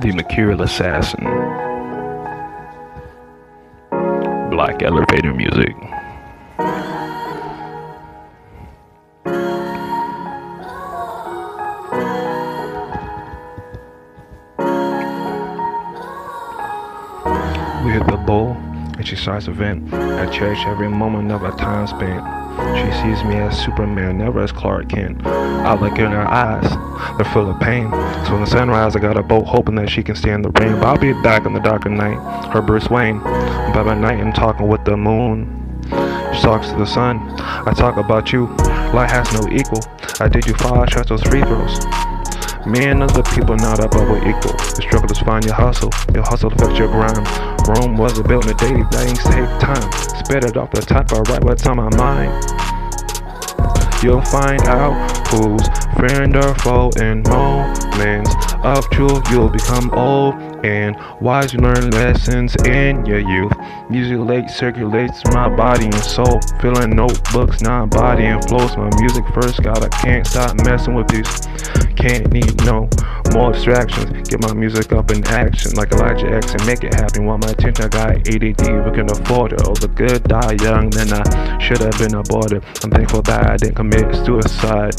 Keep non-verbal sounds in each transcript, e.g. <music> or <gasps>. The Mercurial Assassin. Black elevator music. We hit the bowl, and she starts to vent. At church, every moment of our time spent. She sees me as Superman, never as Clark Kent. I look in her eyes, they're full of pain. So in the sunrise, I got a boat hoping that she can stand the rain. But I'll be back in the darker night, her Bruce Wayne. But by night, I'm talking with the moon. She talks to the sun. I talk about you. Light has no equal. I did you five shots, those free throws. Me and other people not above or equal. The struggle is find your hustle. Your hustle affects your grind. Rome wasn't built in a day. Things take time. Spit it off the top. I write what's on my mind. You'll find out who's friend or foe in moments of truth. You'll become old and wise. You learn lessons in your youth. Music late circulates my body and soul. Filling notebooks, non body and flows. My music first, God, I can't stop messing with these. Can't need no more distractions. Get my music up in action like Elijah X and make it happen. Want my attention? I got ADD, we can afford it. Oh, the good die young, then I should have been aborted. I'm thankful that I didn't commit suicide.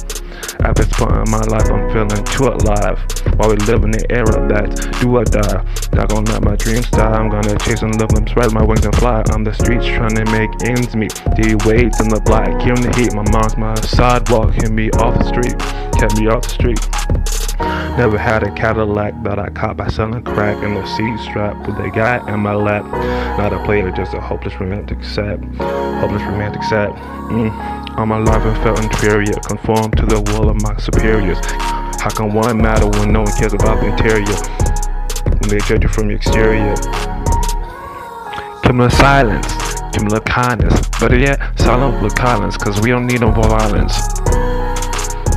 At this point in my life, I'm feeling too alive. While we live in the era that's do or die. Not gonna let my dreams die. I'm gonna chase and live them, spread my wings and fly. I'm the streets trying to make ends meet. The weights and the black, hearing the heat. My mom's my sidewalk, hit me off the street, kept me off the street. Never had a Cadillac that I caught by selling crack in the seat strap with a guy in my lap. Not a player, just a hopeless romantic sap. Hopeless romantic sap. Mm. All my life I felt inferior, conformed to the will of my superiors. How can one matter when no one cares about the interior? When they judge you from the exterior. Criminal silence, criminal kindness. Better yet, silent with kindness, cause we don't need no more violence.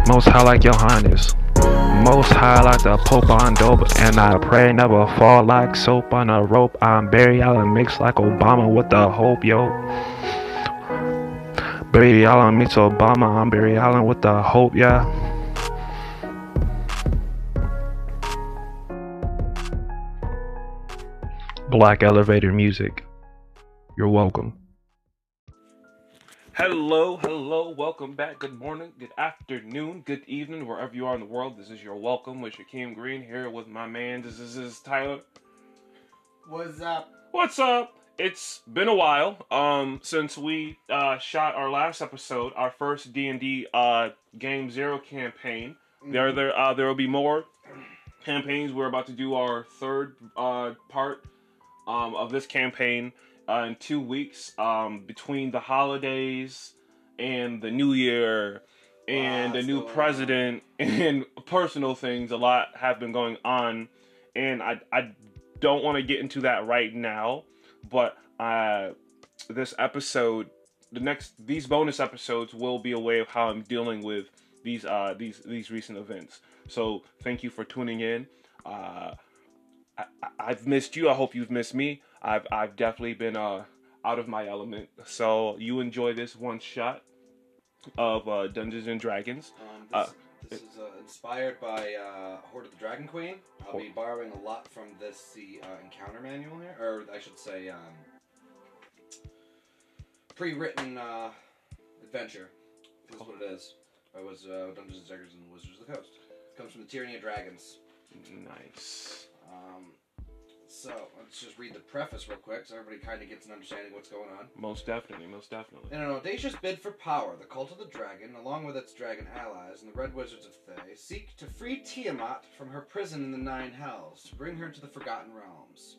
Most high like your highness. Most high like the Pope on dope, and I pray never fall like soap on a rope. I'm Barry Allen mixed like Obama with the hope, yo. Barry Allen meets Obama, I'm Barry Allen with the hope, yeah. Black elevator music. You're welcome. Hello, hello, welcome back. Good morning, good afternoon, good evening, wherever you are in the world. This is your welcome with Shaquem Green here with my man. This is, this is Tyler. What's up? What's up? It's been a while um, since we uh, shot our last episode, our first D and D uh, Game Zero campaign. There, there, uh, there will be more campaigns. We're about to do our third uh, part um, of this campaign uh, in two weeks um, between the holidays and the new year and the Lots new going on. president and <laughs> personal things. A lot have been going on, and I, I don't want to get into that right now, but uh, this episode, the next these bonus episodes will be a way of how I'm dealing with these uh, these these recent events. So thank you for tuning in. Uh, I, I- I've missed you. I hope you've missed me. I've I've definitely been uh out of my element. So you enjoy this one shot of uh, Dungeons and Dragons. Um, this, Uh, this is uh, inspired by uh, Horde of the Dragon Queen. I'll be borrowing a lot from this the uh, encounter manual here, or I should say, um, pre-written uh, adventure. This is what it is. I was uh, Dungeons and Dragons and Wizards of the Coast. comes from the Tyranny of Dragons. Nice. Um, so let's just read the preface real quick, so everybody kind of gets an understanding of what's going on. Most definitely. Most definitely. In an audacious bid for power, the Cult of the Dragon, along with its dragon allies and the Red Wizards of Thay, seek to free Tiamat from her prison in the Nine Hells to bring her to the Forgotten Realms.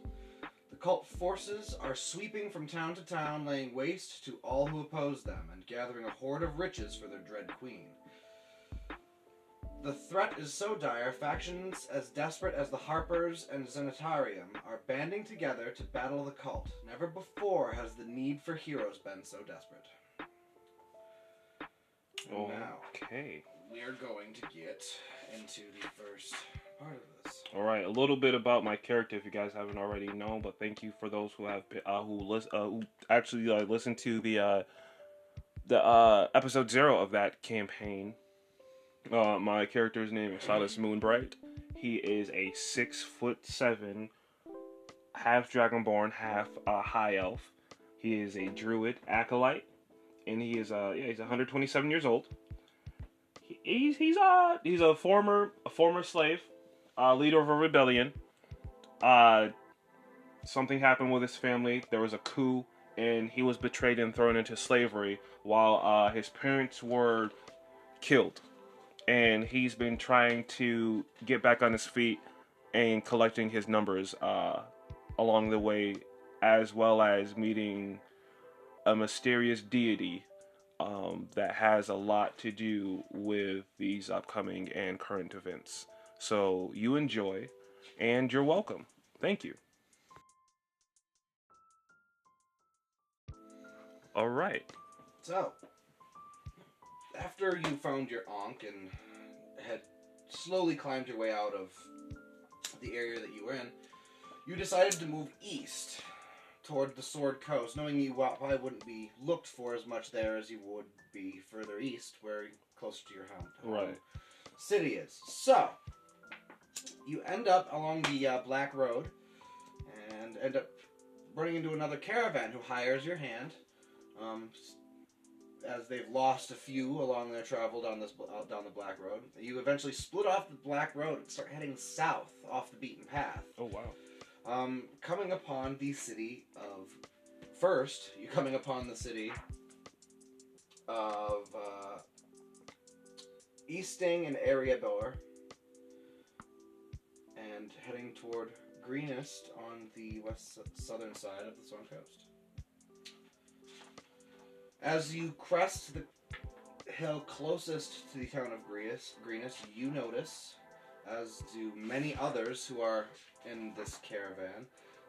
The cult forces are sweeping from town to town, laying waste to all who oppose them, and gathering a hoard of riches for their dread queen. The threat is so dire, factions as desperate as the Harpers and Zenitarium are banding together to battle the cult. Never before has the need for heroes been so desperate. And Now, Okay. we are going to get into the first part of this. All right. A little bit about my character, if you guys haven't already known. But thank you for those who have been, uh, who lis- uh, who actually uh, listened to the uh, the uh, episode zero of that campaign. Uh, my character's name is Silas Moonbright. He is a six foot seven, half dragonborn, half uh, high elf. He is a druid acolyte, and he is uh yeah he's 127 years old. He, he's he's uh he's a former a former slave, uh, leader of a rebellion. Uh, something happened with his family. There was a coup, and he was betrayed and thrown into slavery while uh, his parents were killed. And he's been trying to get back on his feet and collecting his numbers uh, along the way, as well as meeting a mysterious deity um, that has a lot to do with these upcoming and current events. So you enjoy, and you're welcome. Thank you. All right. So, after you found your Ankh and had slowly climbed your way out of the area that you were in, you decided to move east toward the Sword Coast, knowing you wa- probably wouldn't be looked for as much there as you would be further east, where closer to your home. Right. City is. So, you end up along the uh, Black Road and end up running into another caravan who hires your hand. Um, s- as they've lost a few along their travel down this uh, down the Black Road, you eventually split off the Black Road and start heading south off the beaten path. Oh wow. Um, coming upon the city of first, you're coming upon the city of uh, Easting and Ariador, and heading toward Greenest on the west southern side of the Swan Coast. As you crest the hill closest to the town of Greenest, Greenest, you notice, as do many others who are in this caravan,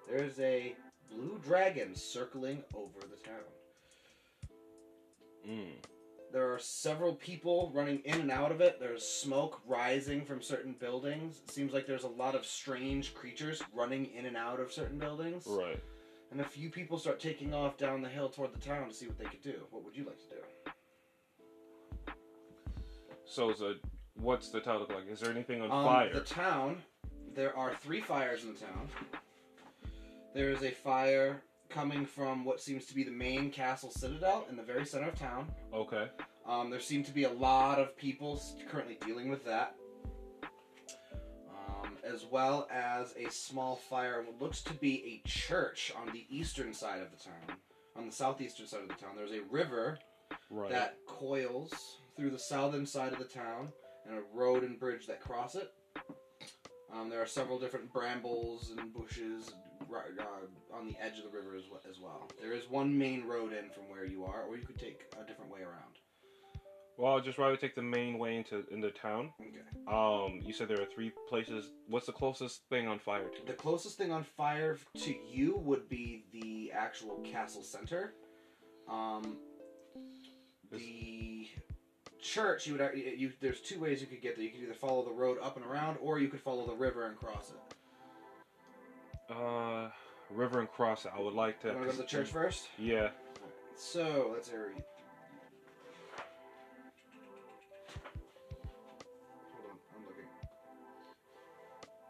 there is a blue dragon circling over the town. Mm. There are several people running in and out of it. There's smoke rising from certain buildings. It seems like there's a lot of strange creatures running in and out of certain buildings. Right. And a few people start taking off down the hill toward the town to see what they could do. What would you like to do? So it's a what's the town look like? Is there anything on Um, fire? The town, there are three fires in the town. There is a fire coming from what seems to be the main castle citadel in the very center of town. okay. Um, there seem to be a lot of people s- currently dealing with that, um, as well as a small fire in what looks to be a church on the eastern side of the town. On the southeastern side of the town, there's a river Right. that coils through the southern side of the town and a road and bridge that cross it. Um, there are several different brambles and bushes ri- uh, on the edge of the river as, we- as well. There is one main road in from where you are, or you could take a different way around. Well, I'd just rather take the main way into into town. Okay. Um, you said there are three places. What's the closest thing on fire to? The closest thing on fire to you would be the actual castle center. Um, the church. You would. act- You, you- there's two ways you could get there. You could either follow the road up and around, or you could follow the river and cross it. Uh, River and Cross. I would like to. You want to go to the church first? Yeah. So let's hurry. Hold on, I'm looking.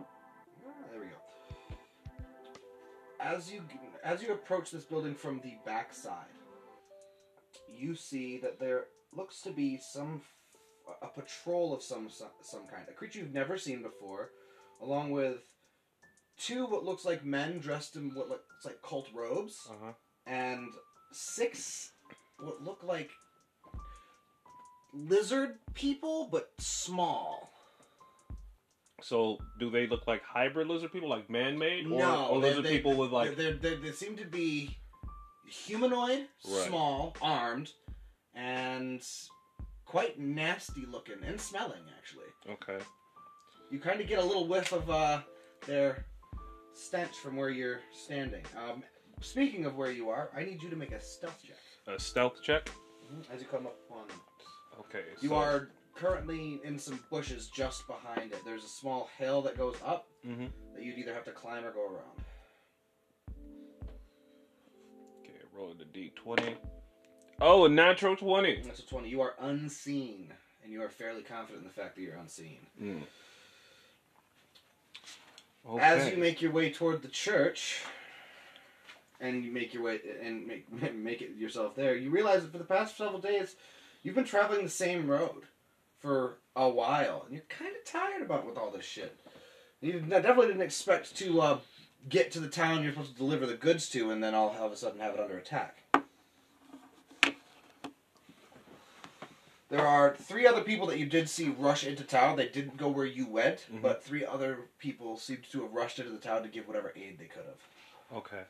Ah, there we go. As you as you approach this building from the backside, you see that there looks to be some f- a patrol of some some kind, a creature you've never seen before, along with two what looks like men dressed in what looks like cult robes Uh huh. and six what look like lizard people, but small. So, do they look like hybrid lizard people, like man-made, or, No, or they- lizard they- people with like? they're, they're, they seem to be humanoid, Right. small, armed, and quite nasty looking and smelling. Actually, Okay. you kind of get a little whiff of uh, their stench from where you're standing. Um, speaking of where you are, I need you to make a stealth check A stealth check. Mm-hmm. as you come up on them. Okay. You so- are currently in some bushes just behind it. There's a small hill that goes up Mhm. that you'd either have to climb or go around. Okay, rolling the d20. Oh, a natural 20. And That's a 20. You are unseen, and you are fairly confident in the fact that you're unseen. Okay. As you make your way toward the church, and you make your way and make <laughs> make it yourself there, you realize that for the past several days, you've been traveling the same road for a while, and you're kind of tired about with all this shit. You definitely didn't expect to uh, get to the town you're supposed to deliver the goods to, and then all of a sudden have it under attack. There are three other people that you did see rush into town. They didn't go where you went, Mhm. but three other people seemed to have rushed into the town to give whatever aid they could have. okay.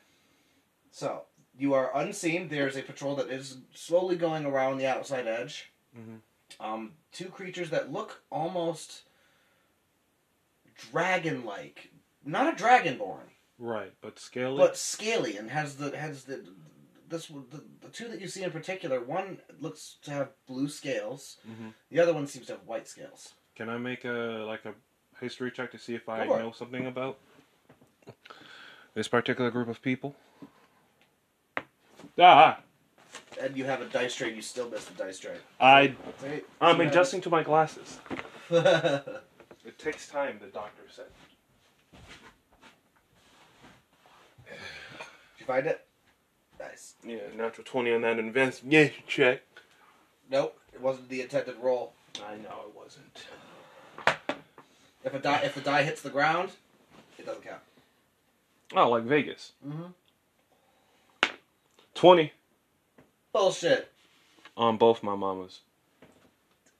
So, you are unseen. There's a patrol that is slowly going around the outside edge. Mhm. Um, two creatures that look almost dragon like. Not a dragonborn, Right, but scaly. but scaly and has the has the this one- the, the two that you see in particular. One looks to have blue scales. Mhm. The other one seems to have white scales. Can I make a like a history check to see if I Go for it. know something about this particular group of people? Ah, and you have a dice tray, you still miss the dice tray. I Say- I'm you <laughs> adjusting to my glasses. have- It takes time, the doctor said. Did you find it? Nice. Yeah, natural twenty on that investigation check. Nope, it wasn't the intended roll. I know it wasn't. If a die if the die hits the ground, it doesn't count. Oh, like Vegas. Mm-hmm. Twenty Bullshit. on both my mamas.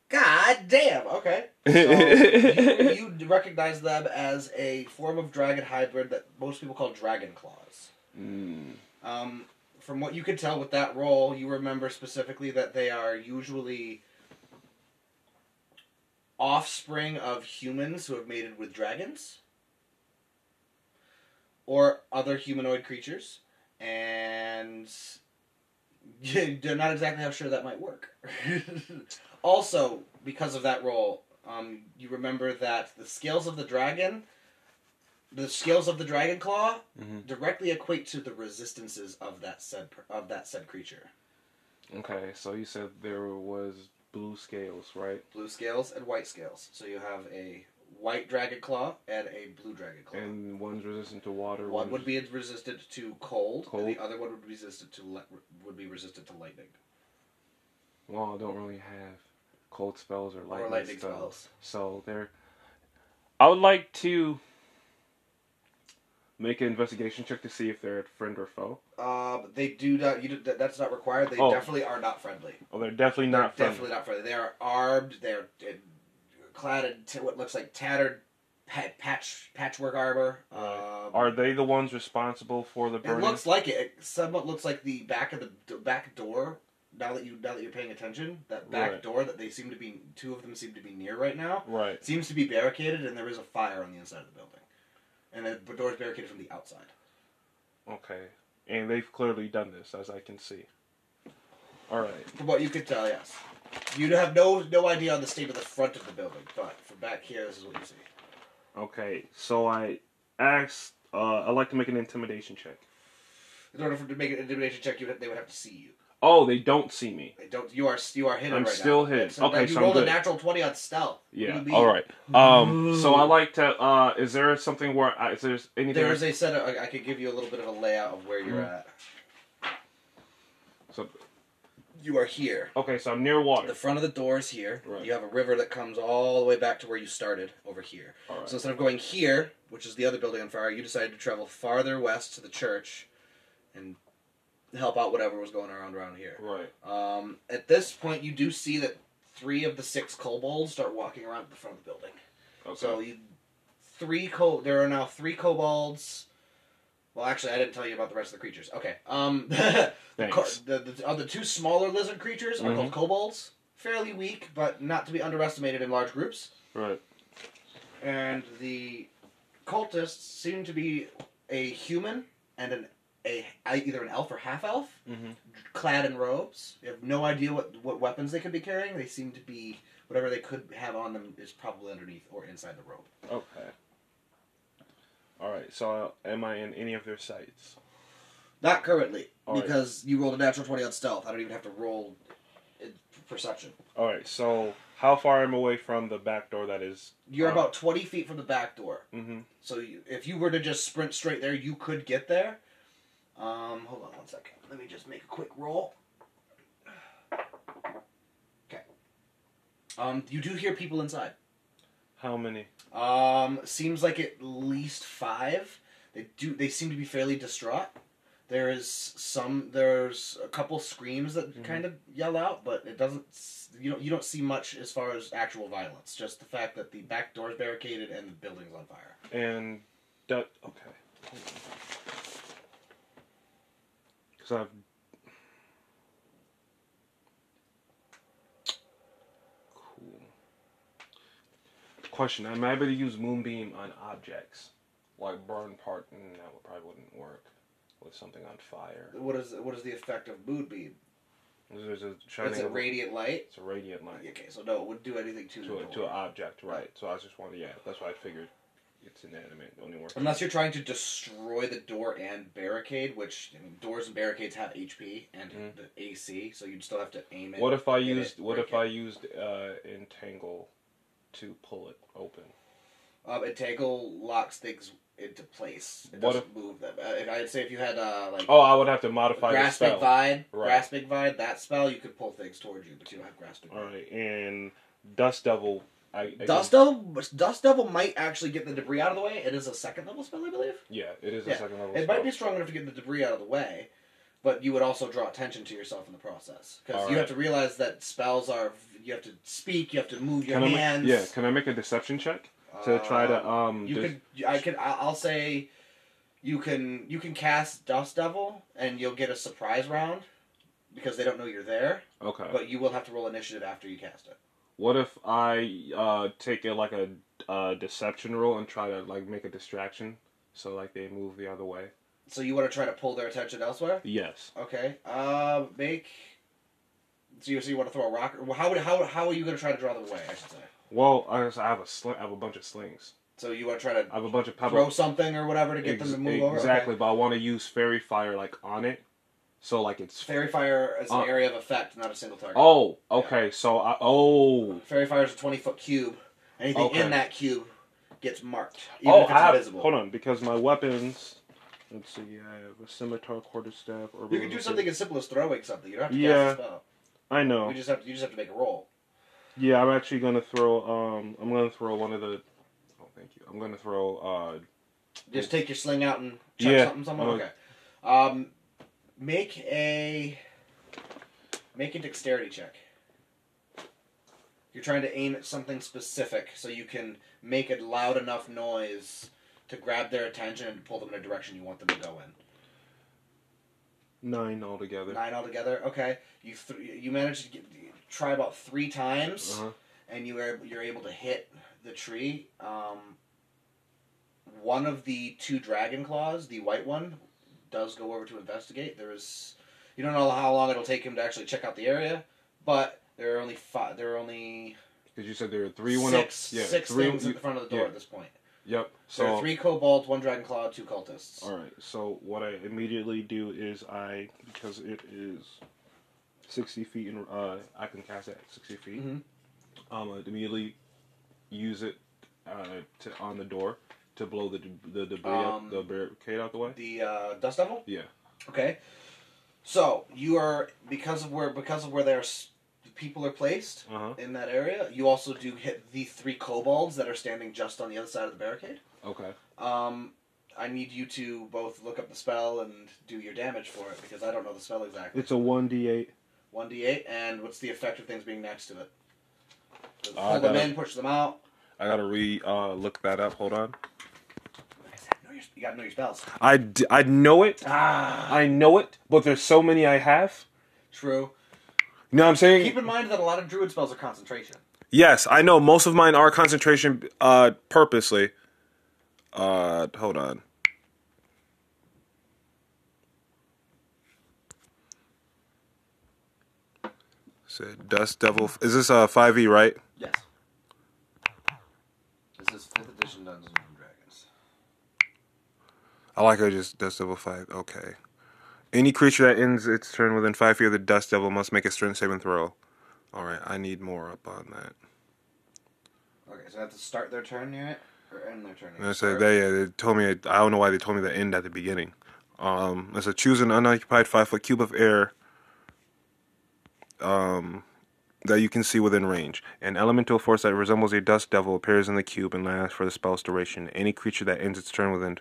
God damn. Okay. So <laughs> you, you recognize them as a form of dragon hybrid that most people call dragon claws. Mm, Um, from what you could tell with that role, you remember specifically that they are usually offspring of humans who have mated with dragons or other humanoid creatures, and <laughs> they're not exactly how sure that might work. <laughs> also, because of that role, um, you remember that the scales of the dragon, the scales of the dragon claw, Mhm. directly equate to the resistances of that said per- of that said creature. Okay, so you said there was blue scales, right? Blue scales and white scales. So you have a white dragon claw and a blue dragon claw. And one's resistant to water. one one's- would be resistant to cold, and Cold. the other one would be resistant to le- would be resistant to lightning Well, I don't really have cold spells or lightning, or lightning spells. spells. So there. I would like to make an investigation check to see if they're a friend or foe. Um, they do not. You do, that- that's not required. They Oh. definitely are not friendly. Oh, they're definitely They're not friendly. definitely not friendly. They are armed. They're in, clad in t- what looks like tattered pat- patch patchwork armor. Right. Um, Are they the ones responsible for the It burning? looks like it. It somewhat looks like the back of the d- back door. Now that you now that you're paying attention, that back Right. door that they seem to be two of them seem to be near right now Right. seems to be barricaded, and there is a fire on the inside of the building, and the b- door is barricaded from the outside. Okay. And they've clearly done this, as I can see. All right. From what you could tell, yes, you have no no idea on the state of the front of the building, but from back here, this is what you see. Okay. So I asked. Uh, I'd like to make an intimidation check. In order for to make an intimidation check, you would- they would have to see you. Oh, they don't see me. They don't. You are you are hidden. I'm right still now. hidden. So Okay, you so I'm rolled good. a natural twenty on stealth. What do you Yeah. mean? All right. Um. So I like to. Uh. Is there something where I, is there anything? There is a set of. I, I could give you a little bit of a layout of where you're Mhm. at. so, You are here. okay. So I'm near water. The front of the door is here. Right. You have a river that comes all the way back to where you started over here. All right. So instead of going here, which is the other building on fire, you decided to travel farther west to the church and help out whatever was going around around here. right. Um, at this point, you do see that three of the six kobolds start walking around the front of the building. Okay. So you, three co. There are now three kobolds. Well, actually, I didn't tell you about the rest of the creatures. Okay. <laughs> Um, the, Thanks. Mm-hmm. co- the, the other two smaller lizard creatures are called kobolds. Fairly weak, but not to be underestimated in large groups. right. And the cultists seem to be a human and an a either an elf or half elf, Mhm. clad in robes. You have no idea what what weapons they could be carrying. They seem to be whatever they could have on them is probably underneath or inside the robe. Okay. All right. So am I in any of their sights? Not currently, All right. because you rolled a natural twenty on stealth. I don't even have to roll in perception. All right. So How far am I away from the back door that is? You're Oh. about 20 feet from the back door. Mm-hmm. So you, if you were to just sprint straight there, you could get there. Um, hold on one second. Let me just make a quick roll. <sighs> Okay. Um, you do hear people inside. How many? Um, seems like at least five. They do. They seem to be fairly distraught. There is some. There's a couple screams that Mhm. kind of yell out, but it doesn't. s- You don't. You don't see much as far as actual violence. Just the fact that the back door's barricaded and the building's on fire. And that okay. Because I've cool. Question: Am I able to use moonbeam on objects, like burn part? mm, That would probably wouldn't work with something on fire. What is what is the effect of mood beam? There's a shining. It's a of- radiant light. It's a radiant light Okay, so no, it wouldn't do anything to, to a, the to an door. object, right? So I was just wondering. Yeah, that's why I figured it's inanimate. Only works. Unless you're trying to destroy the door and barricade, which I mean, doors and barricades have HP and Mhm. the AC, so you'd still have to aim it. What if I hit it, used what break if I used uh, entangle to pull it open? Um, Entangle locks things into place. It What doesn't move them. Uh, if I'd say if you had uh, like Oh, I would have to modify the grasping spell. vine, Right. grasping vine, that spell you could pull things towards you, but you don't have grasping. All Vine. right, and dust devil. I, I Dust Devil, Dust Devil might actually get the debris out of the way. It is a second level spell, I believe. yeah, it is a Yeah, second level. It spell. might be strong enough to get the debris out of the way, but you would also draw attention to yourself in the process because All you right. have to realize that spells are. You have to speak. You have to move your Can I make- hands. yeah, can I make a deception check to try to Um, um? you dis- could. I can. I- I'll say. You can. You can cast Dust Devil, and you'll get a surprise round because they don't know you're there. okay. But you will have to roll initiative after you cast it. What if I uh take a like a uh deception roll and try to like make a distraction so like they move the other way? So you want to try to pull their attention elsewhere. Yes. Okay. Uh, make. So you, so you want to throw a rock? Well, How would how how are you going to try to draw them away? I should say. Well, I, guess I have a sling. I have a bunch of slings. So you want to try to I have a bunch of pebbles. throw something or whatever to get them to Uh, Ex- move over. Exactly, Okay. but I want to use fairy fire like on it, so like it's. Fairy fire is an Uh, area of effect, not a single target. Oh, okay. So I oh Fairy fire is a twenty foot cube. Anything Okay. in that cube gets marked, even oh if it's I have, invisible. hold on because my weapons. Let's see, I have a scimitar, quarterstaff, or You can do something as simple as throwing something. You don't have to Yeah. cast a spell. I know. You just have to, you just have to make a roll. Yeah, I'm actually gonna throw. Um, I'm gonna throw one of the. Oh, thank you. I'm gonna throw. Uh, Just take your sling out and chuck Yeah. something somewhere. Uh, Okay. Um, make a make a dexterity check. You're trying to aim at something specific so you can make a loud enough noise to grab their attention and pull them in a direction you want them to go in. nine altogether. Nine altogether. Okay. You th- you managed to get, try about three times. Uh-huh. and you are you're able to hit the tree. Um, one of the two dragon claws, the white one, does go over to investigate. There is you don't know how long it'll take him to actually check out the area, but there are only five. There are only Because you said there are three six one. oh, yeah, six three. things at you- the front of the door yeah. at this point. yep. So So there are three kobolds, one dragon claw, two cultists. All right. So what I immediately do is I because it is sixty feet and uh, I can cast it at sixty feet. Mhm. Um, I immediately use it uh, to on the door to blow the de- the debris Um, out, the barricade out the way. The uh, dust devil. Yeah. Okay. So you are because of where because of where there's people are placed. Uh huh. in that area. You also do hit the three kobolds that are standing just on the other side of the barricade. Okay. Um, I need you to both look up the spell and do your damage for it because I don't know the spell exactly. It's a one d eight. One d eight, and what's the effect of things being next to it? Does it Uh, pull them gotta- in, push them out. I gotta re uh, look that up. Hold on. Know your- You gotta know your spells. I, d- I know it. Ah, I know it. But there's so many I have. true. You know what I'm saying? Keep in mind that a lot of druid spells are concentration. Yes, I know. Most of mine are concentration uh purposely. Uh hold on. Said Dust Devil. Is this uh, 5e, right? Yes. This is fifth edition Dungeons and Dragons. I like how it just Dust Devil 5. Okay. Any creature that ends its turn within 5 feet of the Dust Devil must make a strength saving throw. All right, I need more up on that. Is that to start their turn yet? Or end their turn? And I said they, uh, they told me I don't know why they told me the end at the beginning. Um, I said choose an unoccupied five foot cube of air. Um, that you can see within range. An elemental force that resembles a dust devil appears in the cube and lasts for the spell's duration. Any creature that ends its turn within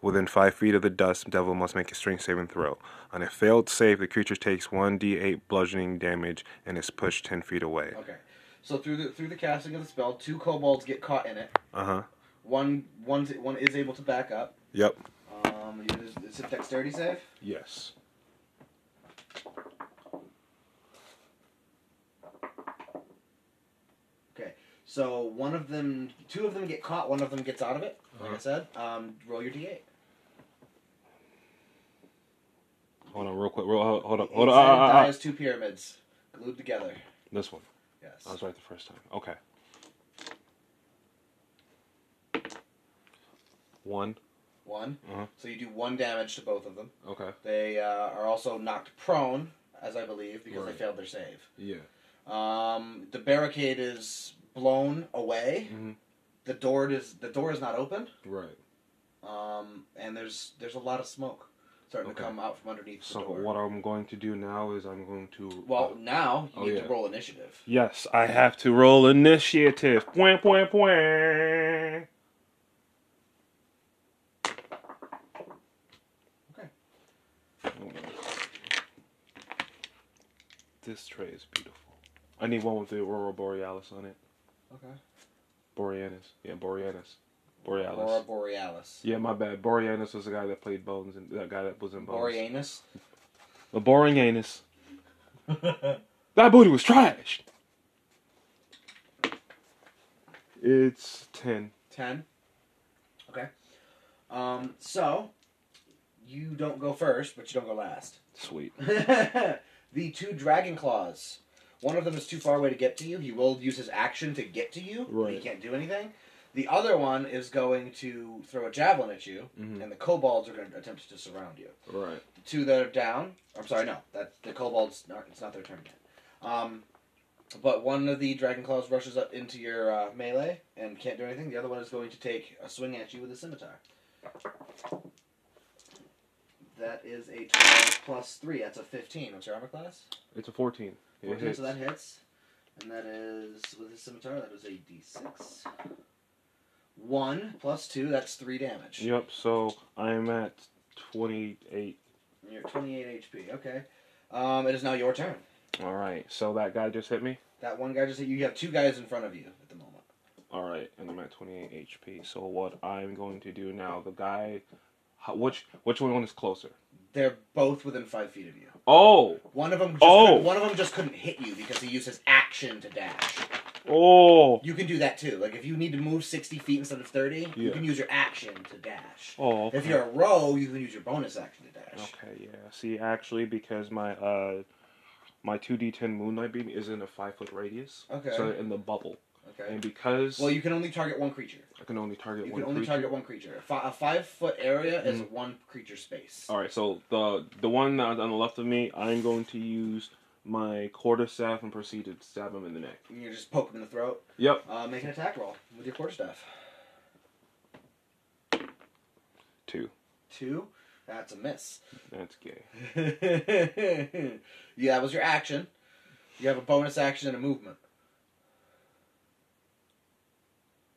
within five feet of the dust devil must make a strength saving throw. On a failed save, the creature takes one d8 bludgeoning damage and is pushed ten feet away. Okay. So through the through the casting of the spell, two kobolds get caught in it. Uh huh. One one's, one is able to back up. Yep. Um, it is- it's a dexterity save. Yes. So one of them, two of them get caught. One of them gets out of it. Like Uh-huh. I said, um, roll your d8. Hold on, real quick. Real, hold, hold up. Eight Hold on. sided Ah, ah, die ah, ah. is two pyramids glued together. This one. Yes. I was right the first time. Okay. One. One. Uh-huh. So you do one damage to both of them. Okay. They uh, are also knocked prone, as I believe, because Right. they failed their save. Yeah. Um, the barricade is blown away. Mhm. The door is the door is not open. Right. Um, and there's there's a lot of smoke starting Okay. to come out from underneath So the door. what I'm going to do now is I'm going to. well, now you Oh, need yeah. to roll initiative. Yes, I have to roll initiative. Point, point, point. Okay. This tray is beautiful. I need one with the aurora borealis on it. Okay. Borealis. Yeah, borealis. Borealis. Aurora Borealis. Yeah, my bad. Borealis was the guy that played Bones, and that guy that was in Bones. Boreanus. The boring anus. That booty was trash. It's ten. Ten. Okay. Um, so you don't go first, but you don't go last. Sweet. <laughs> the two dragon claws. One of them is too far away to get to you. He will use his action to get to you. but He Right. can't do anything. The other one is going to throw a javelin at you, Mhm. and the kobolds are going to attempt to surround you. Right. The two that are down. I'm sorry, no. That's the kobolds. Not, it's not their turn yet. Um, but one of the dragon claws rushes up into your uh, melee and can't do anything. The other one is going to take a swing at you with a scimitar. That is a 12 plus 3. That's a 15. What's your armor class? It's a fourteen. It 14, hits. so that hits. And that is, with his scimitar, that is a d6. 1 plus 2, that's 3 damage. Yep. So I'm at twenty-eight. You're at 28 HP. Okay. Um, it is now your turn. All right. So that guy just hit me. That one guy just hit you. You have two guys in front of you at the moment. All right, and I'm at 28 HP. So what I'm going to do now? The guy, how, which which one is closer? They're both within five feet of you. Oh, One of them. Just Oh. couldn't- One of them just couldn't hit you because he used his action to dash. oh, You can do that too. Like if you need to move sixty feet instead of thirty, you Yeah. can use your action to dash. oh. If you're a row, you can use your bonus action to dash. Okay, yeah. See, actually, because my uh, my 2d10 moonlight beam is in a five foot radius. Okay. So in the bubble, Okay. and because Well, you can only target one creature. I can only target You one can only creature. target one creature. A, fi- a five foot area is Mhm. one creature space. All right. So the the one that on the left of me, I'm going to use my quarter staff and proceed to stab him in the neck. And You're just poking the throat. Yep. Uh, make an attack roll with your quarterstaff. Two. Two. That's a miss. That's gay. <laughs> yeah, that was your action. You have a bonus action and a movement.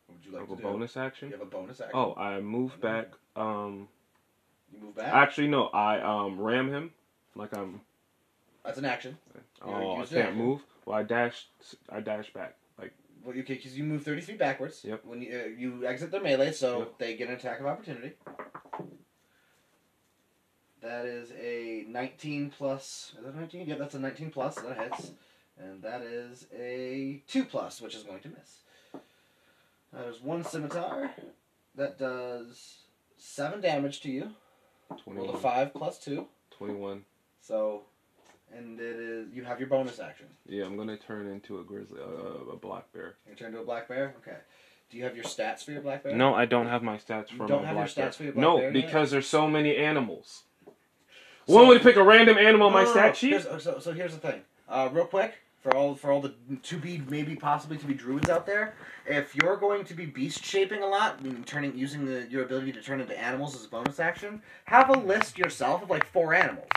What would you like Have to a do? Mm-hmm. bonus action. You have a bonus action. Oh, I move back. Um, You move back. actually, no, I um ram him, like I'm. That's an action. You already Oh, I used it. can't move. Well, I dash. I dash back. Like Well, you because you move thirty feet backwards. Yep. When you, uh, you exit their melee, so Yep. they get an attack of opportunity. That is a nineteen plus. Is that nineteen? Yeah, that's a nineteen plus. That hits, and that is a two plus, which is going to miss. Now, There's one scimitar that does seven damage to you. Roll a 21, five plus two, 21. so, and it is you have your bonus action. Yeah, I'm gonna turn into a grizzly, uh, a black bear. You turn to a black bear. Okay. Do you have your stats for your black bear? No, I don't have my stats You for don't my have your black bear. stats for your black no, bear yet? because there's so many animals. So- Oh, One would pick a random animal on Oh, my No, no, no, stat no. sheet. Here's- so, so here's the thing. Uh, real quick, for all for all the to be maybe possibly to be druids out there, if you're going to be beast shaping a lot, meaning turning using the, your ability to turn into animals as a bonus action, have a list yourself of like four animals.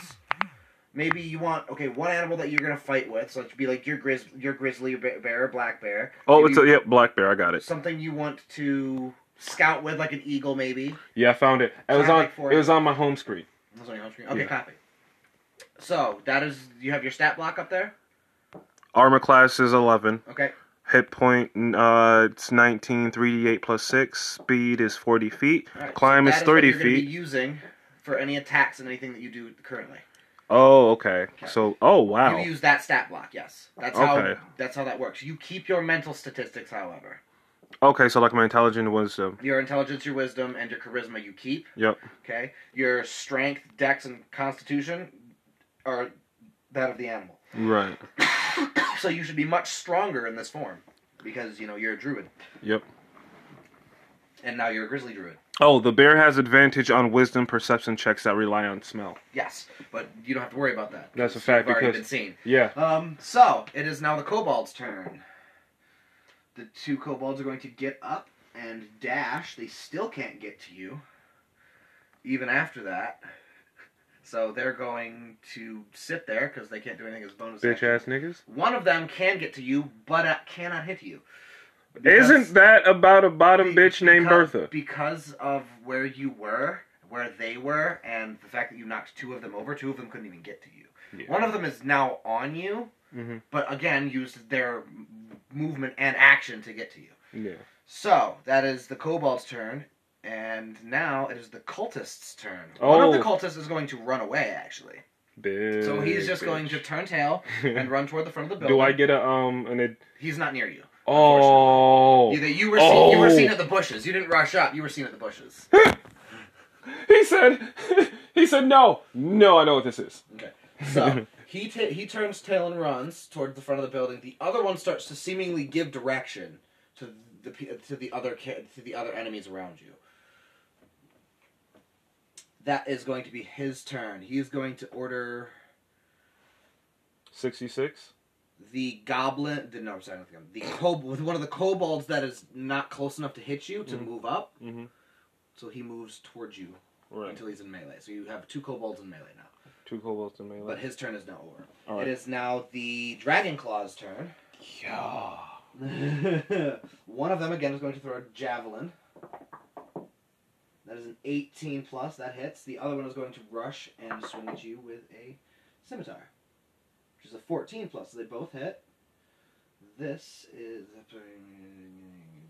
Maybe you want okay one animal that you're gonna fight with, so it should be like your grizz your grizzly bear, bear black bear. Oh, Maybe it's a, yep, black bear. I got it. something you want to scout with, like an eagle maybe. Yeah, I found it. It was Traffic on. for It it. was on my home screen. That was on your home screen. Okay, Yeah. copy. So that is you have your stat block up there. Armor class is eleven. Okay, Hit point, uh, it's 19, 3d8 plus 6. Speed is 40 feet. all right. Climb so is that what 30 you're gonna be feet. using for any attacks and anything that you do currently. Oh, okay. So, oh, wow. You use that stat block. Yes, that's how Okay. that's how that works. You keep your mental statistics, however, Okay, so like my intelligent wisdom. your intelligence, your wisdom, and your charisma. You keep. Yep. Okay, your strength, dex, and constitution are that of the animal. Right. So you should be much stronger in this form because you know you're a druid Yep. and now you're a grizzly druid. Oh, the bear has advantage on wisdom perception checks that rely on smell. Yes, but you don't have to worry about that. That's a because fact, You've already because- been seen. Yeah. Um, so it is now the kobold's turn. The two kobolds are going to get up and dash. They still can't get to you, even after that. So they're going to sit there because they can't do anything as bonus. Bitch action. ass niggas. One of them can get to you, but uh, cannot hit you. Isn't that about a bottom Be- bitch named because- Bertha? Because of where you were, where they were, and the fact that you knocked two of them over, two of them couldn't even get to you. Yeah. One of them is now on you, Mhm. but again used their m- movement and action to get to you. Yeah. So that is the kobold's turn, and now it is the cultist's turn. One of the Oh. cultists is going to run away, actually. Bitch. So he's just going to <laughs> turn tail and run toward the front of the building. Do I get a, um, an. Ad- He's not near you. oh. You, you were seen, you were Oh. seen at the bushes. You didn't rush up. You were seen at the bushes. He said, <laughs> he said, no. No, I know what this is. Okay. So <laughs> he ta- he turns tail and runs toward the front of the building. The other one starts to seemingly give direction to the pe- to the other ca- to the other enemies around you. That is going to be his turn. He is going to order 66? the goblin. The, no, I'm sorry, not the goblin. The cob with one of the kobolds that is not close enough to hit you to Mhm. move up. Mm-hmm. So he moves towards you Right. until he's in melee. So you have two kobolds in melee now. Two kobolds in But melee. his turn is now over. All right. It is now the dragon claw's turn. Yeah. <laughs> One of them again is going to throw a javelin. That is an 18 plus. That hits. The other one is going to rush and swing at you with a scimitar, which is a 14 plus. So they both hit. This is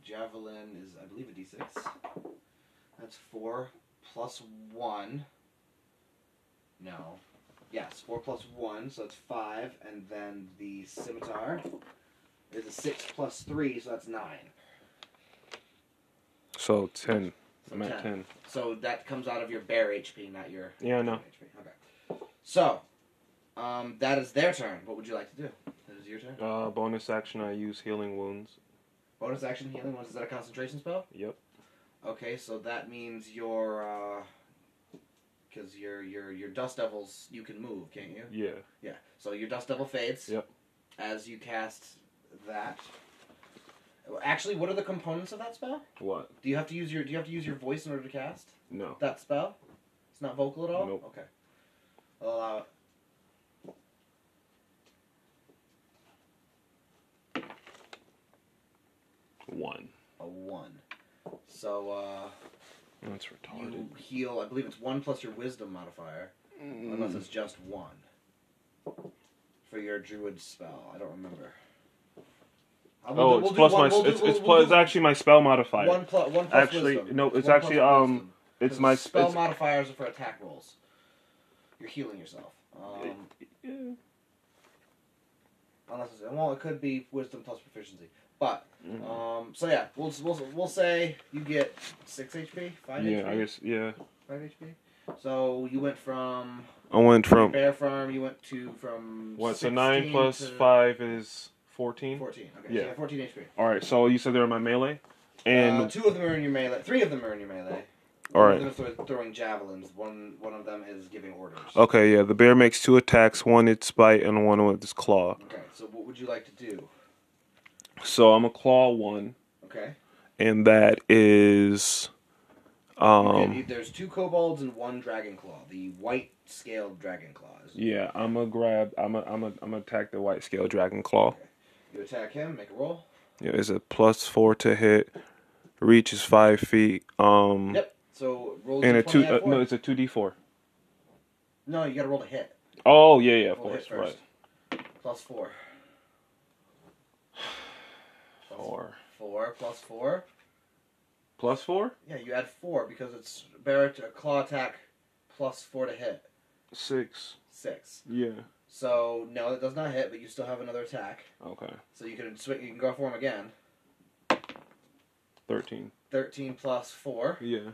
javelin is I believe a d6. That's four plus one. No. Yes, four plus one, so that's five, and then the scimitar is a six plus three, so that's nine. So 10. So I'm at 10. So that comes out of your bare HP, not your Yeah, I know. HP. Okay. So, um, that is their turn. What would you like to do? That is your turn. Uh, bonus action, I use healing wounds. Bonus action healing. What is that? A concentration spell? Yep. Okay, so that means your, uh, because your your your dust devils, you can move, can't you? Yeah. Yeah. So your dust devil fades. Yep. As you cast that. Actually, what are the components of that spell? What? Do you have to use your Do you have to use your voice in order to cast No. that spell? It's not vocal at all. Nope. Okay. I'll allow it. One. A one. So uh, That's you retarded. heal. I believe it's one plus your wisdom modifier, mm, Mm. unless it's just one. For your druid spell, I don't remember. Uh, we'll Oh, do- it's we'll do plus one- my. we'll do- it's we'll- it's, we'll plus, it's do actually my spell modifier. One plus one plus Actually, wisdom. no, it's One actually, plus um, wisdom. it's 'Cause my sp- spell it's- modifiers are for attack rolls. You're healing yourself. Um, Yeah. unless it's, well, it could be wisdom plus proficiency. But Mhm. um, so yeah, we'll, we'll we'll say you get six HP, five Yeah, HP, I guess. Yeah. five HP. So you went from I went from bear farm. You went to from what? So 16 nine plus to five is fourteen. Fourteen. Okay, Yeah. so you got fourteen Uh, HP. All right. So you said they're in my melee, and uh, two of them are in your melee. Three of them are in your melee. All One right. of them is throw- throwing javelins. One one of them is giving orders. Okay, yeah. The bear makes two attacks, one with its bite and one with its claw. Okay, so what would you like to do? So I'm a claw one, Okay. and that is um Okay, There's two kobolds and one dragon claw. The white scaled dragon claws. yeah, I'm a grab I'm a I'm a I'm gonna attack the white scale dragon claw. You attack him, make a roll. Yeah, it's a plus four to hit. Reach is five feet. Um Yep. So roll and a two. two uh, no, it's a two D four. no, you gotta roll to hit. Oh yeah, yeah, of Roll to hit course, right. first. Plus four. Plus Four. Four plus four. Plus four? Yeah, you add four because it's Barrett a claw attack plus four to hit. Six. Six. Yeah. So no, that does not hit, but you still have another attack. Okay. So you can swing. You can go for him again. Thirteen. Thirteen plus four. Yeah.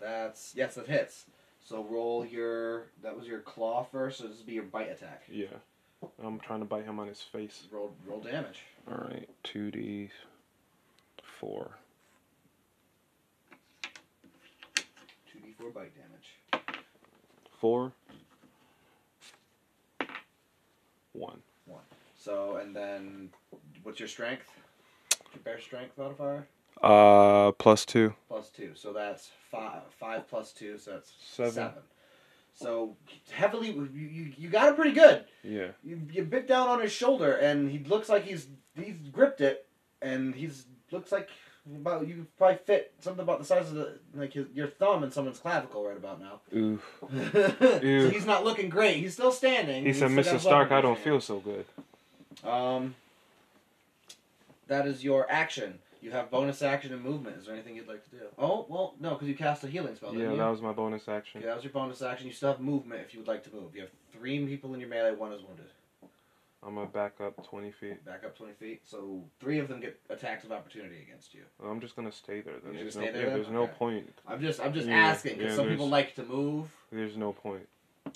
That's yes, that hits. So roll your. That was your claw first. So this would be your bite attack. Yeah. I'm trying to bite him on his face. Roll roll damage. Alright, two D four. Two d four bite damage. Four. One. So and then what's your strength? Your bear strength modifier Uh, plus two. plus two. So that's five. Five plus two. So that's Seven. So heavily, you, you you got it pretty good. Yeah. You, you bit down on his shoulder, and he looks like he's he's gripped it, and he's looks like about you could probably fit something about the size of the like his, your thumb in someone's clavicle right about now. <laughs> Ooh. so he's not looking great. He's still standing. He said, still got "Mr. blood Stark, on I his don't hand." feel so good." Um, that is your action. You have bonus action and movement. Is there anything you'd like to do? Oh, well, no, because you cast a healing spell. Yeah, didn't you? that was my bonus action. Okay, that was your bonus action. You still have movement if you would like to move. You have three people in your melee. One is wounded. I'm gonna back up twenty feet. Back up twenty feet. So three of them get attacks of opportunity against you. I'm just gonna stay there. Then. You're There's just no, stay there yeah, then? there's no Okay. point. I'm just, I'm just Yeah, asking because yeah, some there's- people like to move. There's no point.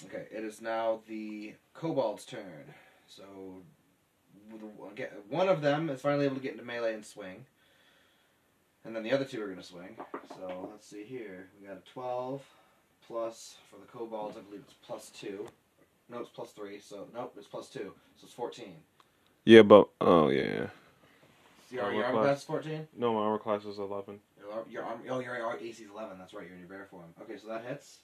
Okay, it is now the kobold's turn. So, with- again, one of them is finally able to get into melee and swing. And then the other two are going to swing. So, let's see here. We got a 12 plus, for the kobolds, I believe it's plus 2. No, it's plus 3. So, nope, it's plus 2. So it's 14. Yeah, but oh yeah. So your, Armor your armor class. class is 14? No, my armor class is eleven. Your, ar- your arm, oh, your ar- AC is 11. That's right, you're in your bear form. Okay, so that hits.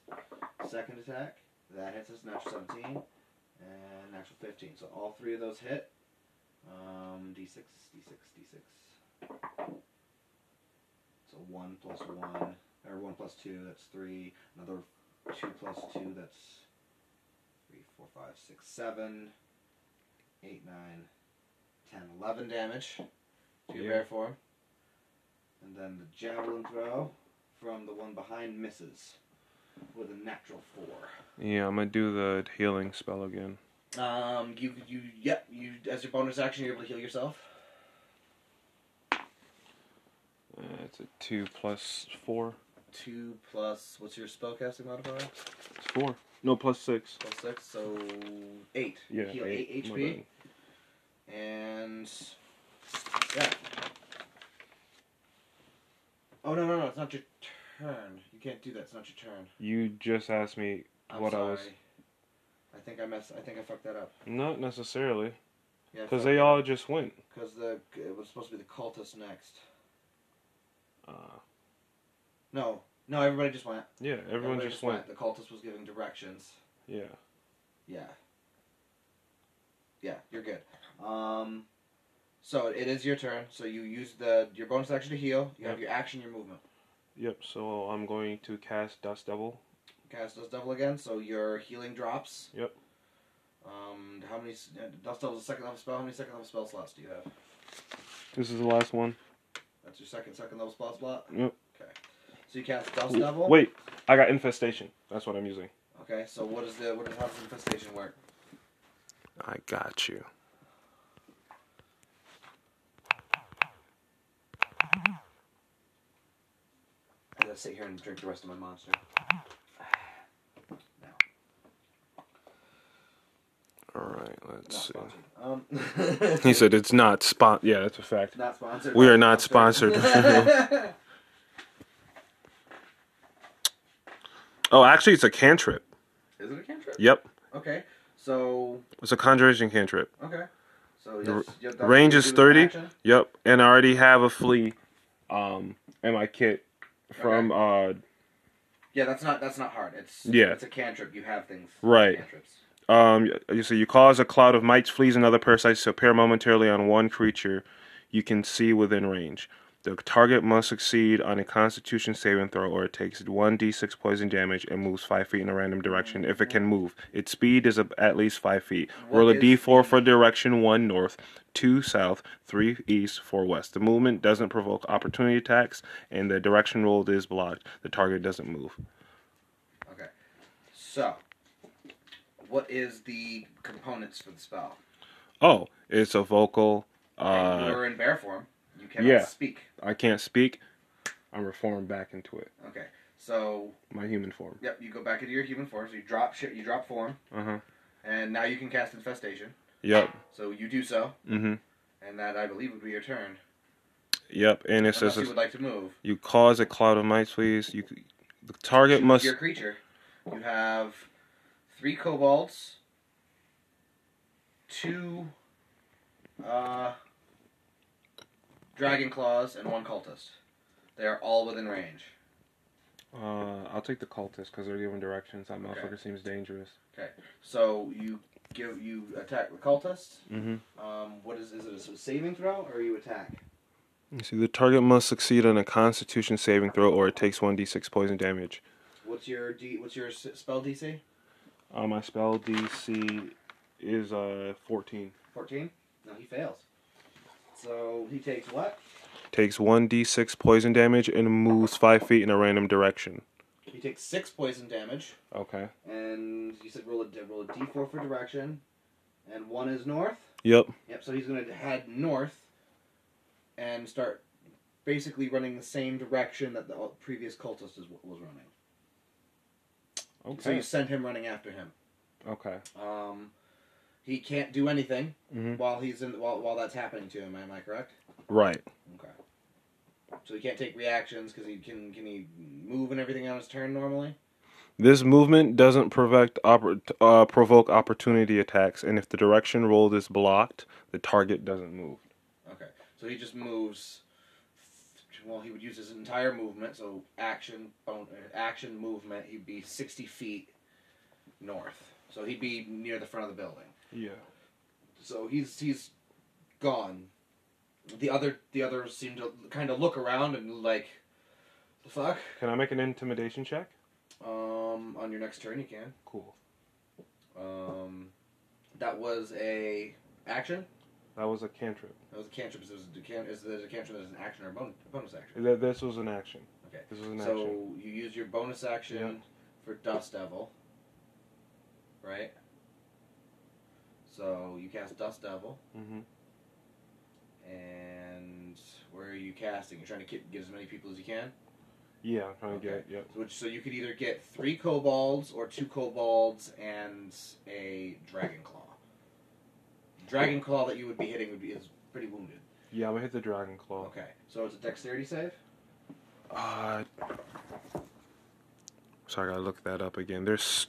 Second attack. That hits us, natural 17. And natural 15. So all three of those hit. Um, D6, D6, D6. So 1 plus 1, or 1 plus 2, that's 3. Another 2 plus 2, that's 3, 4, 5, 6, 7, 8, 9, 10, 11 damage to your Yeah. bear form. And then the javelin throw from the one behind misses with a natural four. Yeah, I'm gonna do the healing spell again. Um, you you yep you as your bonus action you're able to heal yourself. Uh, it's a two plus four. Two plus what's your spellcasting modifier? It's four. No, plus six. Plus six, so eight. Yeah. heal eight, my HP bad. and yeah. Oh no no no! It's not your turn. You can't do that. It's not your turn. You just asked me I'm What I sorry. was- I think I messed. I think I fucked that up. not necessarily Yeah. I because fucked they that all just went. Because the it was supposed to be the cultist next. Uh, No, no, everybody just went. yeah, everyone Everybody just went. The cultist was giving directions. Yeah. Yeah. Yeah, you're good. Um, so it is your turn. So you use the your bonus action to heal. You have your action, your movement. Yep, so I'm going to cast Dust Devil. Cast dust devil again. So your healing drops. Yep. Um, how many s- uh, dust devil's a second level spell? How many second level spell slots do you have? This is the last one. That's your second second level spell slot. Yep. Okay. So you cast dust Ooh, devil. Wait, I got Infestation. That's what I'm using. Okay. So what is the what is how does infestation work? I got you. I'm gonna sit here and drink the rest of my monster. No, Alright, let's not see. sponsored. Um, <laughs> <laughs> He said it's not spot. Yeah, that's a fact. not <laughs> sponsored. We are not sponsored. sponsored. Oh, actually, it's a cantrip. Is it a cantrip? Yep, Okay. So it's a conjuration cantrip. okay. So The yes, yep, that's range what is you do with thirty. action. Yep, and I already have a flea, um, in my kit from uh, Yeah, that's not that's not hard. It's Yeah. It's a cantrip. You have things. Right. Cantrips. uh, um. You so you cause a cloud of mites, fleas, and other parasites to appear momentarily on one creature you can see within range. The target must succeed on a Constitution saving throw, or it takes one d6 poison damage and moves five feet in a random direction if it can move. Its speed is a- at least five feet. Mm-hmm. What Roll a is d4 for direction one north, two south, three east, four west. The movement doesn't provoke opportunity attacks, and the direction rolled is blocked. The target doesn't move. Okay. So, what is the components for the spell? Oh, it's a vocal. And you Uh, are in bear form. You cannot yeah. speak. I can't speak. I'm reformed back into it. Okay. So, My human form. yep, you go back into your human form. So you drop shit. You drop form, Uh huh. and now you can cast infestation. Yep. So you do so, Mm-hmm. and that I believe would be your turn. Yep. And it Unless says you would like to move. you cause a cloud of mites, please. You the target Choose must. your creature. You have three kobolds, two uh, dragon claws, and one cultist. They are all within range. Uh, I'll take the cultist because they're giving directions. That motherfucker seems dangerous. So you give you attack the cultist. Mm-hmm. Um, what is is it a s- saving throw or you attack? You see, the target must succeed on a Constitution saving throw, or it takes one d6 poison damage. What's your D, What's your s- spell DC? Uh, my spell DC is uh 14. Fourteen. No, he fails. So he takes what? Takes one d6 poison damage and moves five feet in a random direction. He takes six poison damage. Okay. and you said roll a d- roll a d4 for direction, and one is north. Yep. Yep. So he's gonna head north, and start basically running the same direction that the o- previous cultist is, was running. So you send him running after him. Okay. Um, he can't do anything Mhm. while he's in while while that's happening to him. Am I correct? Right. Okay. So he can't take reactions because he can can he move and everything on his turn normally. This movement doesn't provoke, oppor- uh, provoke opportunity attacks, and if the direction rolled is blocked, the target doesn't move. Okay. So he just moves. Well, he would use his entire movement. So action, bon- uh, action, movement. He'd be sixty feet north. So he'd be near the front of the building. Yeah. So he's he's gone. The other the others seem to kind of look around and like, the fuck. Can I make an intimidation check? Um, on your next turn you can. Cool. Um, that was a action. That was a cantrip. That was a cantrip. Is there's a can- is there a cantrip? There's an action or a bonus, bonus action. Th- This was an action. Okay. This was an so action. you use your bonus action Yep. for Dust Devil, right? So you cast Dust Devil, Mm-hmm. and where are you casting? You're trying to get, get as many people as you can. Yeah, I'm trying to get Okay. it. Yep. So, which, so you could either get three kobolds or two kobolds and a dragon claw. Dragon claw that you would be hitting would be is pretty wounded. Yeah, I'm going to hit the Dragon Claw. Okay, so it's a dexterity save. Uh, sorry, I gotta look that up again. There's.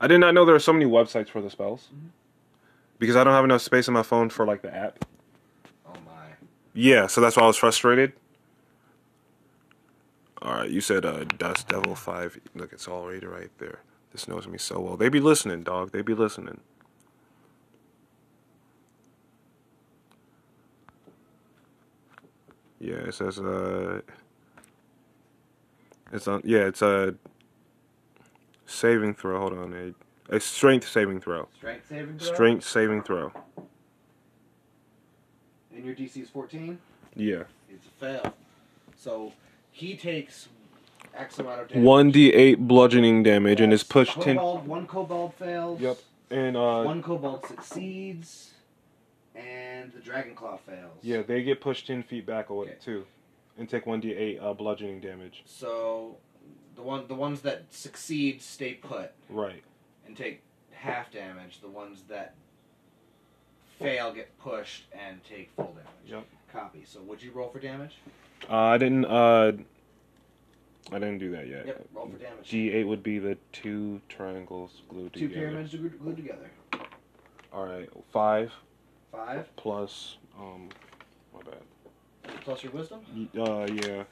I did not know there are so many websites for the spells. Mhm. Because I don't have enough space on my phone for like the app. Oh my! Yeah, so that's why I was frustrated. All right, you said uh, Dust Devil Five. Look, it's already right there. This knows me so well. They be listening, dog. They be listening. Yeah, it says uh, it's on. Yeah, it's a saving throw. Hold on, a, a strength saving throw. Strength saving throw. Strength saving throw. And your DC is fourteen. Yeah. It's a fail. So he takes X amount of damage. One d eight bludgeoning damage and is That's pushed ten. Kobold, one kobold fails. Yep. And uh, One kobold succeeds, and the dragon claw fails. Yeah, they get pushed ten feet back away Okay. too, and take one d eight uh, bludgeoning damage. So the one the ones that succeed stay put Right. and take half damage. The ones that fail get pushed and take full damage. Yep. Copy. So would you roll for damage? Uh, I didn't. Uh, I didn't do that yet. Yep, roll for damage. G8 would be the two triangles glued Two together. pyramids glued glued together. All right, five Five plus. Um, my bad. plus your wisdom. Y- Uh, yeah.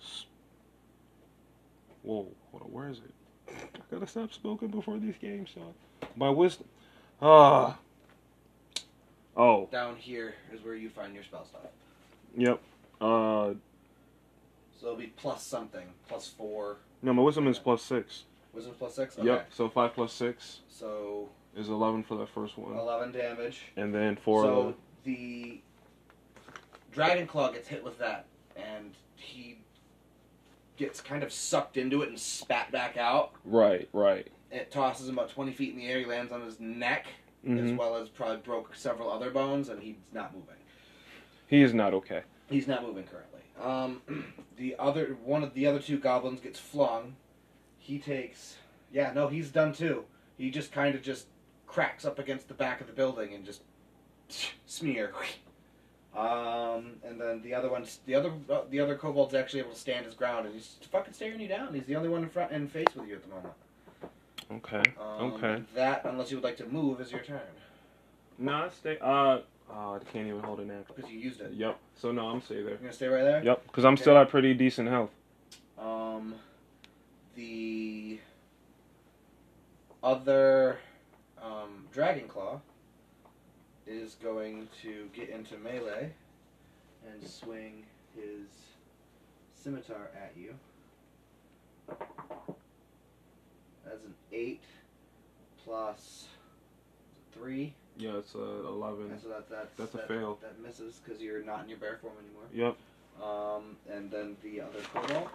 S- Whoa, hold on, where is it? I gotta stop smoking before these games start. My wisdom. Ah. Oh, Down here is where you find your spell stuff. yep. Uh, So it'll be plus something, plus four. no, my wisdom is plus six. Wisdom plus six. Okay. Yep. So five plus six So is eleven for that first one, eleven damage. and then for So the dragon claw gets hit with that, and he gets kind of sucked into it and spat back out. right, right. It tosses him about twenty feet in the air. He lands on his neck, as Mhm. well as probably broke several other bones, and he's not moving. He is not okay. He's not moving currently. Um, <clears throat> the other one of the other two goblins gets flung. He takes. Yeah, no, he's done too. He just kind of just cracks up against the back of the building and just <sniffs> smear. Um, and then the other one's the other uh, the other kobold's actually able to stand his ground, and he's fucking staring you down. He's the only one in front and face with you at the moment. Okay. Um, Okay. That, unless you would like to move, is your turn No, I stay. Uh, oh, I can't even hold it now. because you used it. You're Yep. So no, I'm stay there. gonna stay right there. Yep, because I'm still at pretty decent health. Um, the other um, Dragon Claw is going to get into melee and swing his scimitar at you. That's an 8 plus 3. Yeah, it's uh, 11. So that, that's, That's a that, fail. That misses because you're not in your bear form anymore. Yep. Um, and then the other cobalt.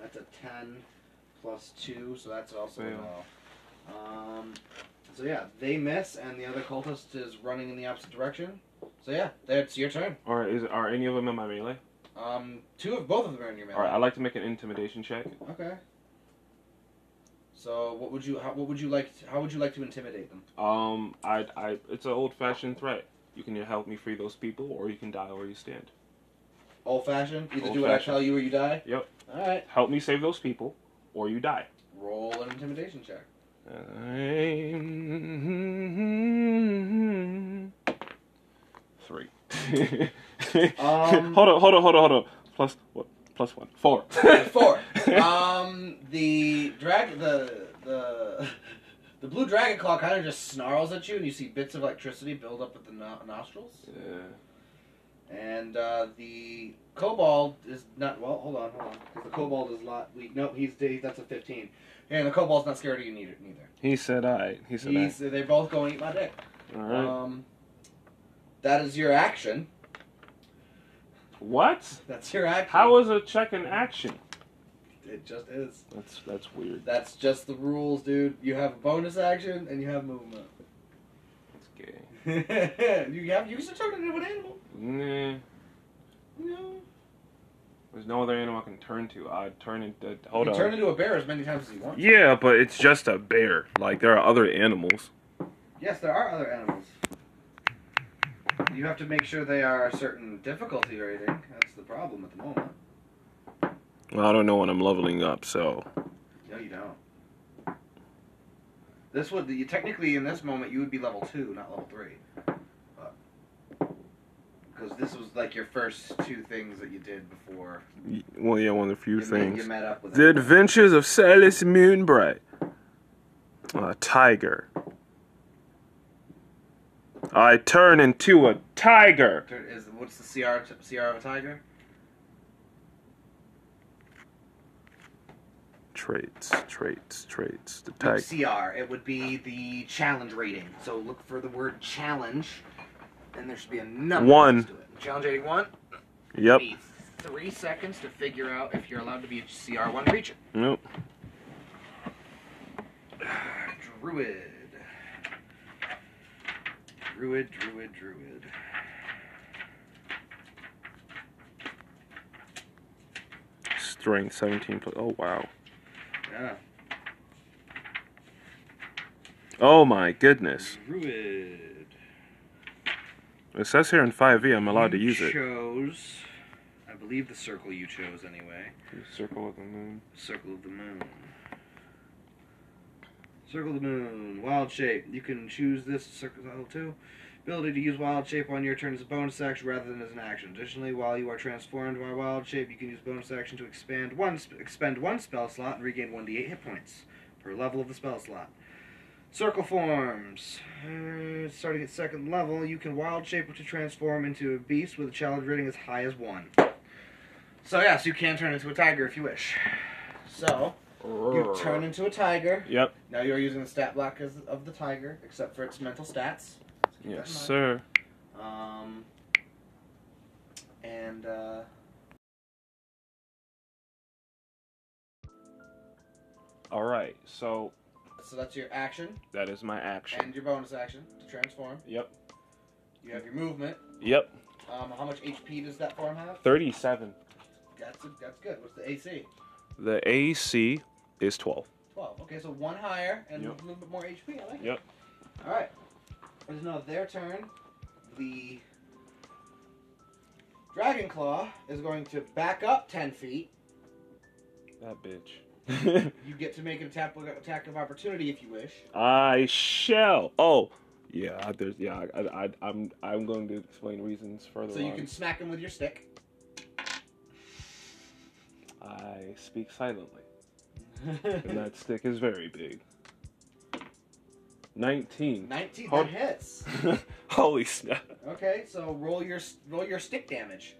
That's a 10 plus 2, so that's also a Fail. no. Um, so yeah, they miss, and the other cultist is running in the opposite direction. So yeah, that's your turn. All right, is are any of them in my melee? Um, two of both of them are in your melee. All right, I like to make an intimidation check. Okay. So what would you how, what would you like to, how would you like to intimidate them? Um, I, I, it's an old-fashioned threat. You can either help me free those people, or you can die where you stand. Old fashioned. Either do what I Old-fashioned. tell you or you die. Yep. All right. Help me save those people, or you die. Roll an intimidation check. Three. <laughs> Um, hold on, hold on, hold on, hold on. Plus what? Plus one. <laughs> Four. Four. um, the drag the the the blue dragon claw kind of just snarls at you, and you see bits of electricity build up at the no- nostrils. Yeah. And uh, the kobold is not well. Hold on, hold on. 'cause the kobold is lot weak. No, he's he's- that's a fifteen. And the kobold's not scared of you neither. Neither. He said I. He said He's, they're both going eat my dick. I. All right. Um, that is your action. what? That's your action. How is a check an action? it just is. That's that's weird. That's just the rules, dude. You have a bonus action and you have movement. That's gay. <laughs> you have you should turn it into an animal. Nah. No. There's no other animal I can turn to. I turn into. You Hold can on. turn into a bear as many times as you want. yeah, but it's just a bear. Like there are other animals. Yes, there are other animals. You have to make sure they are a certain difficulty rating. That's the problem at the moment. I don't know when I'm leveling up, so No, you don't. This would you technically in this moment you would be level two, not level three. Because this was like your first two things that you did before well, yeah, one of the few you, Met, you things. met up with The it. Adventures of Silas Moonbright. A tiger. I turn into a tiger. There Is what's the CR t- CR of a tiger? Traits, traits, traits. The No, tiger. CR. It would be the challenge rating. So look for the word challenge, and there should be a number. One. next to it. Challenge rating one. Yep. Need Three seconds to figure out if you're allowed to be a CR one creature. Nope. Druid. Druid, druid, druid. Strength 17 plus. Oh wow. Yeah. Oh my goodness. Druid. It says here in 5e I'm allowed to You use it. Chose. I I believe the circle you chose anyway. Circle of the moon. Circle of the Moon. Circle of the Moon, Wild Shape. You can choose this circle too. Ability to use Wild Shape on your turn as a bonus action rather than as an action. Additionally, while you are transformed by Wild Shape, you can use bonus action to expand one sp- expend one spell slot and regain 1d8 hit points per level of the spell slot. Circle forms. Uh, starting at second level, you can Wild Shape to transform into a beast with a challenge rating as high as one. So yes, you can turn into a tiger if you wish. So you turn into a tiger. Yep. Now you're using the stat block as, of the tiger, except for its mental stats. So keep Yes, that in sir. mind. Um, and uh, All right. So so that's your action that is my action. and your bonus action to transform. Yep. You have your movement. Yep. Um, how much HP does that form have? Thirty-seven. That's that's good. What's the AC? The AC is twelve. Twelve. Okay, so one higher and Yep. a little bit more HP. I like Yep. it. All right. It is now their turn. The dragon claw is going to back up ten feet. That bitch. You get to make an attack, attack of opportunity if you wish. <laughs> I shall. Oh, yeah. I- There's yeah. I, I, I I'm I'm going to explain reasons further. So you on. can smack him with <laughs> your stick. I speak silently, and that stick is very big. Nineteen. 19 Hold- that hits. <laughs> Holy snap! Okay, so roll your roll your stick damage.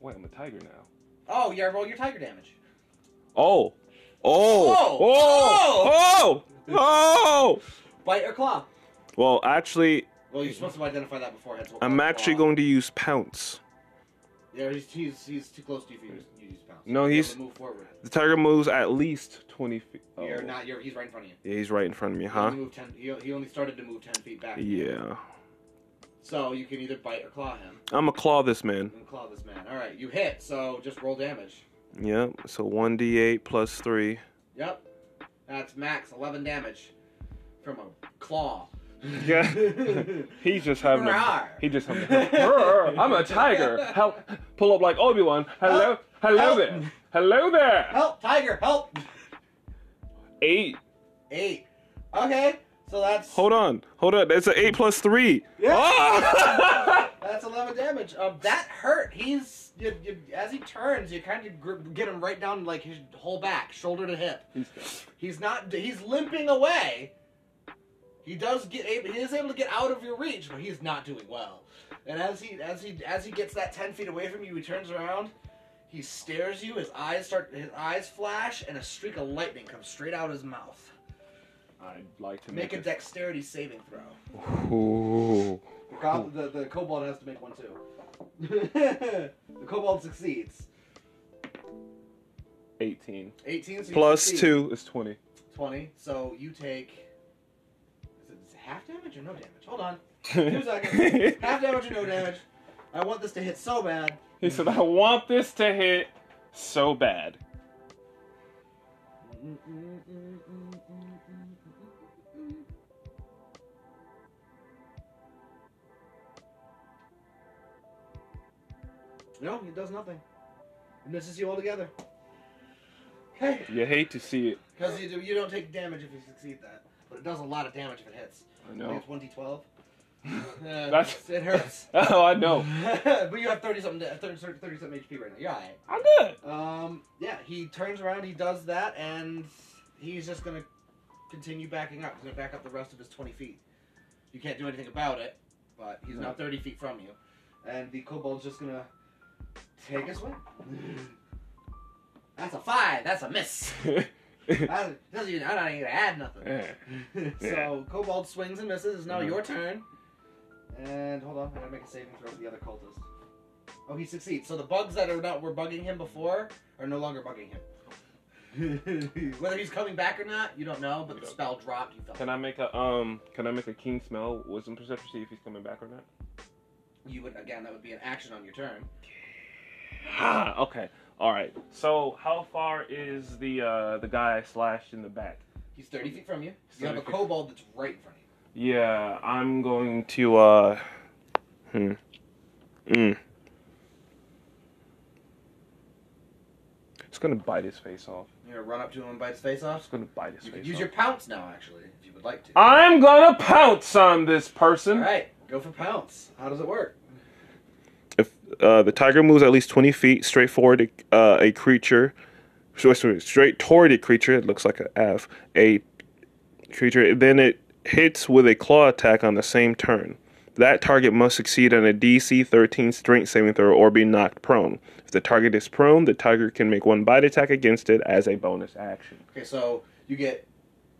Wait, I'm a tiger now. Oh, yeah, roll your tiger damage. Oh. Oh! Oh! Oh! Oh! Bite or claw. Well, actually, Well, you're supposed to identify that beforehand. So I'm claw. actually going to use pounce. Yeah, he's, he's, he's too close to you for you to you to use pounce. No, You're he's- able to Move forward. The tiger moves at least 20 feet. Oh. You're not. You're, he's right in front of you. Yeah, he's right in front of me, He huh? only, moved 10, he, he only started to move 10 feet back. Yeah. So you can either bite or claw him. I'm a claw this man. And claw this man. All right, you hit, so just roll damage. Yep. So 1d8 plus 3. Yep. That's max 11 damage from a claw. <laughs> Yeah. He's just having a. Rawr. He just having a. Rawr, I'm a tiger. Help. Pull up like Obi Wan. Hello. Help. Hello Help. there. Hello there. help, tiger, help! Eight. Eight. Okay, so that's Hold on. Hold on. That's an 8 plus 3. Yeah. Oh! that's 11 damage. Um, that hurt. He's you, you, as he turns, you kind of gri- get him right down like his whole back, shoulder to hip. He's He's not. He's limping away. He does get. ab- He is able to get out of your reach, but he's not doing well. And as he as he as he gets that ten feet away from you, he turns around. He stares you. His eyes start. His eyes flash, and a streak of lightning comes straight out his mouth. I'd like to make, Make a dexterity saving throw. Ooh. The, gob- the, the kobold has to make one too. <laughs> the kobold succeeds. 18. Eighteen. So you Plus succeed. 2 is 20. 20. So you take. Is it is it half damage or no damage? Hold on. <laughs> Two seconds. half damage or no damage. I want this to hit so bad. He said, I want this to hit so bad. No, he does nothing. He misses you altogether. Okay. You hate to see it. Because you, do, you don't take damage if you succeed that. But it does a lot of damage if it hits. I I think know. <laughs> it's 1d12. That's- That's... Uh, It hurts. Oh, I know. <laughs> but you have 30 something uh, 30, 30, 30 something HP right now. You're alright. I'm good. <laughs> Um, yeah, he turns around, he does that, and he's just gonna continue backing up. He's gonna back up the rest of his 20 feet. You can't do anything about it, but he's now No. 30 feet from you. And the kobold's just gonna take his swing. <laughs> That's a five. That's a miss. I doesn't even, I'm not even gonna add nothing. Eh. <laughs> so kobold swings and misses. It's now your turn. And hold on, I gotta make a saving throw for the other cultist. Oh, he succeeds. So the bugs that are not were bugging him before are no longer bugging <laughs> him. Whether he's coming back or not, you don't know. But We the don't. spell dropped. You felt. Can I make a um? Can I make a keen smell wisdom perception see if he's coming back or not? You would again. That would be an action on your turn. Ah, okay. All right. So how far is the uh the guy I slashed in the back? He's thirty feet from you. He's You have a 30 feet. kobold that's right in front of you. Yeah, Hmm. I'm going to uh. Hmm. Mm. It's gonna bite his face off. You're gonna run up to him and bite his face off. It's gonna bite his You face could use off. your pounce now, actually, if you would like to. I'm gonna pounce on this All person. right, go for pounce. How does it work? If uh, the tiger moves at least 20 feet straight forward, uh, a creature, so- so- straight toward a creature, it looks like an F, a creature, then it hits with a claw attack on the same turn. That target must succeed on a DC 13 strength saving throw or be knocked prone. If the target is prone, the tiger can make one bite attack against it as a bonus action. Okay, so you get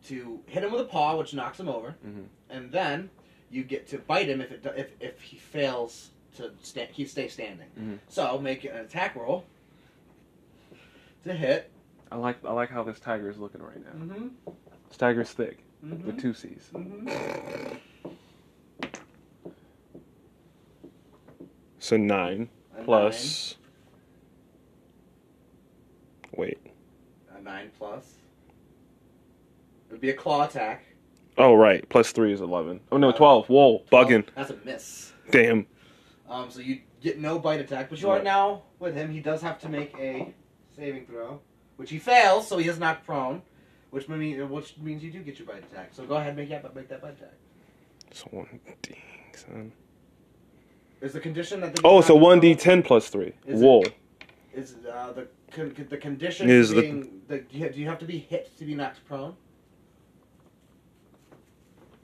to hit him with a paw, which knocks him over, Mm-hmm. Mhm. and then you get to bite him if it do- if, if he fails to sta- he stays standing. Mm-hmm. Mhm. So make an attack roll to hit. I like I like how this tiger is looking right now. Mm-hmm. This tiger's thick with Mm-hmm. two C's. So 9 plus. Wait. a nine plus. It would be a claw attack. Oh, right. Plus 3 is 11. Oh no, twelve. Whoa. Bugging. Oh, that's a miss. Damn. Um, so you get no bite attack, but you are Right. now with him. He does have to make a saving throw, which he fails, so he is knocked prone, which means which means you do get your bite attack. So go ahead, and make that make that bite attack. So one D ten. Is the condition that the Oh, so one D ten plus three. Is it- Whoa. is uh, the con- con- the condition Is for the- being the, do you have to be hit to be knocked prone?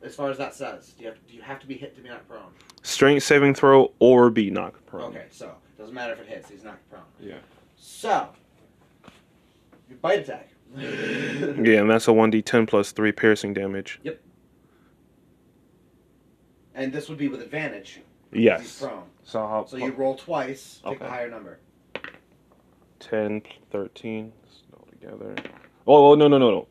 As far as that says, do you have do you have to be hit to be knocked prone? Strength saving throw or be knocked prone. Okay, so doesn't matter if it hits, he's knocked prone. Yeah. So your <laughs> bite attack. yeah. Yeah, and that's a one D ten plus three piercing damage. And this would be with advantage. 'cause He's Yes. prone. So how? So you roll twice, take the Okay. higher number. 10, 13. It's all together. Oh, oh no no no no.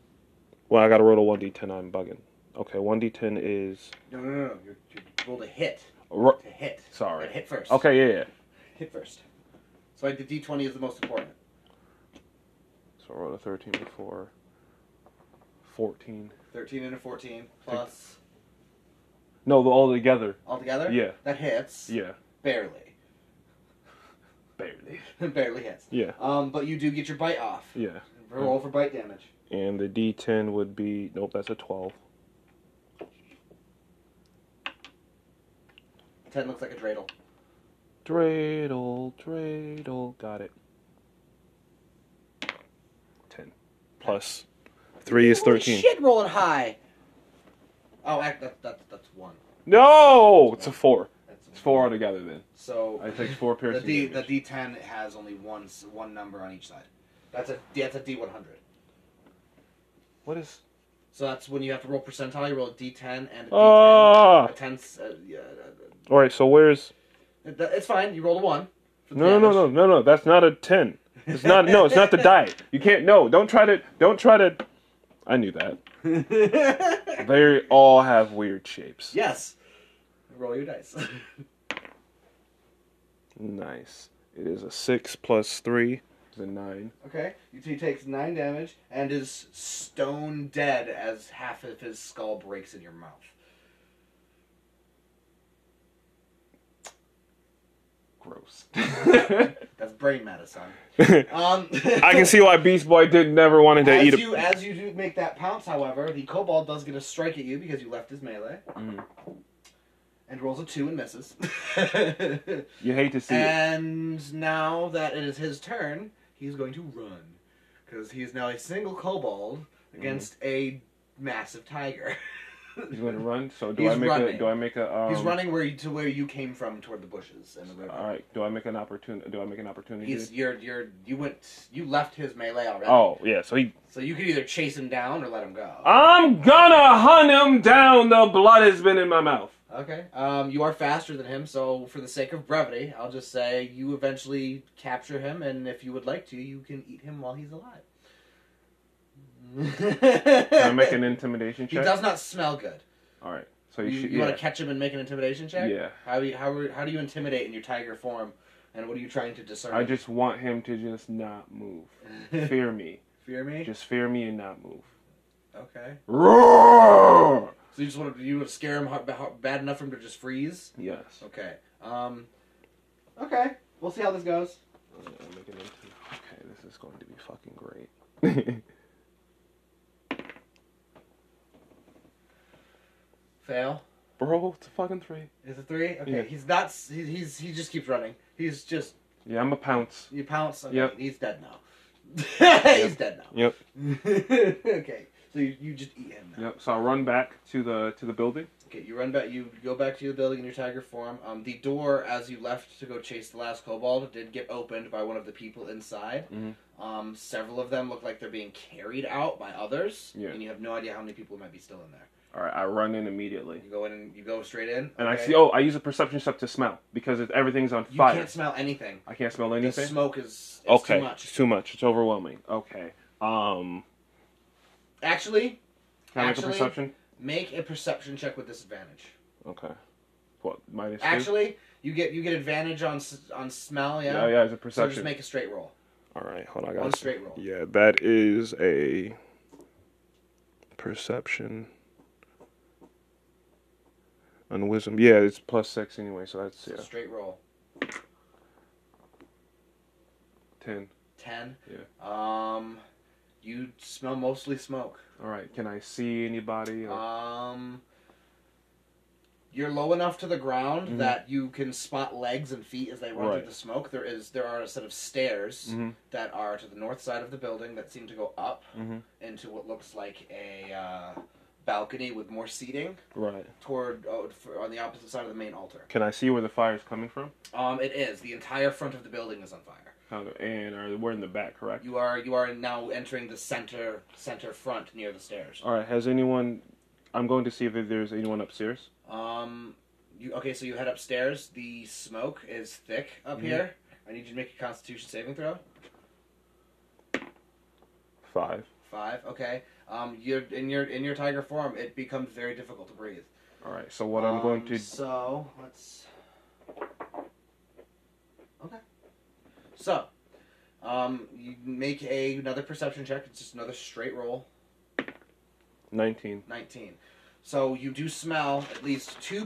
Well, I gotta roll a one D ten. I'm bugging. Okay, one D ten is. No, no, no, no. You, you rolled a hit ro- to hit. Sorry. But hit first. Okay. Yeah. yeah. Hit first. So like, the d20 is the most important. So I rolled a thirteen before. Fourteen. 13 and a 14 plus No, the- all together. altogether. Yeah. That hits. Yeah. Barely. <laughs> Barely. Barely hits. Yeah. Um, but you do get your bite off. Yeah. Roll for bite damage. And the D ten would be nope. That's a twelve. 10 looks like a dreidel. Dreidel, dreidel. Got it. Ten. Plus three is Holy thirteen. Shit, rolling high. Oh, act that, that, that's one. No! It's a four. That's It's four altogether then. So I take four <laughs> the piercing. D the damage. D ten has only one s- one number on each side. That's a that's a D one hundred. What is. So that's when you have to roll percentile. You roll a D ten and a D ten. Ah! a ten. s- Uh, yeah, Alright, so where's. uh, th- it's fine. You roll a one. for the No, no, no, no, damage. no, no. That's not a ten. It's not. No, it's <laughs> not the die. You can't. No, don't try to. Don't try to. I knew that. They all have weird shapes. <laughs> yes. Roll your dice. <laughs> Nice. It is a six plus three. It's a nine. okay. You- He takes nine damage and is stone dead as half of his skull breaks in your mouth. <laughs> <laughs> Gross. That's brain matter, son. Um, I <laughs> can see why Beast Boy did never wanted to as eat a. you as you do make that pounce, however, the kobold does get a strike at you because you left his melee, Mhm. and rolls a two and misses. <laughs> you hate to see it. and now that it is his turn, he's going to run because he is now a single kobold against Mm. a massive tiger. <laughs> He's going to run. So do He's I make running. a? Do I make a? Um, he's running where you, to where you came from toward the bushes and the river. All right. Do I make an opportunity? Do I make an opportunity? He's you're you're you went you left his melee already. Oh yeah, so he. So you could either chase him down or let him go. I'm gonna hunt him down. The blood has been in my mouth. Okay. Um, you are faster than him, so for the sake of brevity, I'll just say you eventually capture him, and if you would like to, you can eat him while he's alive. Can I make an intimidation <laughs> He check? does not smell good. All right. So You, you, should. you yeah. want to catch him and make an intimidation check? Yeah. How do you, how are- how do you intimidate in your tiger form, and what are you trying to discern? I just want him to just not <laughs> move. Fear me. fear me. Just fear me and not move. Okay. Roar! So you just want to you want to scare him hard, bad enough for him to just freeze. Yes. Okay. Um. Okay. We'll see how this goes. Okay, this is going to be fucking <laughs> Fail. Bro, it's a fucking three. Is it three? Okay, Yeah. he's not. s- He, he's he just keeps running. He's just Yeah, I'm a pounce. you pounce. Okay, Yep. He's dead now. <laughs> he's dead now. <laughs> Yep. okay, so you, you just eat him now. Yep. So I run back to the to the building. Okay, you run back. You go back to your building in your tiger form. Um, the door as you left to go chase the last kobold did get opened by one of the people inside. Mhm. Um, several of them look like they're being carried out by others, Yeah. and you have no idea how many people might be still in there. All right, I run in immediately, You go in and you go straight in, and I okay? see. Oh, I use a perception step to smell because if everything's on you fire. can't smell anything. I can't smell The anything. smoke is it's okay, too much. it's too much. It's overwhelming. Okay. Um, Actually, can I make a Actually- perception? make a perception check with disadvantage. Okay. What minus two? Actually, you get you get advantage on s- on smell. Yeah. yeah, yeah, it's a So perception. just make a straight roll. All right, hold on, One guys. straight roll. Yeah, that is a perception and wisdom. Yeah, it's Plus six anyway, so that's So yeah Straight roll. ten. Ten. Yeah. Um, you smell mostly smoke. All right. Can I see anybody? Or- Um, you're low enough to the ground Mhm. that you can spot legs and feet as they run Right. through the smoke. There is there are a set of stairs Mhm. that are to the north side of the building that seem to go up Mhm. into what looks like a uh, balcony with more seating Right. toward oh, f- on the opposite side of the main altar. Can I see where the fire is coming from? Um, it is the entire front of the building is on fire. How do- And are, we're in the back, correct? You are you are now entering the center center front near the stairs. All right. Has anyone? I'm going to see if there's anyone upstairs. Um, you okay? So you head upstairs. The smoke is thick up Mm-hmm. here. I need you to make a Constitution saving throw. Five. Five. Okay. Um, you're in your in your tiger form. It becomes very difficult to breathe. All right. So what I'm going Um, to So let's. Okay. So, um, you make a another perception check. It's just another straight roll. nineteen. 19. So you do smell at least two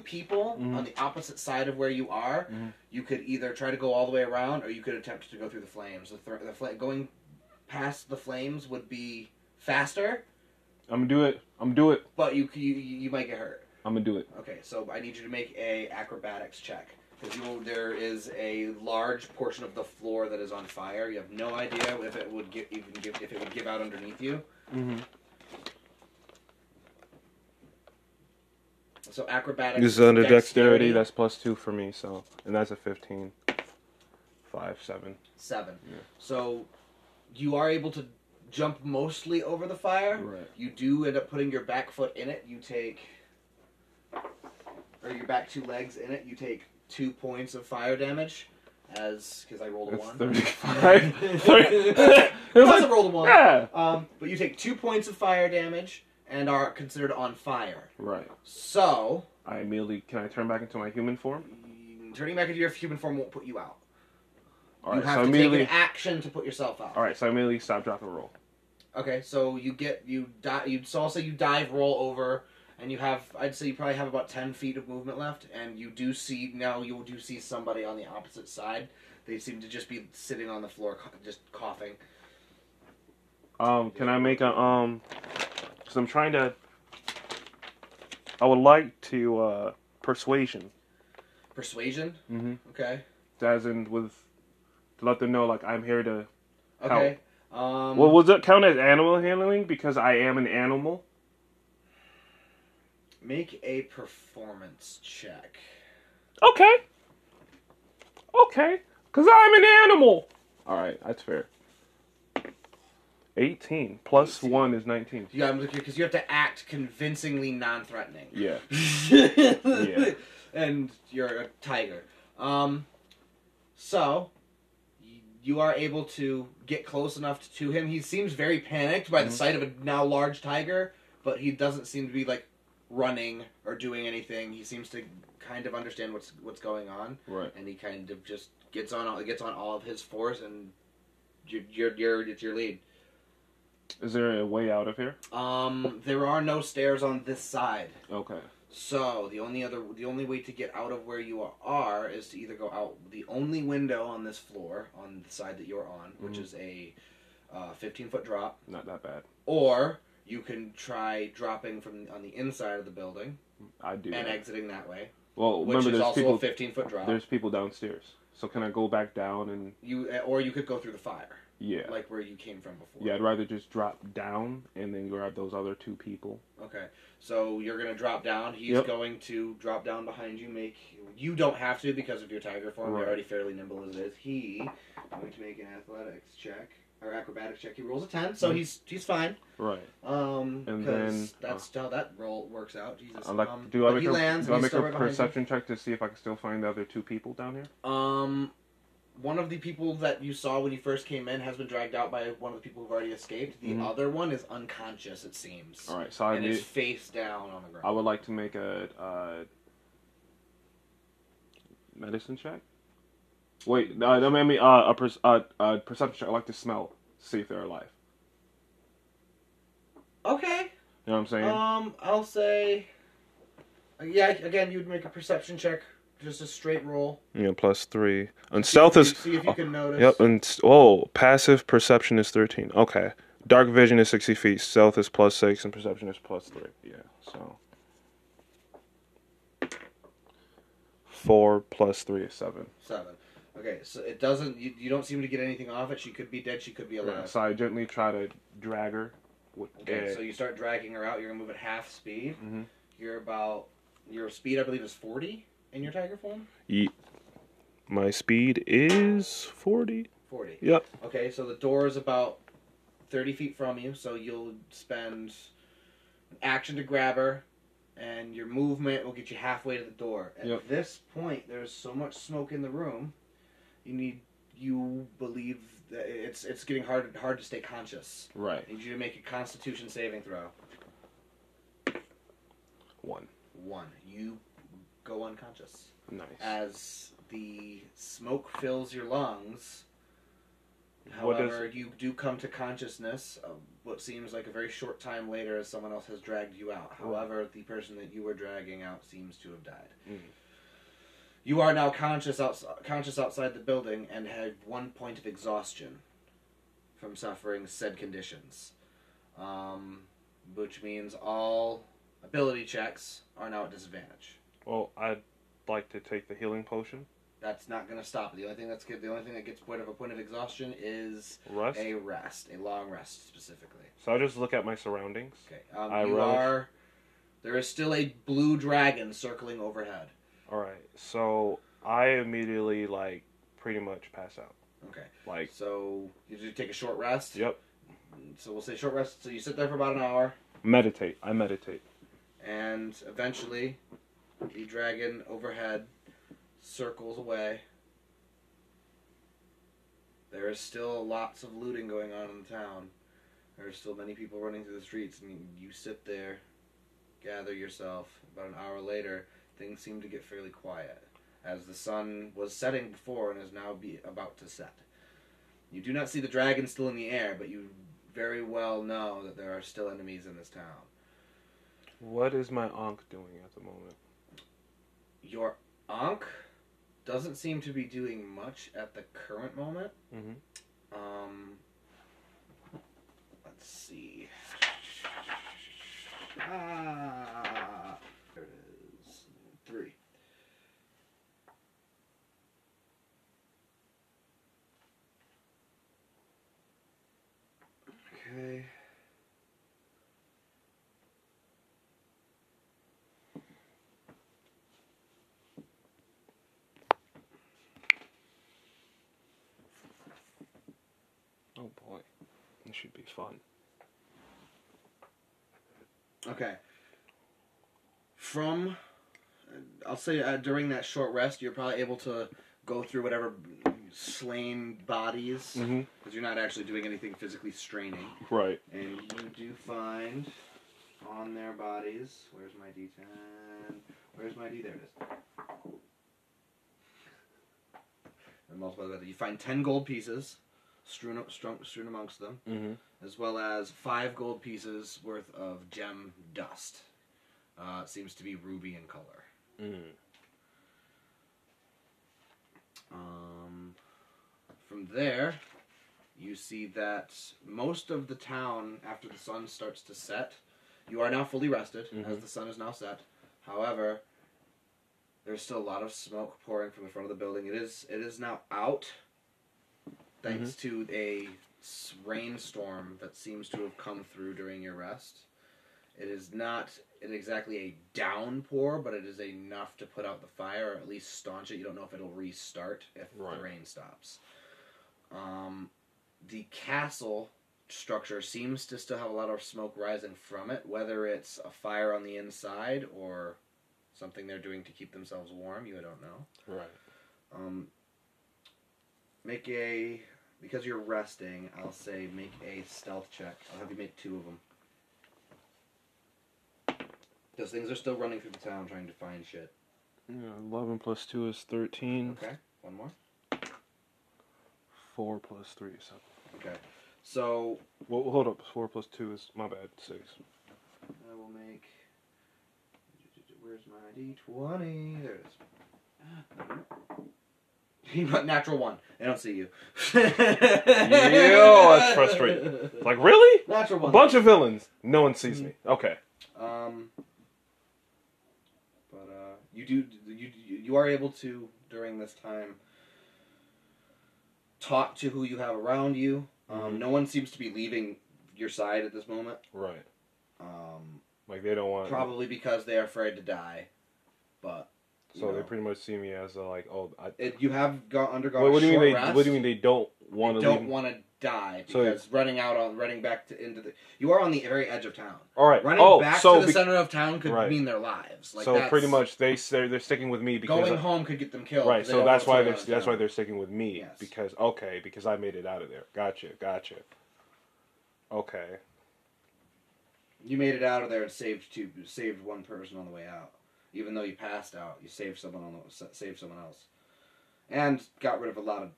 Mhm. people Mm-hmm. on the opposite side of where you are. Mhm. You could either try to go all the way around, or you could attempt to go through the flames. The, thr the fla- going past the flames would be faster, I'm gonna do it. I'm gonna do it. but you c- you, you might get hurt. I'm gonna do it. Okay, so I need you to make a acrobatics check because there is a large portion of the floor that is on fire. You have no idea if it would give, even give if it would give out underneath you. Mm-hmm. So acrobatics This is under Dexterity. That's plus two for me. So and that's a fifteen. Five seven. Seven. Yeah. So you are able to jump mostly over the fire. Right. You do end up putting your back foot in it. You take, or your back two legs in it. You take two points of fire damage, as because I rolled a That's one. <laughs> <laughs> thirty-five. Because It was I like- rolled a one. yeah. Um, but you take two points of fire damage and are considered on fire. Right. So I immediately can I turn back into my human form? turning back into your human form won't put you out. All you right. have So to immediately. take an action to put yourself out. all right. So I immediately stop, drop, and roll. Okay, so you get you di- you so I'll say you dive roll over, and you have I'd say you probably have about ten feet of movement left, and you do see now you do see somebody on the opposite side. They seem to just be sitting on the floor, co- just coughing. Um, can I make a um? Because I'm trying to. I would like to uh persuasion, Persuasion. mm-hmm. Okay. as in with to let them know like I'm here to. Okay. Um, Well, would that count as animal handling because I am an animal? make a performance check. Okay. Okay, because I'm an animal. All right, that's fair. Eighteen plus 18. one is nineteen. You got because you have to act convincingly non-threatening. Yeah. <laughs> And you're a tiger. Um, so y- you are able to get close enough to him. He seems very panicked by the Mhm. sight of a now large tiger, but he doesn't seem to be like running or doing anything. He seems to kind of understand what's what's going on, Right. and he kind of just gets on all, gets on all of his force, and you're, you're, you're it's your lead. Is there a way out of here? Um, there are no stairs on this side. Okay. So the only other, the only way to get out of where you are is to either go out the only window on this floor on the side that you're on, which Mhm. is a uh, 15 foot drop, Not that bad. or you can try dropping from on the inside of the building I do. and that. exiting that way, well, which remember is there's also a people 15 foot drop. there's people downstairs. So can I go back down and You eh, or you could go through the fire, yeah. like where you came from before. yeah, I'd rather just drop down and then grab those other two people. Okay. So you're gonna drop down. He's Yep. going to drop down behind you. Make you don't have to because of your tiger form. Right. You're already fairly nimble as it is. He is going to make an athletics check or acrobatics check. He rolls a ten, so Mhm. he's he's fine. Right. Um, And 'cause then, that's how that roll works out. Jesus. I like. um, do I but make he a, lands. do I and he's make still a right behind you. perception check to see if I can still find the other two people down here? Um, one of the people that you saw when you first came in has been dragged out by one of the people who've already escaped. The Mhm. other one is unconscious, it seems, All right. So I and is need. face down on the ground. I would like to make a uh, medicine check. Wait, no, I mean uh, a, per, uh, a perception check. I like to smell, see if they're alive. Okay. You know what I'm saying? Um, I'll say. uh, Yeah, again, you'd make a perception check, just a straight roll. Yeah, plus three. And See stealth if you- is. See if you can notice. Yep, and s- oh, passive perception is thirteen. Okay, dark vision is sixty feet. Stealth is plus six, and perception is plus three. yeah. So Four plus three is seven. Seven. Okay, so it doesn't. You, you don't seem to get anything off it. She could be dead. She could be alive. Yeah, so I gently try to drag her. With, Okay, eh, so you start dragging her out. You're gonna move at half speed. Mhm. You're about your speed, I believe, is forty in your tiger form. My speed is forty. Forty. Yep. Okay, so the door is about thirty feet from you, so you'll spend an action to grab her, and your movement will get you halfway to the door. At Yep. this point, there's so much smoke in the room. You need you believe that it's it's getting hard hard to stay conscious. right. I need you to make a Constitution saving throw. One. One. You go unconscious. Nice. as the smoke fills your lungs. What does- However, you do come to consciousness of what seems like a very short time later as someone else has dragged you out. However, the person that you were dragging out seems to have died. Mm. You are now conscious, outs- conscious outside the building and had one point of exhaustion from suffering said conditions. Um, which means all ability checks are now at disadvantage. well, I'd like to take the healing potion. That's not going to stop. it. The only thing that's good, the only thing that gets point of a point of exhaustion is Rust. a rest, a long rest specifically. So I just look at my surroundings. Okay. Um, I you rest. are. There is still a blue dragon circling overhead. All right. So I immediately like pretty much pass out. Okay. Like So you just take a short rest. Yep. So we'll say short rest. So you sit there for about an hour, meditate. I meditate. and eventually, the dragon overhead circles away. There is still lots of looting going on in the town. There are still many people running through the streets, and you sit there, gather yourself. About an hour later, things seem to get fairly quiet, as the sun was setting before and is now be about to set. You do not see the dragon still in the air, but you very well know that there are still enemies in this town. What is my onk doing at the moment? Your Ankh doesn't seem to be doing much at the current moment. Mhm. Um, let's see. Ah, there it is. Three. Okay. Oh boy, this should be fun. Okay. From, I'll say uh, during that short rest, you're probably able to go through whatever slain bodies because Mhm. you're not actually doing anything physically straining. Right. And you do find on their bodies. Where's my D10? Where's my D? There it is. And multiply that. You find ten gold pieces strewn, strewn, strewn amongst them Mhm. as well as five gold pieces worth of gem dust. Uh, it seems to be ruby in color. Mm. Um, from there, you see that most of the town, after the sun starts to set, you are now fully rested as the sun is now set. However, there's still a lot of smoke pouring from the front of the building. It is it is now out, thanks to a s- rainstorm that seems to have come through during your rest. It is not it exactly a downpour, but it is enough to put out the fire or at least staunch it. You don't know if it'll restart if Right. the rain stops. Um, the castle structure seems to still have a lot of smoke rising from it, whether it's a fire on the inside or something they're doing to keep themselves warm. You don't know. Right. Um, make a because you're resting. I'll say make a stealth check. I'll have you make two of them because things are still running through the town trying to find shit. Yeah, 11 plus 2 is 13. Okay, one more. 4 plus 3 is 7. Okay, so Well, hold up. 4 plus 2 is, my bad, 6. I will make. Where's my D20? There it is. <laughs> He got natural one. They don't see you. Yo, that's frustrating. It's like, really? <laughs> Natural one. Bunch of villains. No one sees Mm-hmm. me. Okay. Um, but uh, you do you you are able to during this time talk to who you have around you. Um, Mm-hmm. No one seems to be leaving your side at this moment. Right. Um, Like, they don't want. probably because they are afraid to die. But you So know. they pretty much see me as, uh, like, oh, I. it, you have gone undergone. Wait, a what do you mean short they? Rest. What do you mean they don't want You to leave? don't want to die So- because running out on running back to into the you are on the very edge of town. All right. Running oh, back so to the be- center of town could right. mean their lives. Like so that's, pretty much they they're, they're sticking with me because going of- home could get them killed. right. 'cause they So don't that's want why to they're run out of that's why town. they're sticking with me Yes. because okay because I made it out of there. Gotcha. Gotcha. Okay. you made it out of there and saved two saved one person on the way out. Even though you passed out, you saved someone on the, saved someone else, and got rid of a lot of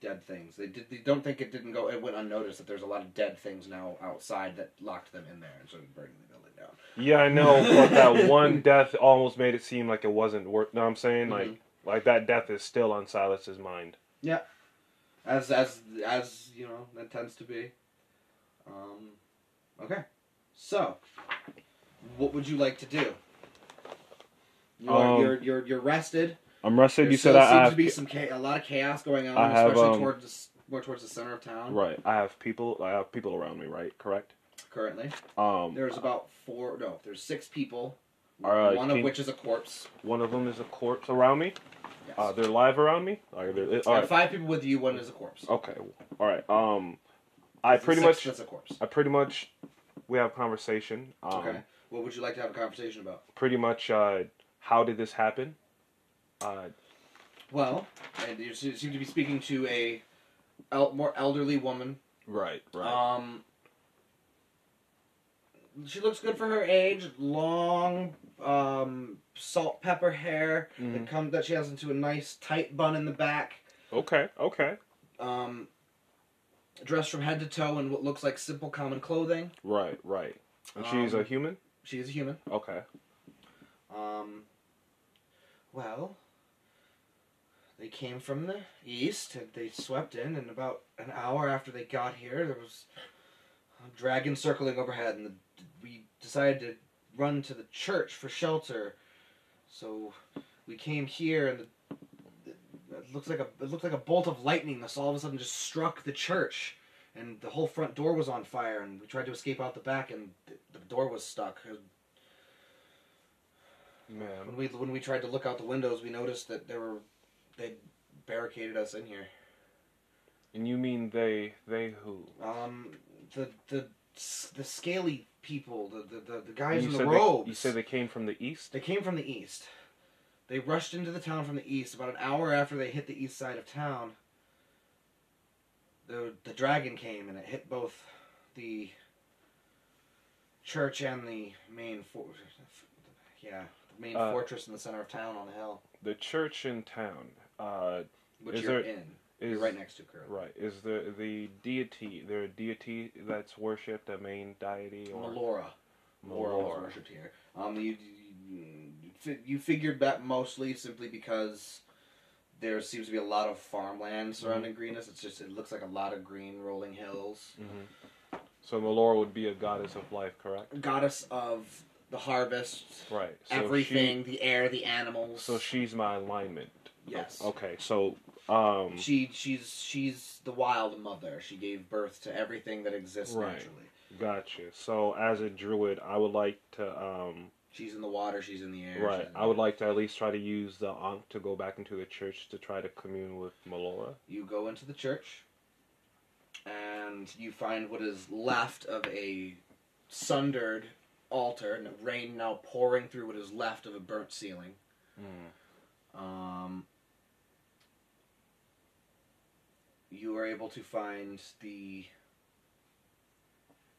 dead things. They did. They don't think it didn't go. It went unnoticed that there's a lot of dead things now outside that locked them in there and started burning the building down. Yeah, I know, but <laughs> that one death almost made it seem like it wasn't worth. Know what I'm saying? Like Mm-hmm. like that death is still on Silas's mind. as as as you know that tends to be. Um, okay, so what would you like to do? You are, Um, you're you're you're rested. I'm rested. There you still said I seems have to be some cha- a lot of chaos going on, I have, especially um, towards the, s- more towards the center of town right. I have people. I have people around me. Right. Correct. currently. Um. There's about four. No, there's six people. Alright, one of can- which is a corpse. One of them is a corpse around me. Yes. Uh, they're live around me. Like, they're, all I right. have five people with you. One is a corpse. Okay. All right. Um, I The pretty sixth much, is a corpse. I pretty much, we have conversation. Um, Okay. What would you like to have a conversation about? Pretty much, uh, how did this happen? Uh, Well, and you se- seem to be speaking to a el- more elderly woman. right. Um, she looks good for her age. Long, um, salt pepper hair that come that she has into a nice tight bun in the back. okay. Okay. Um, dressed from head to toe in what looks like simple common clothing. Right. Right. And she's a Um, human. She is a human. Okay. Um, well, they came from the east and they swept in, and about an hour after they got here, there was a dragon circling overhead, and the, we decided to run to the church for shelter. So we came here, and the, it looks like a it looked like a bolt of lightning that's all of a sudden just struck the church. And the whole front door was on fire, and we tried to escape out the back, and the, the door was stuck. When Man. we when we tried to look out the windows, we noticed that there were they barricaded us in here. And you mean they? They who? Um, the the s- the scaly people, the the the, the guys you in the said robes. They, you said they came from the east. they came from the east. They rushed into the town from the east. About an hour after they hit the east side of town, the the dragon came and it hit both the church and the main fort. Yeah, the main Uh, fortress in the center of town on the hill, The church in town. Uh, which is you're there- in. is you're right next to currently. Right. Is the the deity there a deity that's worshipped, a main deity or Melora. Melora was Melora. worshipped here. Um, you, you, you fi- you figured that mostly simply because there seems to be a lot of farmland surrounding Greenus. It's just it looks like a lot of green rolling hills. Mm-hmm. So Melora would be a goddess of life, correct? Goddess of the harvest, Right. So everything, the air, the She, animals. so she's my alignment. yes. Okay. So um. She she's she's the wild mother. She gave birth to everything that exists Right. naturally. Gotcha. So as a druid, I would like to um. She's in the water. She's in the air. she's Right. in the I would like to at least try to use the Ankh to go back into the church to try to commune with Melora. You go into the church, and you find what is left of a sundered altar, and rain now pouring through what is left of a burnt ceiling. Mm. Um, you are able to find the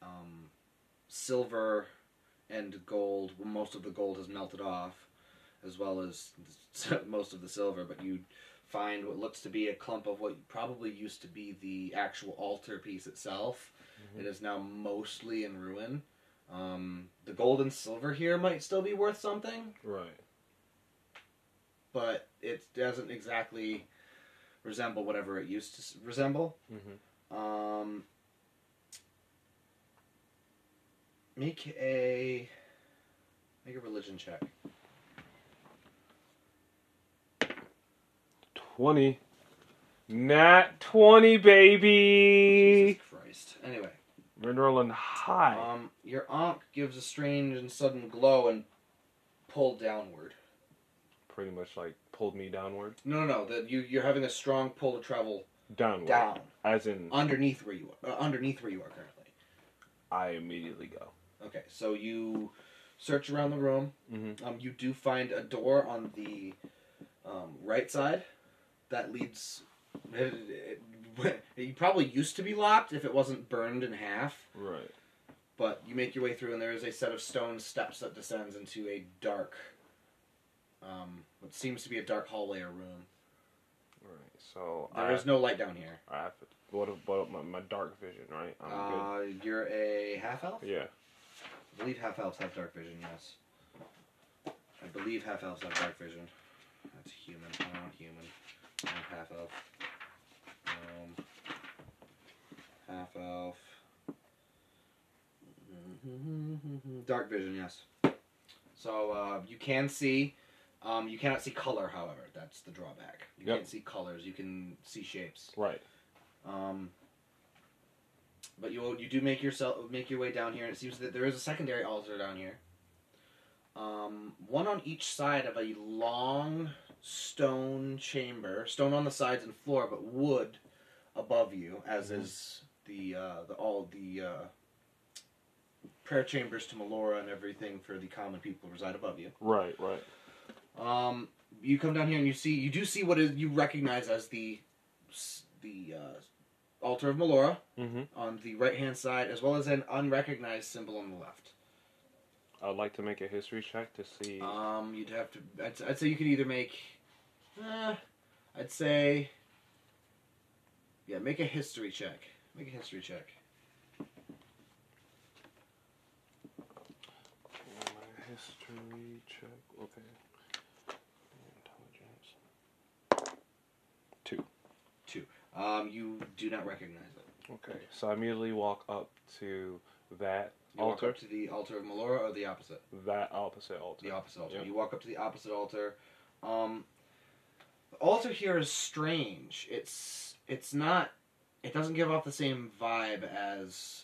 um, silver and gold. Well, most of the gold has melted off, as well as <laughs> most of the silver. But you find what looks to be a clump of what probably used to be the actual altar piece itself. It is now mostly in ruin. Um, the gold and silver here might still be worth something, Right. but it doesn't exactly resemble whatever it used to s- resemble. Mm-hmm. Um, make a make a religion check. Twenty. Nat twenty, baby. Jesus Christ. Anyway, We're rolling high. um, your ankh gives a strange and sudden glow and pull downward. Pretty much like pulled me downward. No, no, no. That you you're having a strong pull to travel Downward. down As in, underneath where you are, uh, underneath where you are currently. I immediately go. Okay, so you search around the room. Mhm. Um, you do find a door on the um, right side that leads. It, it, <laughs> it probably used to be locked if it wasn't burned in half, Right. but you make your way through, and there is a set of stone steps that descends into a dark, um, what seems to be a dark hallway or room. Right. So There I, is no light down here. I have to. What about my, my dark vision? Right. I'm Uh, you're a half elf. good. Yeah. I believe half elves have dark vision, yes. I believe half elves have dark vision. That's human. I'm not human. I'm half elf. Um, half elf. <laughs> Dark vision, yes. So uh, you can see. Um, you cannot see color, however. That's the drawback. You Yep. can't see colors. You can see shapes. Right. Um, but you you do make yourself make your way down here, and it seems that there is a secondary altar down here. Um, one on each side of a long stone chamber, stone on the sides and floor, but wood above you, as is the uh, the all the uh, prayer chambers to Melora and everything for the common people reside above you. Right. Right. Um, you come down here and you see you do see what is you recognize as the s- the uh, altar of Melora Mm-hmm. on the right hand side, as well as an unrecognized symbol on the left. I would like to make a history check to see. Um, you'd have to. I'd, I'd say you could either make. Uh, I'd say. Yeah, make a history check. Make a history check. My history check. Okay. Intelligence. Um, you do not recognize it. Okay. So I immediately walk up to that You altar. walk up to the altar of Melora or the opposite. that opposite altar. the opposite altar. Yep. You walk up to the opposite altar. Um, the altar here is strange. It's it's not. It doesn't give off the same vibe as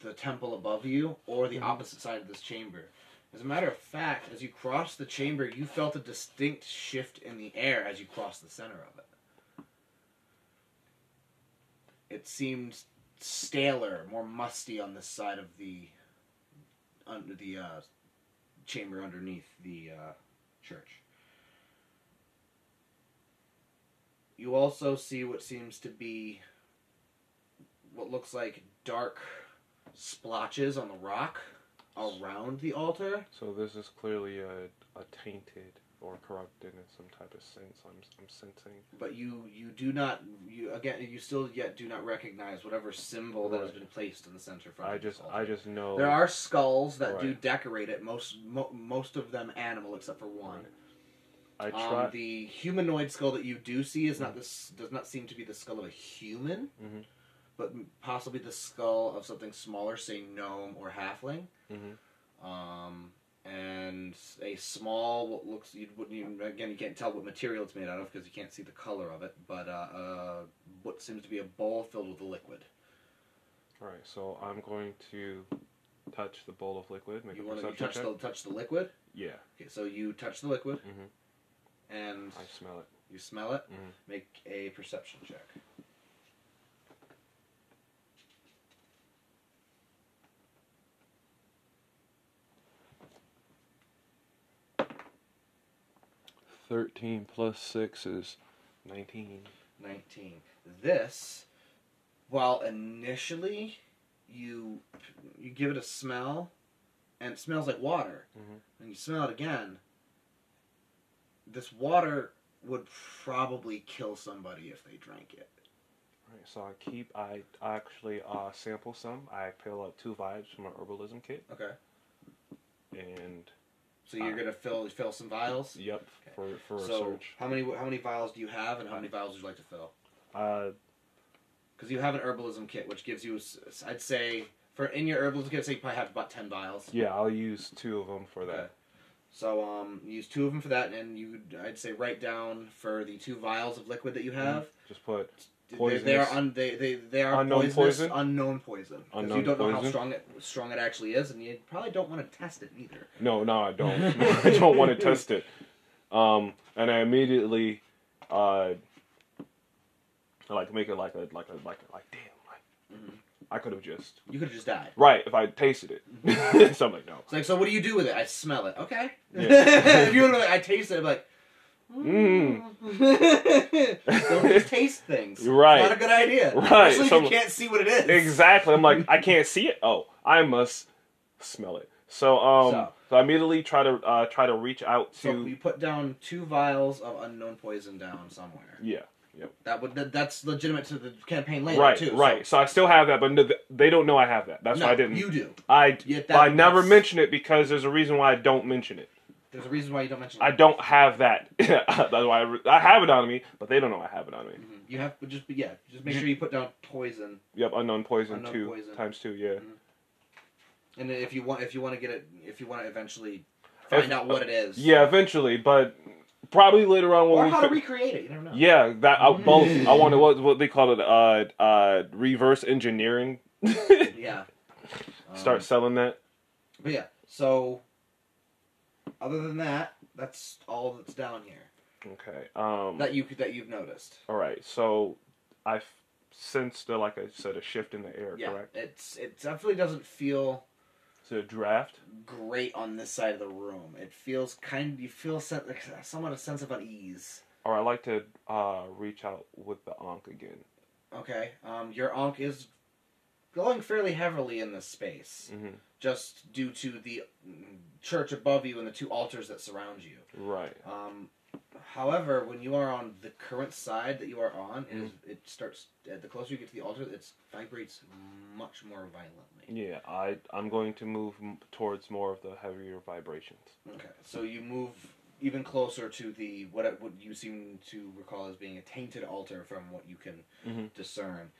the temple above you or the opposite side of this chamber. As a matter of fact, as you crossed the chamber, you felt a distinct shift in the air as you crossed the center of it. It seemed staler, more musty on this side of the under the uh, chamber underneath the uh, church. You also see what seems to be what looks like dark splotches on the rock around the altar. So this is clearly a, a tainted or corrupted in some type of sense. I'm I'm sensing. but you you do not you again you still yet do not recognize whatever symbol that has Right. been placed in the center front. I of this just altar. I just know. there are skulls that do Right. decorate it most mo- most of them animal except for one. Right. I Um, tried. the humanoid skull that you do see is not this does not seem to be the skull of a human, Mhm. but m- possibly the skull of something smaller, say gnome or halfling. Mhm. Um, and a small what looks you wouldn't even again you can't tell what material it's made out of because you can't see the color of it, but uh, uh, what seems to be a bowl filled with a liquid. All right, so I'm going to touch the bowl of liquid. Make You a want to perception touch check. the touch the liquid. Yeah, Okay, so you touch the liquid Mhm. and I smell it. you smell it. Mhm. Make a perception check. Thirteen plus six is nineteen. 19. This, while initially you you give it a smell, and it smells like water, Mhm. and you smell it again, this water would probably kill somebody if they drank it. All right, so I keep. I I actually uh, sample some. I pill up two vibes from my herbalism kit, Okay. and So you're Ah. gonna fill fill some vials. yep, for for so research. how many how many vials do you have, and how many vials would you like to fill? Uh, Because you have an herbalism kit, which gives you, s- s- I'd say, for in your herbalism kit, I'd say you probably have about ten vials. yeah, I'll use two of them for that. So um, use two of them for that, and you would I'd say write down for the two vials of liquid that you have. Just put They, they are Mm-hmm. Poisonous. un, they, they, they are Unknown poisonous, poison? unknown poison. 'Cause you Unknown don't know how poison? strong it strong it actually is, and you probably don't want to test it either. No, no, I don't. <laughs> I don't want to test it. Um, and I immediately, uh, I like make it like a like a like a, like damn, like Mm-hmm. I could have just You could have just died. right if I tasted it. <laughs> so I'm like, no, It's like, so what do you do with it? I smell it. Okay. Yeah. <laughs> if you were like, I taste it, I'm like, "Mm." Mm. <laughs> don't just taste things. You're right. Not a good idea. Right, Especially if some- you can't see what it is. exactly. I'm like, I can't see it. Oh, I must smell it. So um, so, So- I immediately try to uh try to reach out to So you put down two vials of unknown poison down somewhere. yeah. That would that, that's legitimate to the campaign later Right, too. so- right. So I still have that, but no, they don't know I have that. That's No, why I didn't. You do. I Yeah, but I that- never that's- mention it because there's a reason why I don't mention it. There's a reason why you don't mention. I it. don't have that. <laughs> That's why I, re- I have it on me, but they don't know I have it on me. Mhm. You have but just but yeah. Just Mm-hmm. make sure you put down poison, Yep, unknown poison Unknown two poison. Mm-hmm. times two. Yeah, and then if you want if you want to get it if you want to eventually find If- uh, out what it is. yeah. Eventually, but probably later on when Or we. how to fi- recreate it. You never know. yeah, that I, <laughs> both. I want to what what they call it. Uh, uh, reverse engineering. <laughs> Yeah. Um, Start selling that. But yeah. So. Other than that, that's all that's down here Okay. Um. that you that you've noticed. all right. So, I f- sensed uh, like I said a shift in the air. Yeah, Correct. it's it definitely doesn't feel So draft. great on this side of the room. It feels kind. You feel sen- like somewhat a sense of unease. Or I like to uh reach out with the onk again. Okay. Um, your onk is going fairly heavily in this space, Mhm. just due to the mm, church above you and the two altars that surround you. Right. Um, however, when you are on the current side that you are on, it, is, it starts. uh, The closer you get to the altar, it vibrates much more violently. Yeah, I I'm going to move m- towards more of the heavier vibrations. Okay. So you move even closer to the what it, what you seem to recall as being a tainted altar from what you can Mhm. discern.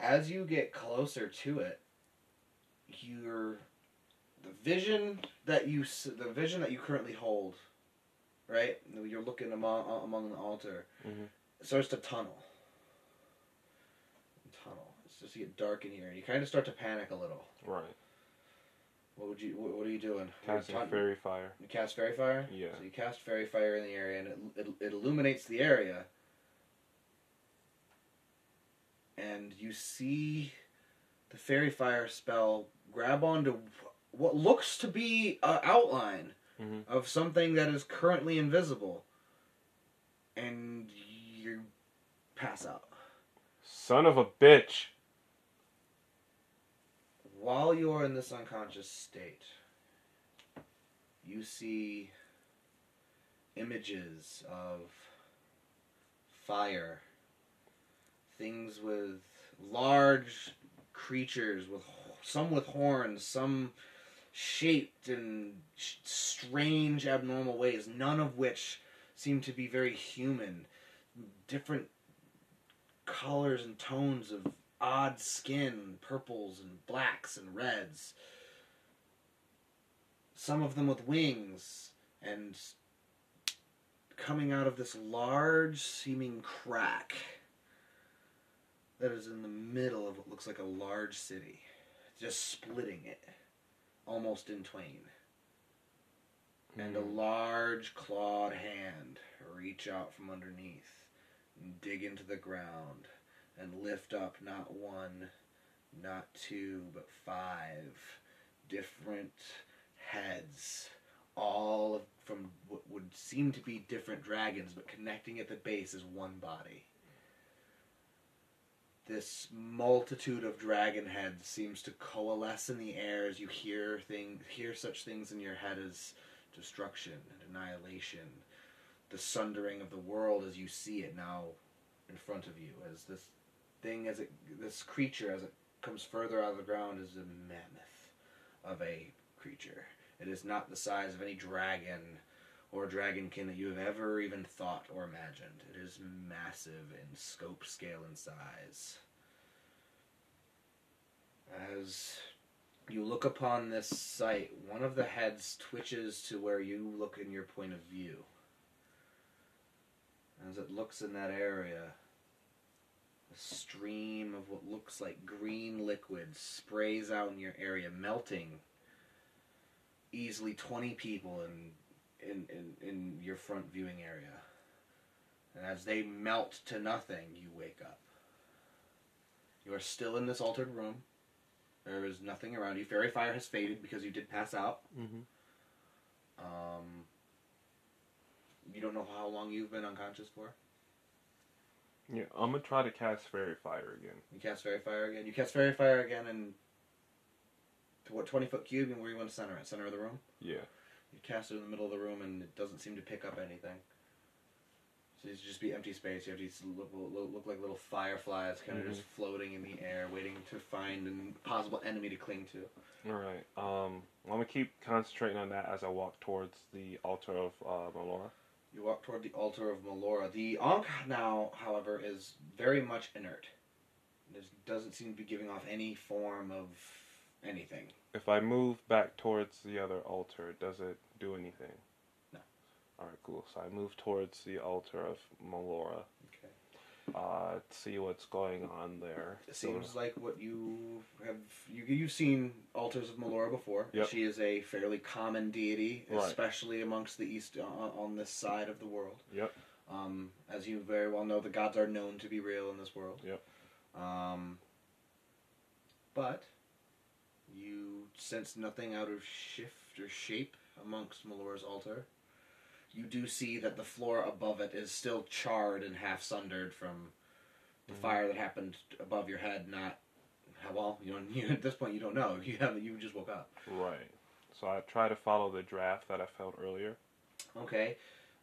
As you get closer to it, your the vision that you s- the vision that you currently hold, right? You're looking among uh, among the altar. Mhm. It starts to tunnel. Tunnel. It's just get dark in here, and you kind of start to panic a little. Right. What would you? What, what are you doing? You're Casting tun- fairy fire. you cast fairy fire. Yeah. So you cast fairy fire in the area, and it it, it illuminates the area. And you see the fairy fire spell grab onto what looks to be an outline Mhm. of something that is currently invisible, and you pass out. Son of a bitch. While you're in this unconscious state, you see images of fire, things with large creatures with h- some with horns, some shaped in sh- strange, abnormal ways, none of which seem to be very human. Different colors and tones of odd skin, purples and blacks and reds. Some of them with wings and coming out of this large seeming crack that is in the middle of what looks like a large city, just splitting it almost in twain. And a large clawed hand reach out from underneath and dig into the ground and lift up not one, not two, but five different heads, all of- from what would seem to be different dragons, but connecting at the base is one body this multitude of dragon heads seems to coalesce in the air as you hear thing hear such things in your head as destruction and annihilation, the sundering of the world as you see it now in front of you as this thing as it this creature as it comes further out of the ground is a mammoth of a creature. It is not the size of any dragon or dragonkin that you have ever even thought or imagined. It is massive in scope, scale, and size. As you look upon this sight, one of the heads twitches to where you look in your point of view. As it looks in that area, a stream of what looks like green liquid sprays out in your area, melting easily 20 people in in, in, in your front viewing area. And as they melt to nothing, you wake up. You are still in this altered room. There is nothing around you. Fairy fire has faded because you did pass out. Mhm. Um, you don't know how long you've been unconscious for. Yeah, I'm gonna try to cast fairy fire again. You cast fairy fire again. You cast fairy fire again, and to what twenty foot cube and where you want to center it? Center of the room. Yeah. You cast it in the middle of the room, and it doesn't seem to pick up anything. So it's just be empty space. You have these look, look, look like little fireflies, kind of just floating in the air, waiting to find a possible enemy to cling to. All right. Um, I'm gonna keep concentrating on that as I walk towards the altar of uh, Melora. You walk toward the altar of Melora. The Ankh now, however, is very much inert. It doesn't seem to be giving off any form of anything. If I move back towards the other altar, does it do anything? No. All right, cool. So I move towards the altar of Melora. Okay. Uh, to see what's going on there. It seems like what you have you you've seen altars of Melora before. Yep. She is a fairly common deity, Right. especially amongst the east on, on this side of the world. Yep. Um, as you very well know, the gods are known to be real in this world. Yep. Um, but you sense nothing out of shift or shape amongst Melora's altar. You do see that the floor above it is still charred and half sundered from the fire that happened above your head. Not how well you don't. <laughs> You, at this point, you don't know. You haven't. You just woke up. Right. So I try to follow the draft that I felt earlier. Okay.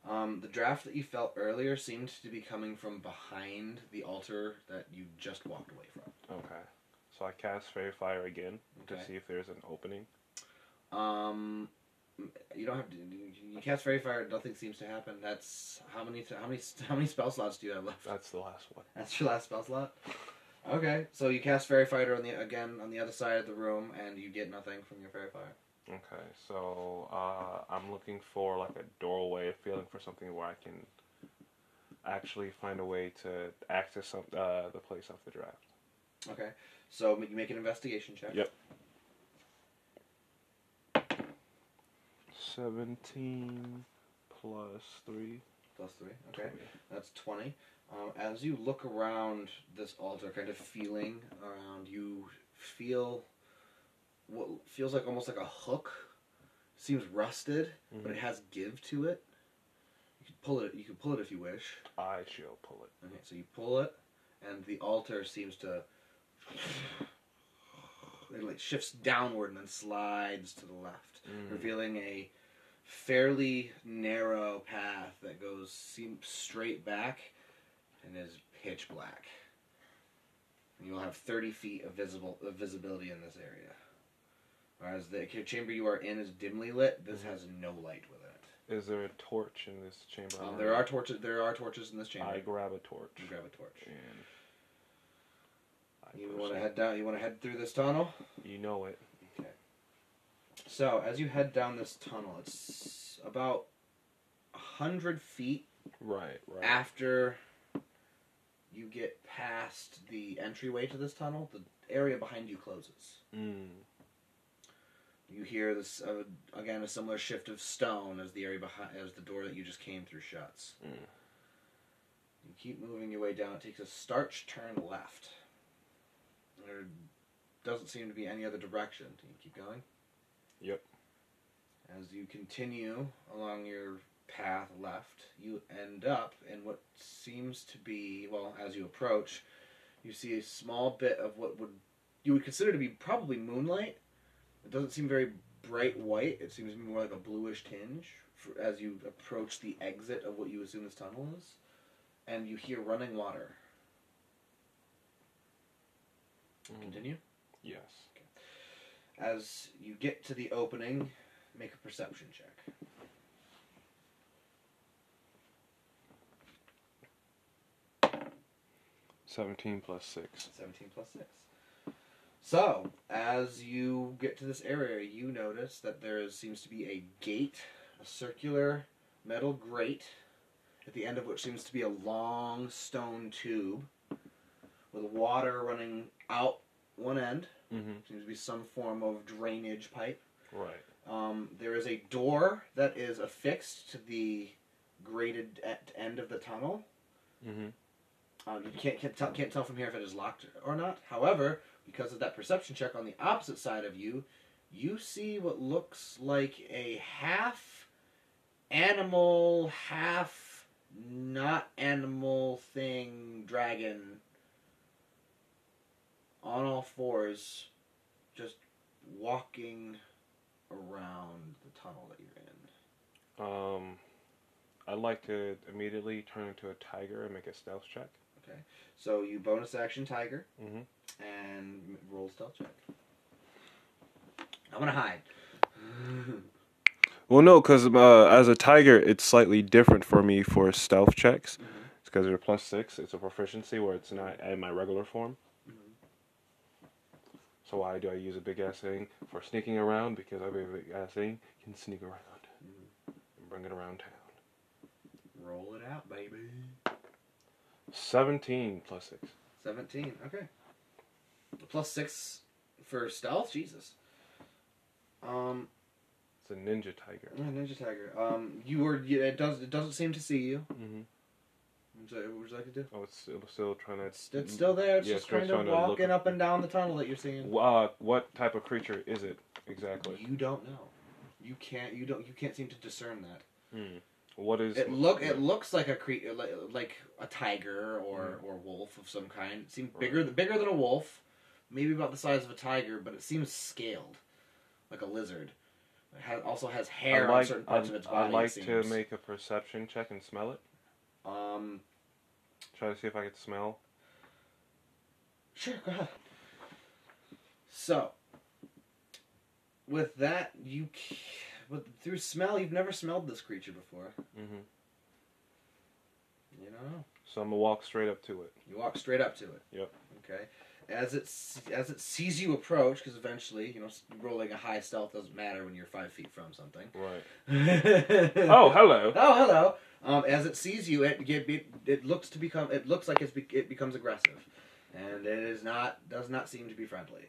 Um, the draft that you felt earlier seemed to be coming from behind the altar that you just walked away from. Okay. So I cast Fairy Fire again Okay. to see if there's an opening. Um, you don't have to. You you cast fairy fire. Nothing seems to happen. That's how many. How many? How many spell slots do you have left? <laughs> That's the last one. That's your last spell slot. Okay, so you cast fairy fire on the again on the other side of the room, and you get nothing from your fairy fire. Okay, so uh, I'm looking for like a doorway, feeling for something where I can actually find a way to access some uh, the place off the draft. Okay, so you make an investigation check. Yep. Seventeen plus three. Plus three. Okay. That's 20. Um, as you look around this altar, kind of feeling around, you feel what feels like almost like a hook. Seems rusted, but it has give to it. You can pull it. You can pull it if you wish. I shall pull it. Okay, so you pull it, and the altar seems to. It like shifts downward and then slides to the left, revealing a fairly narrow path that goes seem straight back, and is pitch black. And you'll have thirty feet of visible of visibility in this area. Whereas the chamber you are in is dimly lit. This has no light with it. Is there a torch in this chamber? Um, there are torches. There are torches in this chamber. I grab a torch. You grab a torch. And I You push want to it. head down. You want to head through this tunnel. You know it. So as you head down this tunnel, it's about a hundred feet Right, right. after you get past the entryway to this tunnel. The area behind you closes. Mm. You hear this uh, again a similar shift of stone as the area behind as the door that you just came through shuts. Mm. You keep moving your way down. It takes a starch turn left. There doesn't seem to be any other direction. Do you keep going? Yep. As you continue along your path left, you end up in what seems to be well. As you approach, you see a small bit of what would you would consider to be probably moonlight. It doesn't seem very bright white. It seems more like a bluish tinge for, as you approach the exit of what you assume this tunnel is, and you hear running water. Mm. Continue. Yes. As you get to the opening, make a perception check. Seventeen plus six. 17 plus 6. So, as you get to this area, you notice that there is, seems to be a gate, a circular metal grate, at the end of which seems to be a long stone tube with water running out one end. Mm-hmm. Seems to be some form of drainage pipe. Right. Um, there is a door that is affixed to the grated e- end of the tunnel. Mm-hmm. Um, you can't can't tell, can't tell from here if it is locked or not. However, because of that perception check on the opposite side of you, you see what looks like a half animal, half not animal thing dragon on all fours, just walking around the tunnel that you're in. Um, I'd like to immediately turn into a tiger and make a stealth check. So you bonus action tiger Mhm. and m- roll stealth check. I'm gonna hide. Well, no, because uh, as a tiger, it's slightly different for me for stealth checks. Mm-hmm. It's because they're plus Six. It's a proficiency where it's not in my regular form. Mm-hmm. So why do I use a big ass thing for sneaking around? Because I believe a big ass thing can sneak around and bring it around town. Roll it out, baby. Seventeen plus six. Seventeen. Okay. Plus six for stealth. Jesus. Um, It's a ninja tiger. yeah, ninja tiger. Um, you were. Yeah, it does. It doesn't seem to see you. Mm-hmm. Would you, would you like to do? Oh, it's still, still trying to. It's, it's still there. It's Yeah, just it's kind of trying to look- walking up and down the tunnel that you're seeing. Uh, what type of creature is it exactly? You don't know. You can't. You don't. You can't seem to discern that. What is It look it looks like a cre- like, like a tiger Mm. or or wolf of some kind. It seems bigger th- bigger than a wolf, maybe about the size of a tiger, but it seems scaled, like a lizard. It ha also has I hair on like, certain I, parts of its I body. it like to seems. make a perception check and smell it. um Try to see if I can smell. sure go ahead. So with that you c- with, through smell you've never smelled this creature before. Mm-hmm. You don't know. So I'm gonna walk straight up to it. You walk straight up to it. Yep. Okay. As it s- as it sees you approach, because eventually, you know, s- rolling a high stealth doesn't matter when you're five feet from something. <laughs> Right. oh. Oh, hello. hello. Um, as it sees you, it, it it it looks to become it looks like it's be, it becomes aggressive, and it is not does not seem to be friendly.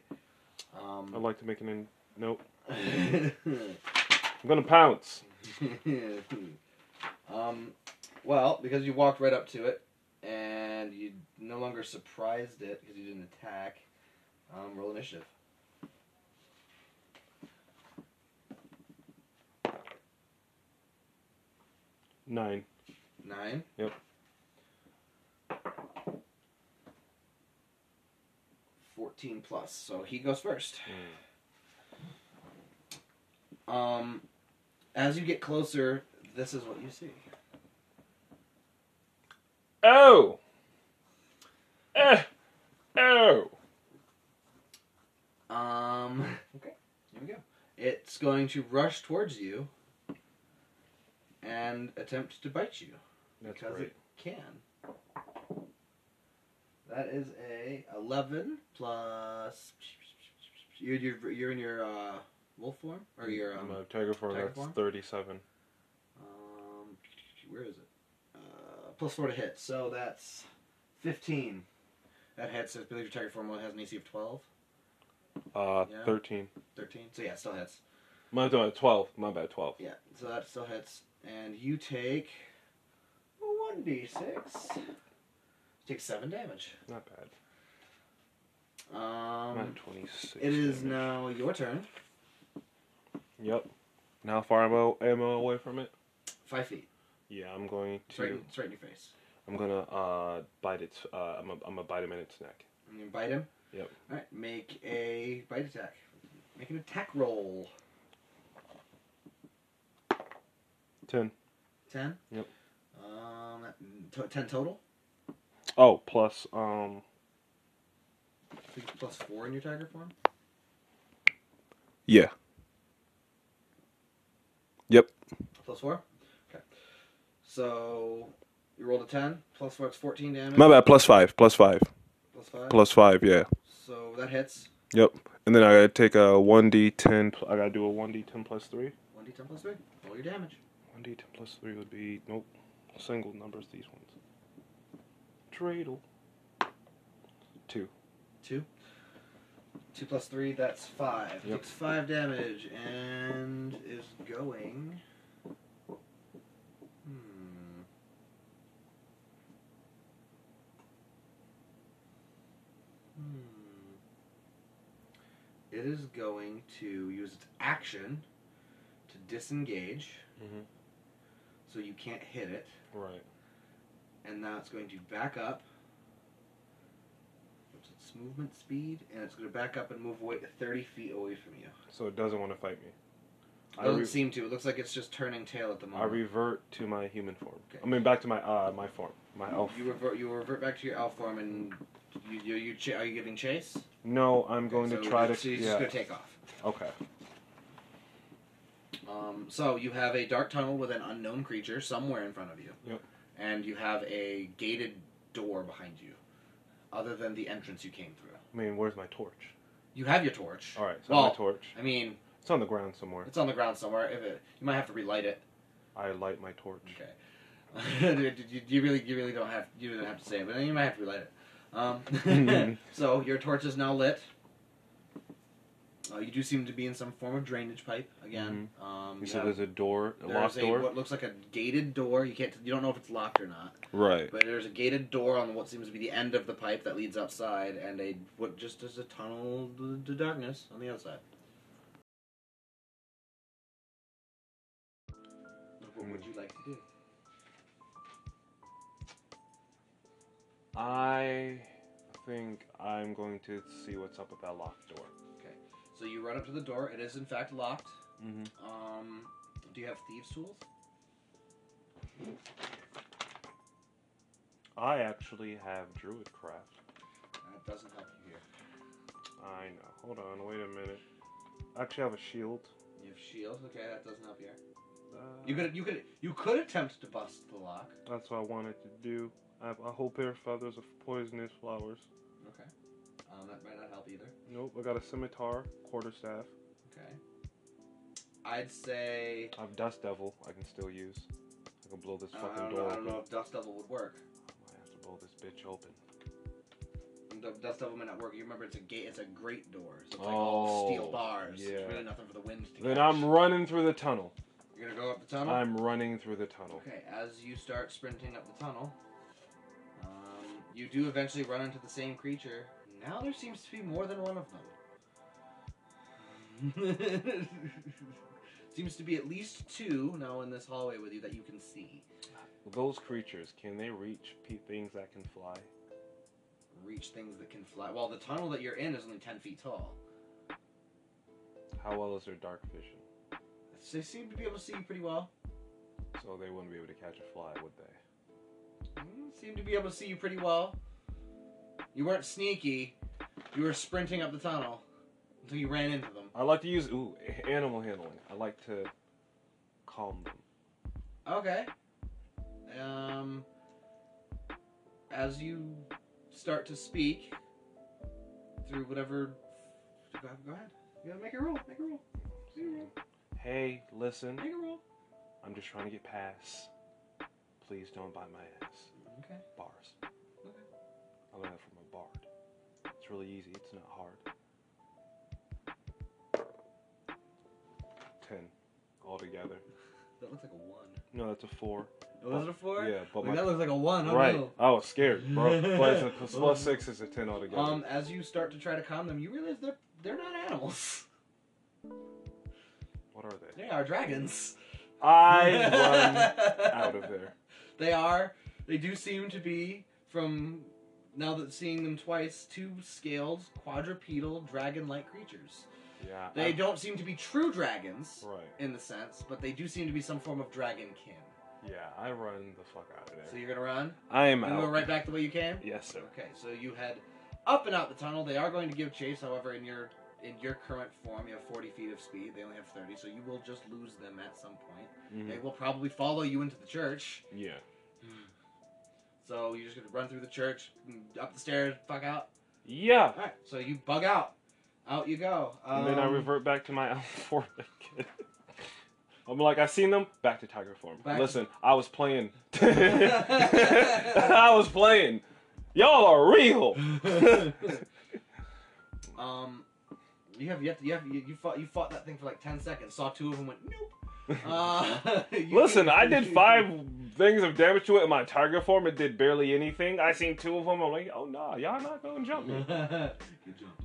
Um, I'd like to make an. In- nope. <laughs> I'm gonna pounce. <laughs> um, well, because you walked right up to it, and you no longer surprised it because you didn't attack. Um, roll initiative. Nine. Nine. Yep. Fourteen plus, so he goes first. Um, as you get closer, this is what you see. Oh. Eh. Oh. Um. Okay. Here we go. going to rush towards you and attempt to bite you That's because great. it can. That is a 11 plus. You're, you're, you're in your uh, wolf form? Or your. Um, My tiger form, tiger that's form? 37. Mm-hmm. um, where is it? Uh, plus 4 to hit, so that's 15. That hits. I believe your target form has an AC of 12, Uh, Yeah. 13. 13. So yeah, it still hits. My, no, 12. My bad, 12. Yeah, so that still hits. And you take 1d6. Take 7 damage. Not bad. Mine Um, 26. it is damage. now your turn. Yep. Now how far am I, am I away from it? 5 feet. Yeah, I'm going It's to. right, in, it's right in your face. I'm gonna uh bite its. Uh, I'm gonna I'm gonna bite him in its neck. I'm going to bite him. Yep. Alright, make a bite attack. Make an attack roll. Ten. 10? Yep. Um, that- to- 10 total? Oh, plus um. I think Plus 4 in your tiger form? Yeah. Yep. Plus 4? Okay. So, you rolled a 10. Plus 4, it's 14 damage. My bad. Plus five. Plus five. Plus 5. Plus five. Yeah. So, that hits. Yep. And then I gotta take a one d ten. I gotta do a one d ten plus three. 1d10 plus 3. Roll your damage. One d ten plus three would be nope. Single numbers these ones. Dreidel. Two. 2. 2 plus 3, that's Yep. 5. Takes 5 damage and is going. Hmm. Hmm. It is going to use its action to disengage Mhm. so you can't hit it Right. and now it's going to back up. What's its movement speed? And it's going to back up and move away 30 feet away from you. So it doesn't want to fight me. It I, doesn't re- seem to. It looks like it's just turning tail at the I moment. revert to my human form. Okay. I mean back to my uh my form. My elf. You revert. You revert back to your elf form, and you you, you ch- are you giving chase? No, I'm going Okay, to so try to. <laughs> you- So you're yeah. just going to take off. Okay. Um, so you have a dark tunnel with an unknown creature somewhere in front of you. Yep. And you have a gated door behind you, other than the entrance you came through. I mean, where's my torch? You have your torch. All right, so Well, my torch. I mean, It's on the ground somewhere. It's on the ground somewhere. If it, you might have to relight it. I light my torch. <laughs> Okay. you, you- you really, you really don't have, you don't have to say it, but you might have to relight it. Mm-hmm. Um, <laughs> so your torch is now lit. Uh, you do seem to be in some form of drainage pipe again. Um, Mm-hmm. You you said have- there's a door, a there's locked a- door. what looks like a gated door. You can't, you don't know if it's locked or not, Right. but there's a gated door on what seems to be the end of the pipe that leads outside, and a what just is a tunnel to- to darkness on the outside. What would you like to do? I think I'm going to see what's up with that locked door. So you run up to the door. It is in fact locked. Mm-hmm. Um, do you have thieves' tools? I actually have druid craft. That doesn't help you here. I know. Hold on. Wait a minute. I actually have a shield. You have shields. Okay, that doesn't help you. here. Uh, You could, you could, you could attempt to bust the lock. That's what I wanted to do. I have a whole pair of feathers of poisonous flowers. Okay. Um, that might not help either. Nope. I got a scimitar, quarterstaff. Okay. I'd say I have dust devil. I can still use. Uh, I can blow this I fucking don't, know, door I open. don't know if dust devil would work. I have to blow this bitch open. The dust devil might not work. You remember it's a gate. It's a great door. So it's like all Oh, steel bars. yeah. It's really nothing for the wind to. Then catch. I'm running through the tunnel. You're gonna go up the tunnel. I'm running through the tunnel. Okay, as you start sprinting up the tunnel, um, you do eventually run into the same creature. Now there seems to be more than one of them. <laughs> seems to be at least two now in this hallway with you that you can see. Those creatures, can they reach pe- things that can fly? Reach things that can fly. Well, the tunnel that you're in is only 10 feet tall. How well is their dark vision? They seem to be able to see you pretty well. So they wouldn't be able to catch a fly, would they? Mm, Seem to be able to see you pretty well. You weren't sneaky. You were sprinting up the tunnel until you ran into them. I like to use ooh animal handling. I like to calm them. Okay. Um, as you start to speak through whatever, go ahead. Go ahead. You gotta make a roll. Make a roll. Make a roll. Hey, listen, Make a roll. I'm just trying to get past. Please don't bite my ass. Okay. Bars. I learned that from a bard. It's really easy. It's not hard. Ten, altogether. That looks like a one. No, that's a four. Oh, was it a four? Yeah, but Like, my- that looks like a one. Oh, right. no. I was scared, <laughs> bro. but it's a, plus- plus six is a ten altogether. Um, as you start to try to calm them, you realize they're they're not animals. <laughs> what are they? They are dragons. <laughs> I run out of there. They are. They do seem to be from now that seeing them twice, two scaled, quadrupedal, dragon-like creatures. Yeah. They I- don't seem to be true dragons Um, Right. in the sense, but they do seem to be some form of dragon kin. Yeah, I run the fuck out of there. So you're gonna run. I am You out. go right back the way you came. Yes, sir. Okay, so you head up and out the tunnel. They are going to give chase, however, in your in your current form, you have 40 feet of speed. They only have 30, so you will just lose them at some point. They Mm. will probably follow you into the church. Mm-hmm. Yeah. So you're just gonna run through the church, mm, up the stairs, fuck out. Yeah. All right, so you bug out. Out you go. Um, and then I revert back to my <laughs> elf form again. I'm like, I've seen them. Back to tiger form. Back- Listen, I was playing. <laughs> I was playing. Y'all are real. <laughs> Um, you have yet to, you have you, you fought you fought that thing for like 10 seconds. Saw two of them, went <laughs> nope. Uh, <laughs> you- Listen, I did five <laughs> things of damage to it in my tiger form. It did barely anything. I seen two of them. I'm like, oh nah, y'all not gonna jump Mm-hmm. me. Good job.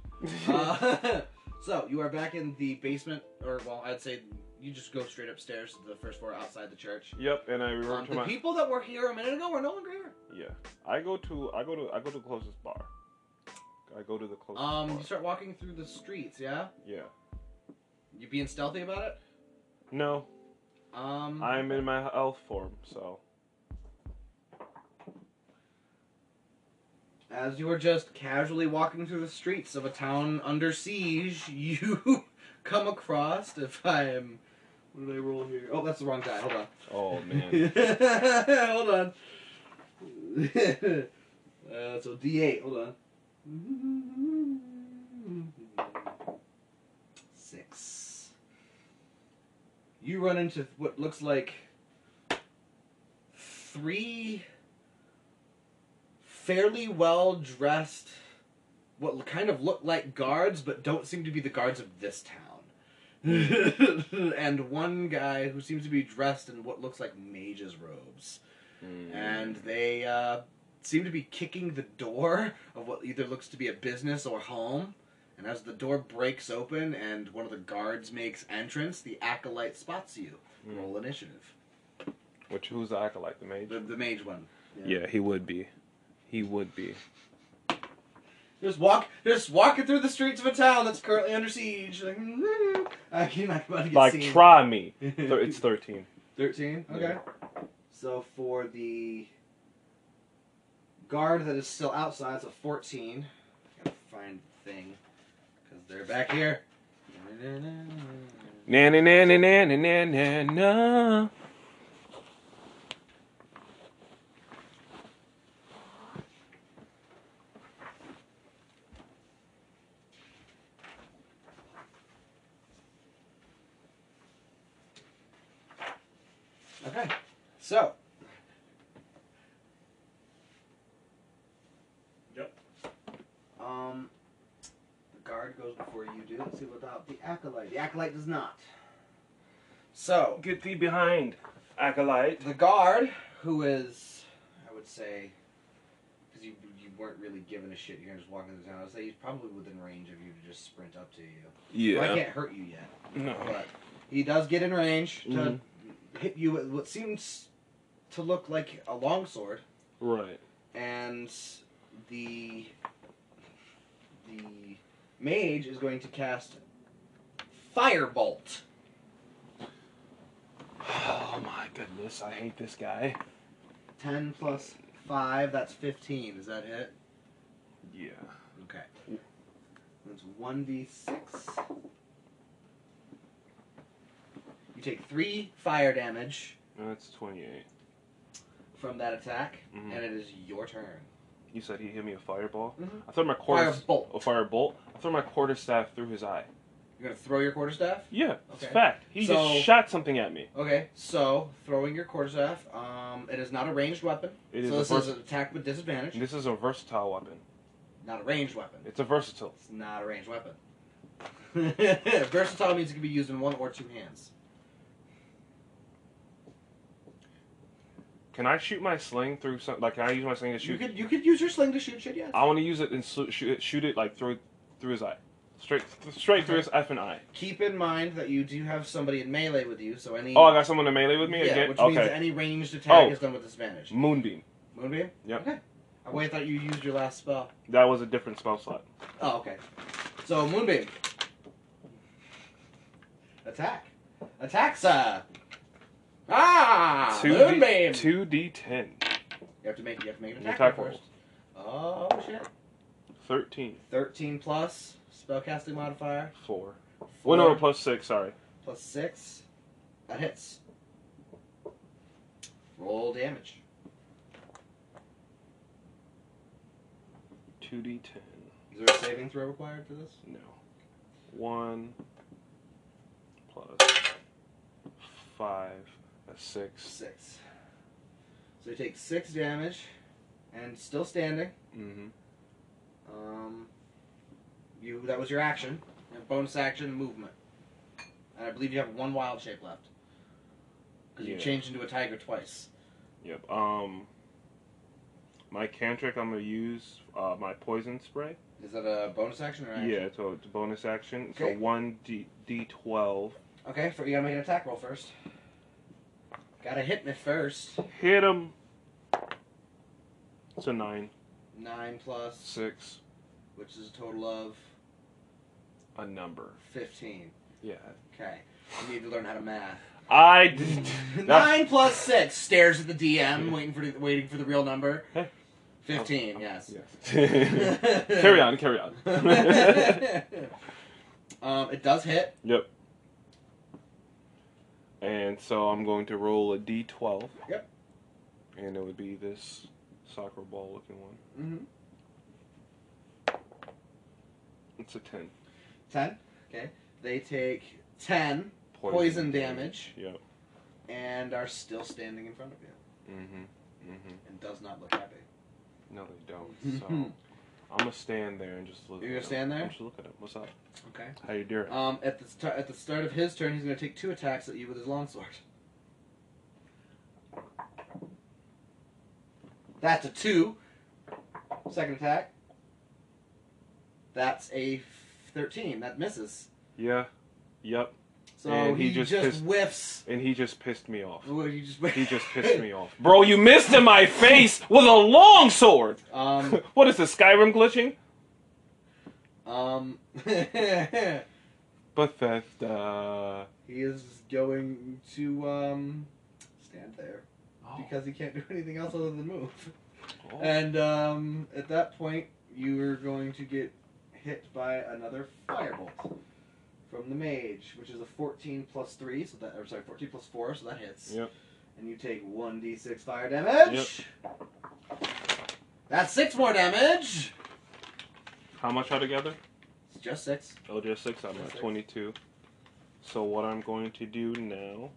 Uh, <laughs> so you are back in the basement, or well, I'd say you just go straight upstairs to the first floor outside the church. Yep, and I revert Um, to the my people that were here a minute ago were no longer here. yeah. I go to I go to I go to the closest bar. I go to the closest Um, bar. you start walking through the streets. Yeah, Yeah. you being stealthy about it. No, Um, I'm in my elf form, so as you are just casually walking through the streets of a town under siege, <laughs> you come across. If I'm, what did I roll here? Oh, that's the wrong die. Hold on. oh man. <laughs> hold on. <laughs> uh, so D8, hold on. Six. You run into what looks like three fairly well dressed, what kind of look like guards, but don't seem to be the guards of this town. <laughs> and one guy who seems to be dressed in what looks like mage's robes. And they uh, seem to be kicking the door of what either looks to be a business or home. And as the door breaks open and one of the guards makes entrance, the acolyte spots you. Roll initiative. Which who's the acolyte, the mage? The, the mage one. Yeah, he would be. He would be. Just walk, just walking through the streets of a town that's currently under siege. Like, <laughs> I can not about to get Like seen. <laughs> try <laughs> me. Thir- it's thirteen. 13? Okay. So for the guard that is still outside, it's a 14. Gotta find the thing. Because they're back here. Na na na na na na na na. Okay. So. Yep. Um, the guard goes before you do. Let's see without the acolyte. The acolyte does not. So. Get thee behind, acolyte. The guard, who is, I would say, because you, you weren't really giving a shit, you're just walking through town. I would say he's probably within range of you to just sprint up to you. Well, I can't hurt you yet, No. but he does get in range to Mhm. hit you with what seems to look like a longsword, Right. and the the mage is going to cast firebolt. Oh my goodness, I hate this guy. Ten plus five, that's fifteen. Does that hit? Yeah. Okay. That's 1d6. take three fire damage That's 28. from that attack, Mhm. and it is your turn. You said he hit me a fireball? Mhm. I threw my quarter... Firebolt. A firebolt? I threw my quarter staff through his eye. You're gonna throw your quarterstaff. Yeah, it's Okay. fact. He So- just shot something at me. Okay, so throwing your quarterstaff. Um, it is not a ranged weapon. It is so a this vers- is an attack with disadvantage. This is a versatile weapon. Not a ranged weapon. It's a versatile. It's not a ranged weapon. <laughs> Versatile means it can be used in one or two hands. Can I shoot my sling through some? Like, can I use my sling to shoot? You could you could use your sling to shoot shit. Yeah. I want to use it and sl- shoot, it, shoot it like through through his eye, straight th- straight through his f and eye. Keep in mind that you do have somebody in melee with you, so any Oh, I got someone to melee with me yeah, again. which Okay, means any ranged attack Oh. is done with disadvantage. moonbeam. Moonbeam. Yep. Okay. I wait, I thought you used your last spell. That was a different spell slot. Oh, okay. So moonbeam. Attack. Attack, sir. Ah, moonbeam. two d ten. You have to make you have to make an An attack, attack roll roll. first. Oh shit. Thirteen. 13 plus spellcasting modifier. Four. Four One over plus six. Sorry. plus 6. That hits. Roll damage. Two d ten. Is there a saving throw required for this? No. One. Plus five. That's six. 6. So you take 6 damage and still standing. Mm-hmm. Um, you That was your action. You have bonus action and movement. And I believe you have one wild shape left. Because Yeah. you changed into a tiger twice. Yep. Um. My cantrip, I'm gonna use uh, my poison spray. Is that a bonus action or action? Yeah, so it's a bonus action. Okay. So one d d twelve. Okay, for, you gotta make an attack roll first. Gotta hit me first. Hit him. It's a nine, Nine plus, six, which is a total of a number. fifteen. Yeah. Okay, you need to learn how to math. I <laughs> <laughs> did. That's, Nine plus six stares at the DM, waiting for the, waiting for the real number. Hey. Fifteen, yes. <laughs> yes. <laughs> carry on. Carry on. <laughs> um, it does hit. yep. And so I'm going to roll a d twelve. Yep. And it would be this soccer ball looking one. Mm-hmm. It's a ten. Ten. Okay, they take ten poison damage Yep. and are still standing in front of you Mm-hmm. Mm-hmm. and does not look happy. No, they <laughs> don't. So I'm gonna stand there and just look. You're gonna at 'em. stand there? Just look at him. What's up? Okay. How you doing? Um, at the st- at the start of his turn, he's going to take two attacks at you with his longsword. That's a two. Second attack. That's a thirteen. That misses. yeah. Yep. So And he, he just, just pissed- whiffs. And he just pissed me off. Well, He just, He just pissed me off. <laughs> Bro, you missed in my face with a long sword. <laughs> Um, <laughs> what is this Skyrim glitching? um, <laughs> he Bethesda. is going to um, stand there Oh. because he can't do anything else other than move. Oh. And um, at that point, you are going to get hit by another firebolt from the mage, which is a 14 plus 3, so that, or sorry, 14 plus 4, so that hits. Yep. And you take 1d6 fire damage. That's 6 more damage! How much altogether? It's just 6. Oh, just six. I'm Just at six. 22. So what I'm going to do now.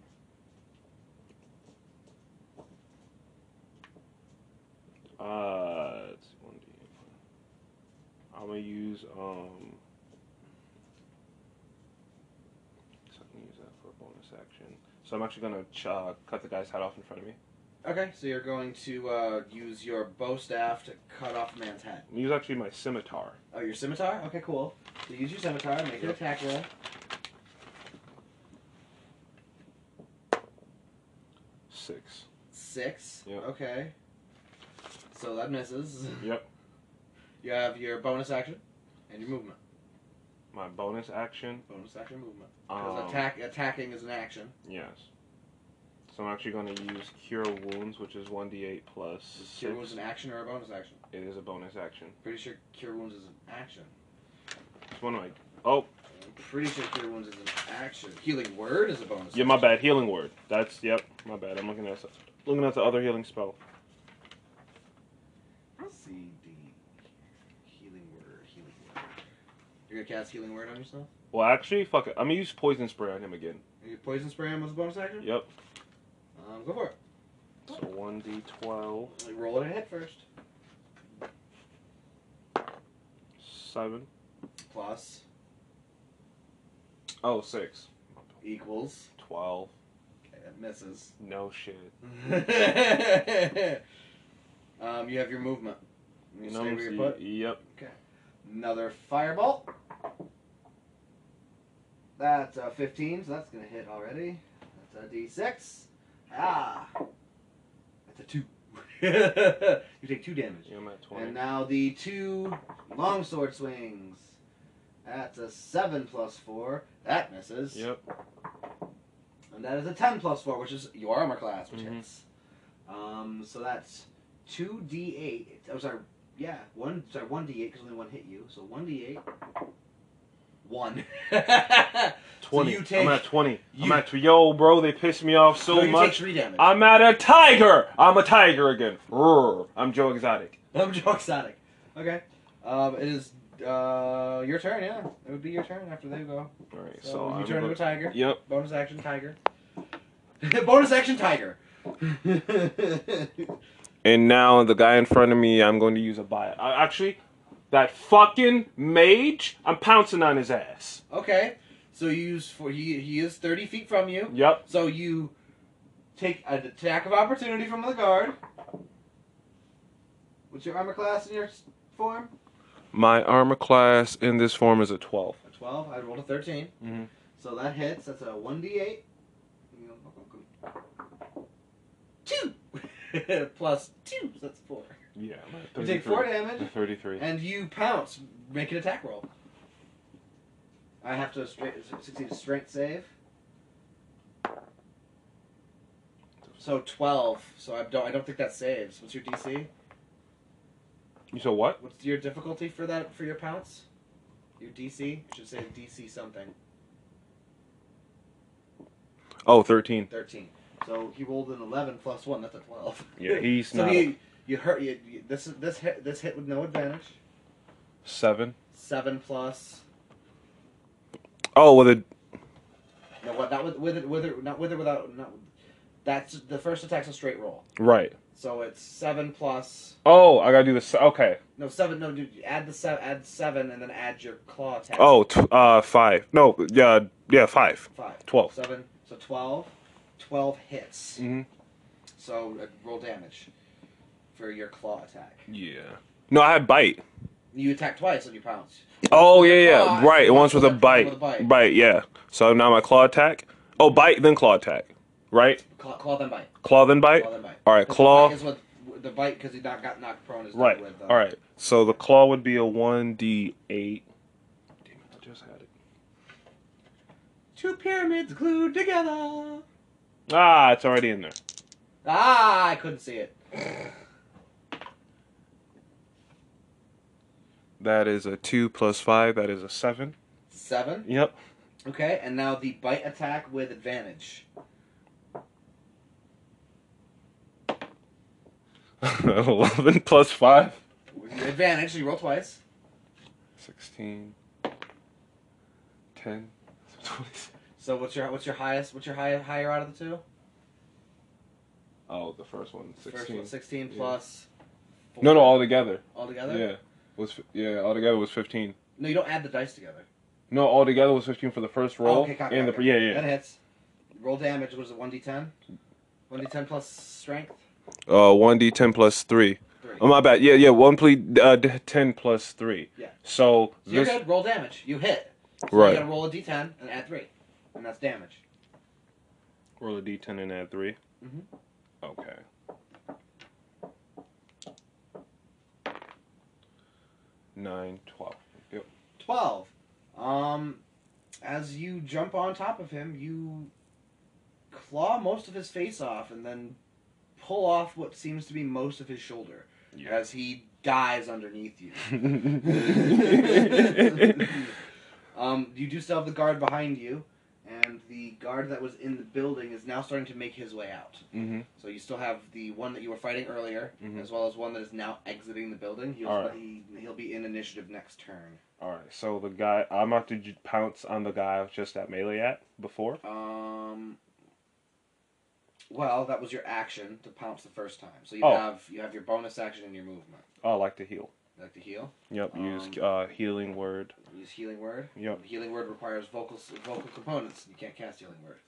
Uh, let's see, one D. I'm gonna use um. So I can use that for a bonus action. So I'm actually gonna ch- uh, cut the guy's head off in front of me. Okay, so you're going to uh, use your bow staff to cut off a man's head. I'm gonna use actually my scimitar. Oh, your scimitar? Okay, cool. So use your scimitar, make an Yep. attack roll. Six. Six. Yep. Okay. So that misses. <laughs> Yep. You have your bonus action and your movement. My bonus action. Bonus action movement. Because Um, attack attacking is an action. Yes. So I'm actually going to use Cure Wounds, which is 1d8 plus Is 6. cure wounds an action or a bonus action? It is a bonus action. Pretty sure cure wounds is an action. It's one of my. Oh, pretty sure cure wounds is an action. Healing word is a bonus. Yeah, my bad. Healing word. That's yep. My bad. I'm looking at looking at the other healing spell. CD. Healing word. Healing word. You're gonna cast healing word on yourself. Well, actually, fuck it. I'm gonna use poison spray on him again. You get poison spray him as a bonus action. Yep. Um, go for it. So one d twelve Like, Roll it ahead first. seven. Plus Oh, six. equals. Twelve. Okay, that <laughs> misses. No shit. um, you have your movement. You stay where you Numbs- put. E. Yep. Another fireball. That's uh, 15, so that's going to hit already. That's a d6. Ah! That's a 2. <laughs> you take 2 damage. Yeah, I'm at And twenty. now the two longsword swings. That's a 7 plus 4. That misses. Yep. And that is a 10 plus 4, which is your armor class, which Mhm. hits. Um, so that's 2d8. I'm oh, sorry, yeah, 1, sorry, 1d8, because only one hit you. So 1d8. <laughs> 1. Twenty. you take- I'm at twenty. I'm you- at tw- yo, bro. They pissed me off so no, you take much. 3 damage. <laughs> I'm, I'm at a tiger. I'm a tiger again. Roar. I'm Joe Exotic. Joe Exotic. Okay. Um, it is uh, your turn, yeah. It would be your turn after they go. All right. So, So, you I'm turn into go- a tiger. Yep. Bonus action tiger. <laughs> Bonus action tiger! <laughs> And now the guy in front of me, I'm going to use a buy. I, actually, that fucking mage, I'm pouncing on his ass. okay. So you use for he he is thirty feet from you. Yep. So you take an attack of opportunity from the guard. What's your armor class in your s- form? My armor class in this form is a 12. A 12. I rolled a 13. Mhm. So that hits. That's a 1d8. Two! <laughs> Plus two, so that's four. Yeah. I'm at You take four 33. damage, 33. and you pounce. Make an attack roll. I have to stra- succeed a strength save. So 12. So I don't, I don't think that saves. What's your DC? You said what? What's your difficulty for that for your pounce? Your DC? You should say DC something. Oh, 13. Thirteen. So he rolled an eleven plus one. That's a twelve. Yeah, he's <laughs> so not. a- you you hurt you, you this this hit this hit with no advantage. Seven. Seven plus Oh, well, the. no what not with with it with it not with or without not. That's the first attack's a straight roll. Right. So it's seven plus Oh, I gotta do this. Okay. no seven no dude you add the seven add seven and then add your claw attack. Oh, tw- uh, five. No, yeah, yeah, five. Five. 12. Seven. So twelve. Twelve hits. Mm-hmm. Mhm. So uh, roll damage for your claw attack. Yeah. No, I had bite. You attack twice and you pounce. Oh, yeah, yeah, Claw, right. so Once with a that's one bite. with a bite. Bite, yeah. So now my claw attack. Oh, bite, then claw attack. Right? Claw, claw then bite. Claw, then bite? Claw then bite. All right, Because claw. The bite is what the bite because he not got knocked prone is Right. With, uh, All right. So the claw would be a 1d8. Damn it, I just had it. Two pyramids glued together. Ah, it's already in there. Ah, I couldn't see it. That is a 2 plus 5. That is a 7. Seven. Yep. <laughs> Okay, and now the bite attack with advantage. Eleven plus five. Advantage. You roll twice. 16, <laughs> 10, 26. So what's your what's your highest what's your high, higher out of the two? Oh, the first one. First one, sixteen plus. Four. No, no, all together. all together. Yeah, was fi- yeah, all together was 15. No, you don't add the dice together. No, all together was 15 for the first roll. Oh, okay, copy, and the copy. yeah, yeah. That hits. Roll damage was it one d ten? One d ten plus strength. Uh, one d ten plus three. Three. Oh my bad. Yeah, yeah. One ple- uh, d- ten plus three. Yeah. So So you're this good. Roll damage. You hit. So Right. You gotta roll a d10 and add three, and that's damage. roll a d ten and add 3 Mhm. Okay. Nine, twelve. Yep. Twelve. Um, as you jump on top of him, you claw most of his face off, and then pull off what seems to be most of his shoulder <laughs> <laughs> <laughs> as he dies underneath you. Um, you do still have the guard behind you, and the guard that was in the building is now starting to make his way out. Mm-hmm. So you still have the one that you were fighting earlier, Mhm. as well as one that is now exiting the building. He'll, All right. he, he'll be in initiative next turn. All right. So the guy, I'm about to j- pounce on the guy I was just at melee at before. Um, well, that was your action to pounce the first time. So you Oh. have you have your bonus action and your movement. Oh, I like to heal. Like the heal, Yep. use Um, uh, healing word. use healing word. Yep. Healing word requires vocal vocal components. You can't cast healing word.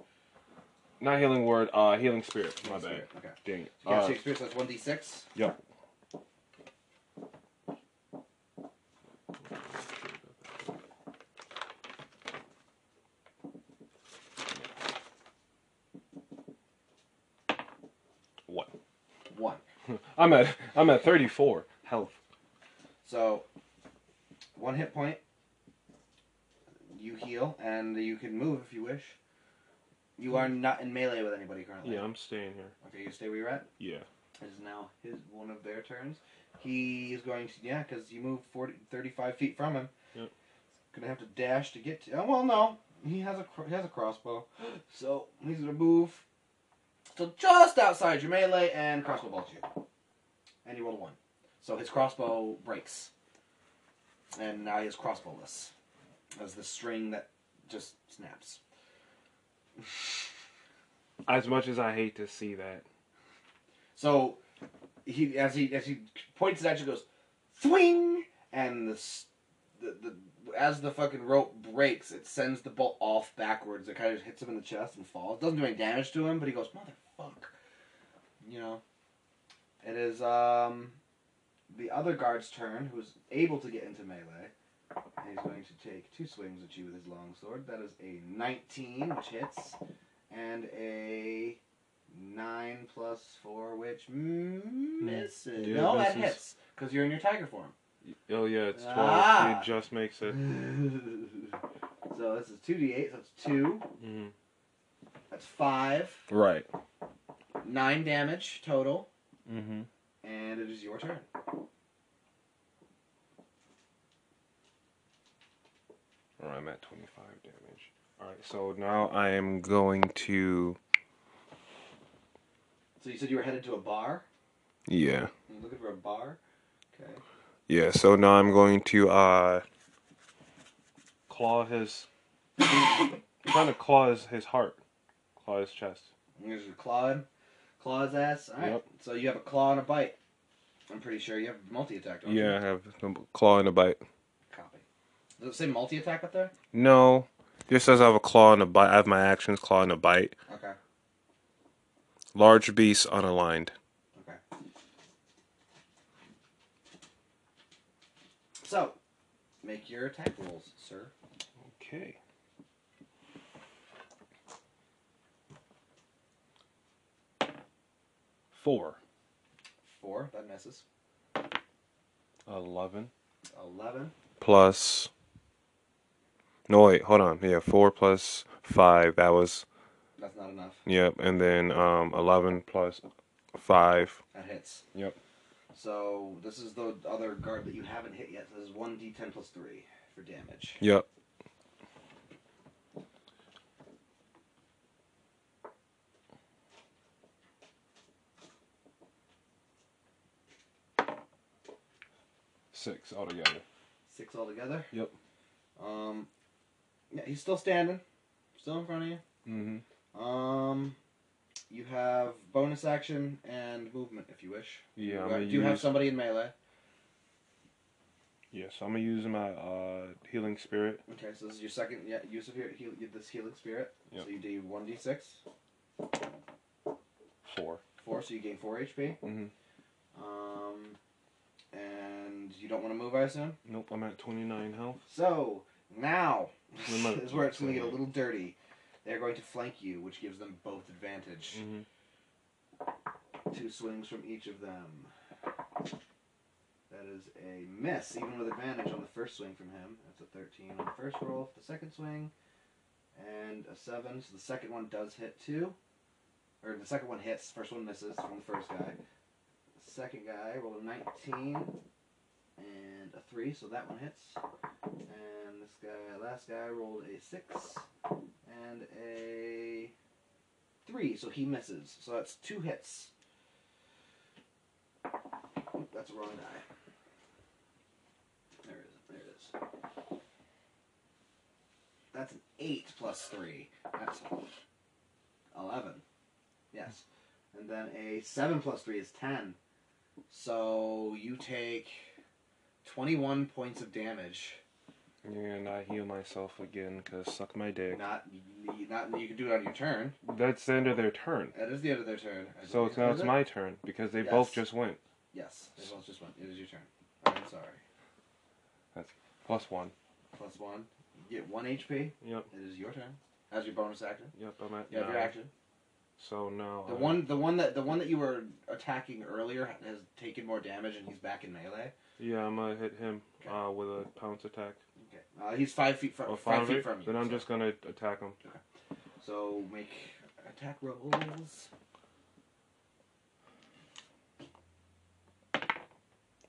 Not healing word. Uh, healing spirit. My bad. Spirit, Okay. Dang. it. So you cast Uh, your experience. That's one d six. Yep. What? One. I'm at I'm at 34 health. So, one hit point. You heal, and you can move if you wish. You are not in melee with anybody currently. Hmm. Yeah, I'm staying here. Okay, you stay where you're at. Yeah. It is now his one of their turns. He is going to yeah, because you moved 40, 35 feet from him. Yep. Gonna have to dash to get to. Oh, well, no, he has a cr- he has a crossbow, <gasps> so he's gonna move. So just outside your melee and crossbow bolts you, and he rolled a one, so his crossbow breaks, and now he is crossbowless, as the string that just snaps. As much as I hate to see that. So he as he as he points it at you goes swing and the, s- the the as the fucking rope breaks it sends the bolt off backwards it kind of hits him in the chest and falls doesn't do any damage to him but he goes motherfuck you know it is um the other guard's turn who's able to get into melee and he's going to take two swings at you with his long sword that is a 19 which hits and a Nine plus four, which misses. Yeah, no, that misses. hits because you're in your tiger <laughs> form. Oh yeah, it's 12. Ah. It just makes it. so this is two d8. So that's two. Mhm. That's five. Right. Nine damage total, Mm-hmm. and it is your turn. Or I'm at 25 damage. Alright, so now I am going to. So you said you were headed to a bar. Yeah. You're looking for a bar. Okay. Yeah, so now I'm going to uh claw his <coughs> trying to claw his, his heart. Claw his chest. Here's your claw, him. claw his ass. All right. Yep. So you have a claw and a bite. I'm pretty sure you have multi attack. Yeah, I have a claw and a bite. Copy. Does it say multi attack up there? No. Just says I have a claw and a bite I have my actions, claw and a bite. Okay. Large beast unaligned. Okay. So, make your attack rolls, sir. Okay. Four. Four, that misses. Eleven. Eleven. plus. No wait, hold on. Yeah, four plus five. That was That's not enough. yep, and then um eleven plus five. That hits. Yep. So this is the other guard that you haven't hit yet. This is one d10 plus three for damage. Yep. Six altogether. Six altogether. Yep. Um. Yeah, he's still standing, still in front of you. Mm-hmm. Um. You have bonus action and movement if you wish. Yeah, You I'm have- gonna do you have use- somebody in melee? Yeah, so I'm gonna use my uh, healing spirit. Okay, so this is your second yeah, use of your heal, this healing spirit. Yep. So you do one d six, Four. four. So you gain four HP. Mhm. Um, and you don't want to move, I assume. Nope, I'm at 29 health. So now We <laughs> might- is where it's going to get a little dirty. They're going to flank you, which gives them both advantage. Mhm. Two swings from each of them. That is a miss, even with advantage on the first swing from him. That's a 13 on the first roll for the second swing, and a 7. So the second one does hit too. Or the second one hits, first one misses from the first guy. Second guy rolled a 19 and a 3, so that one hits. And this guy, last guy rolled a six and a three, so he misses. So that's two hits. Oop, that's a wrong die. There it is. There it is. That's an eight plus three. That's eleven. Yes. And then a seven plus three is ten. So you take twenty-one points of damage. And I heal myself again because suck my dick. Not, not you can do it on your turn. That's the end of their turn. That is the end of their turn. I So believe. it's, now Is it's it? my turn because they both Yes. just went. Yes, it was just one. It is your turn. I'm sorry. Plus one. Plus one. You get one HP. Yep. It is your turn. As your bonus action. Yep. I'm at You have your nine. action. So now The I- one, the one that, the one that you were attacking earlier ha- has taken more damage, and he's back in melee. Yeah, I'm gonna hit him Okay. uh, with a pounce attack. Okay. Uh, he's five feet from Or five foundry, feet from you. Then I'm so- just gonna attack him. So make attack rolls.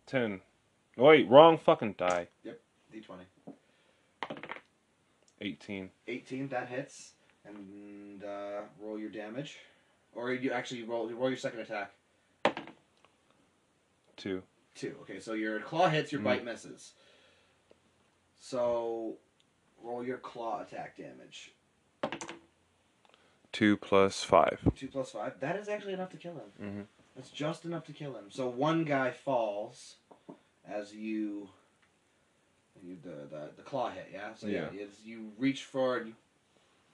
Ten. Oh, Wait, wrong fucking die. D20. Eighteen. 18. That hits, and uh, roll your damage, or you actually roll roll your second attack. Two. Two. Okay, so your claw hits, your Mm. bite misses. So roll your claw attack damage. Two plus five. Two plus five. That is actually enough to kill him. Mhm. That's just enough to kill him. So one guy falls as you. You, the, the the claw hit, yeah. So yeah, it's, you reach forward. You,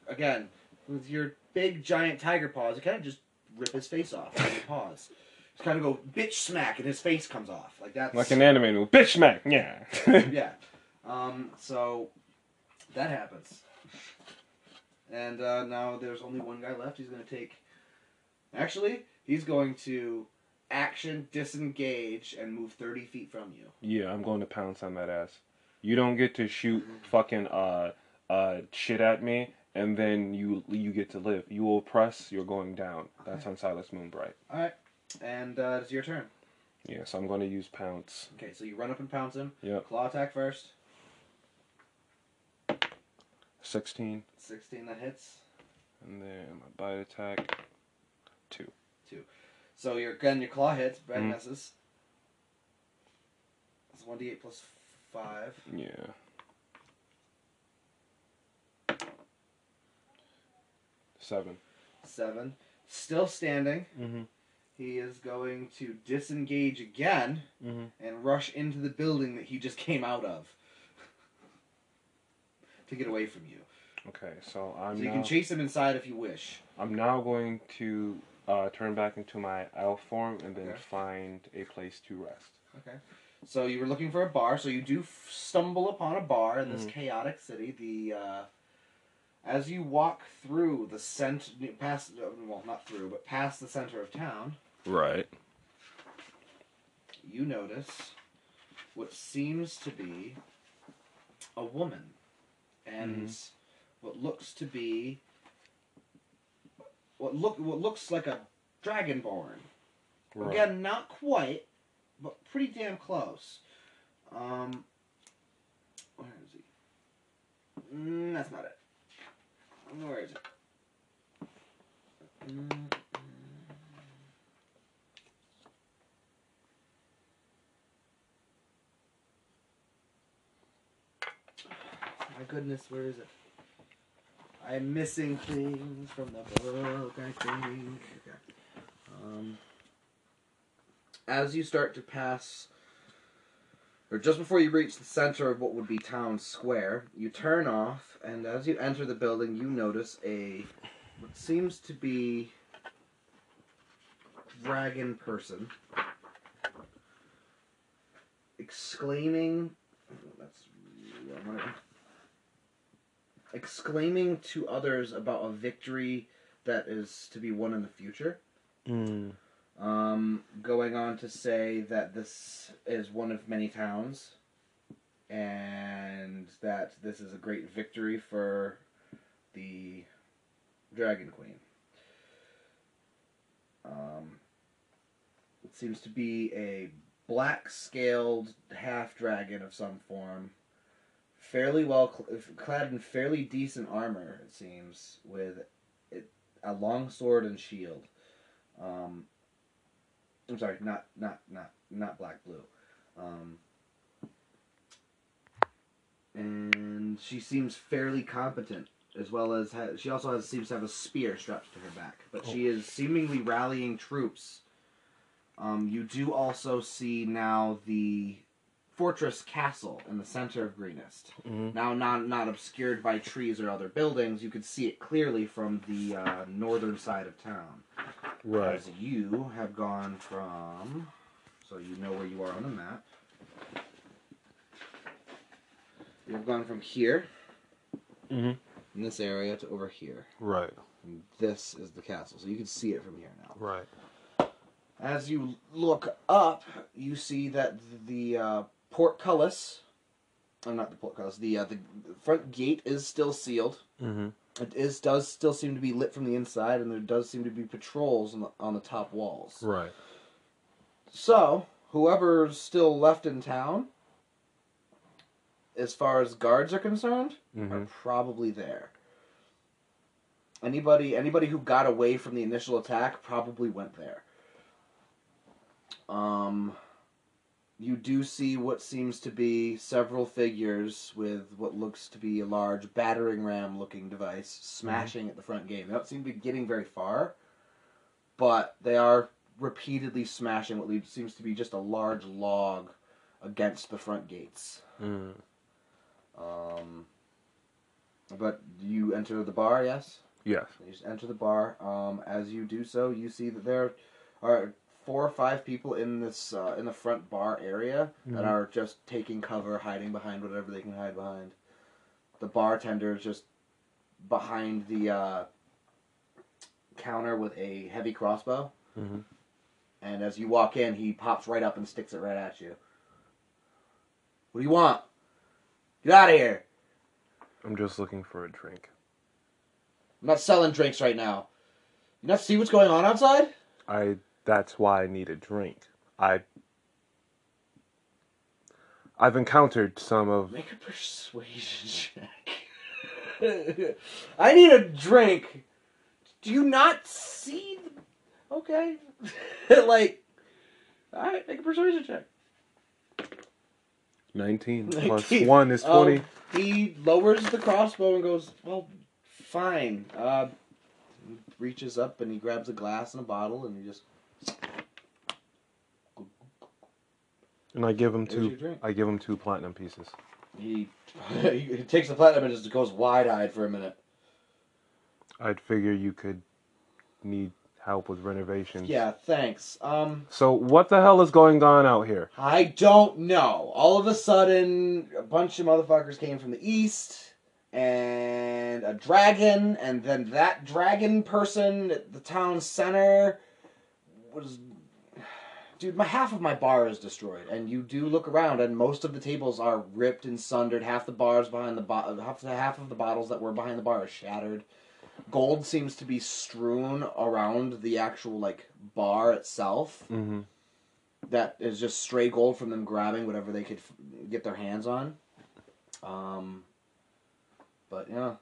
again, with your big giant tiger paws, you kind of just rip his face off with your paws. Just kind of go bitch smack, and his face comes off like that's Like an anime movie. Bitch smack. Yeah. <laughs> <laughs> yeah. Um, so that happens. And uh, now there's only one guy left. He's going to take. Actually, he's going to action, disengage, and move 30 feet from you. yeah, I'm going to pounce on that ass. You don't get to shoot fucking uh uh shit at me, and then you you get to live. You will press. You're going down. That's on Silas Moonbright. And uh, it's your turn. Yeah, so I'm going to use pounce. Okay, so you run up and pounce him. Yep. Claw attack first. Sixteen, 16 that hits. and then my bite attack. So your gun, your claw hits, Brad Mhm. misses. That's 1d8 plus 5. Yeah. Seven. 7. Still standing. Mm-hmm. He is going to disengage again Mhm. and rush into the building that he just <laughs> came out of to get away from you. Okay, so I'm so you now, can chase him inside if you wish. I'm now going to uh, turn back into my owl form and then Okay. find a place to rest. Okay. So you were looking for a bar, so you do f- stumble upon a bar in this Mhm. chaotic city. The uh, as you walk through the cent past uh, well not through but past the center of town, Right. you notice what seems to be a woman and what looks to be what look what looks like a dragonborn. Right. Again, not quite, but pretty damn close. Um, where is he? Mm, that's not it. Where is it? Mm, mm. My goodness, where is it? I'm missing things from the book, I think. Okay. Um, as you start to pass, or just before you reach the center of what would be town square, you turn off, and as you enter the building, you notice a what seems to be dragon person exclaiming. That's wrong one. exclaiming to others about a victory that is to be won in the future. Mm. Um, going on to say that this is one of many towns, and that this is a great victory for the Dragon Queen. Um, it seems to be a black scaled half dragon of some form, fairly well cl- clad in fairly decent armor, it seems, with it, a long sword and shield. Um, I'm sorry, not not not not black blue. Um, and she seems fairly competent, as well as ha- she also has, seems to have a spear strapped to her back. But she is seemingly rallying troops. Um, you do also see now the fortress castle in the center of Greenest. mm-hmm. Mhm. Now, not not obscured by trees or other buildings, you could see it clearly from the uh, northern side of town. Right. As you have gone from, so you know where you are on the map. You've gone from here, Mhm. in this area, to over here. Right. And this is the castle, so you can see it from here now. Right. As you look up, you see that the uh, portcullis, or not the portcullis, the uh, the front gate is still sealed. Mhm. It is does still seem to be lit from the inside, and there does seem to be patrols on the, on the top walls. Right. So, whoever's still left in town, as far as guards are concerned, Mm-hmm. are probably there. Anybody anybody who got away from the initial attack probably went there. Um you do see what seems to be several figures with what looks to be a large battering ram looking device smashing at the front gate. They don't seem to be getting very far, but they are repeatedly smashing what leads- seems to be just a large log against the front gates. Mm. Um, but you enter the bar, yes? Yes. You just enter the bar. Um, as you do so, you see that there are four or five people in this uh, in the front bar area that are just taking cover, hiding behind whatever they can hide behind. The bartender is just behind the uh, counter with a heavy crossbow. Mhm. And as you walk in, he pops right up and sticks it right at you. What do you want? Get out of here! I'm just looking for a drink. I'm not selling drinks right now. You not see what's going on outside? I. That's why I need a drink. I. I've encountered some of. Make a persuasion check. <laughs> I need a drink. Do you not see? the- Okay. <laughs> like, all right, make a persuasion check. <laughs> 19 plus 19. 1 is 20. Um, he lowers the crossbow and goes, well, fine. Uh, he reaches up and he grabs a glass and a bottle and he just and I give him Here's your two drink. I give him two platinum pieces. he <laughs> he takes the platinum and just goes wide eyed for a minute. I'd figure you could need help with renovations. Yeah, thanks. Um. So what the hell is going on out here? I don't know. All of a sudden, a bunch of motherfuckers came from the east, and a dragon, and then that dragon person at the town center was. Dude, my half of my bar is destroyed, and you do look around, and most of the tables are ripped and sundered. Half the bars behind the bo- half the half of the bottles that were behind the bar are shattered. Gold seems to be strewn around the actual like bar itself Mm-hmm. that is just stray gold from them grabbing whatever they could f- get their hands on. Um, but yeah,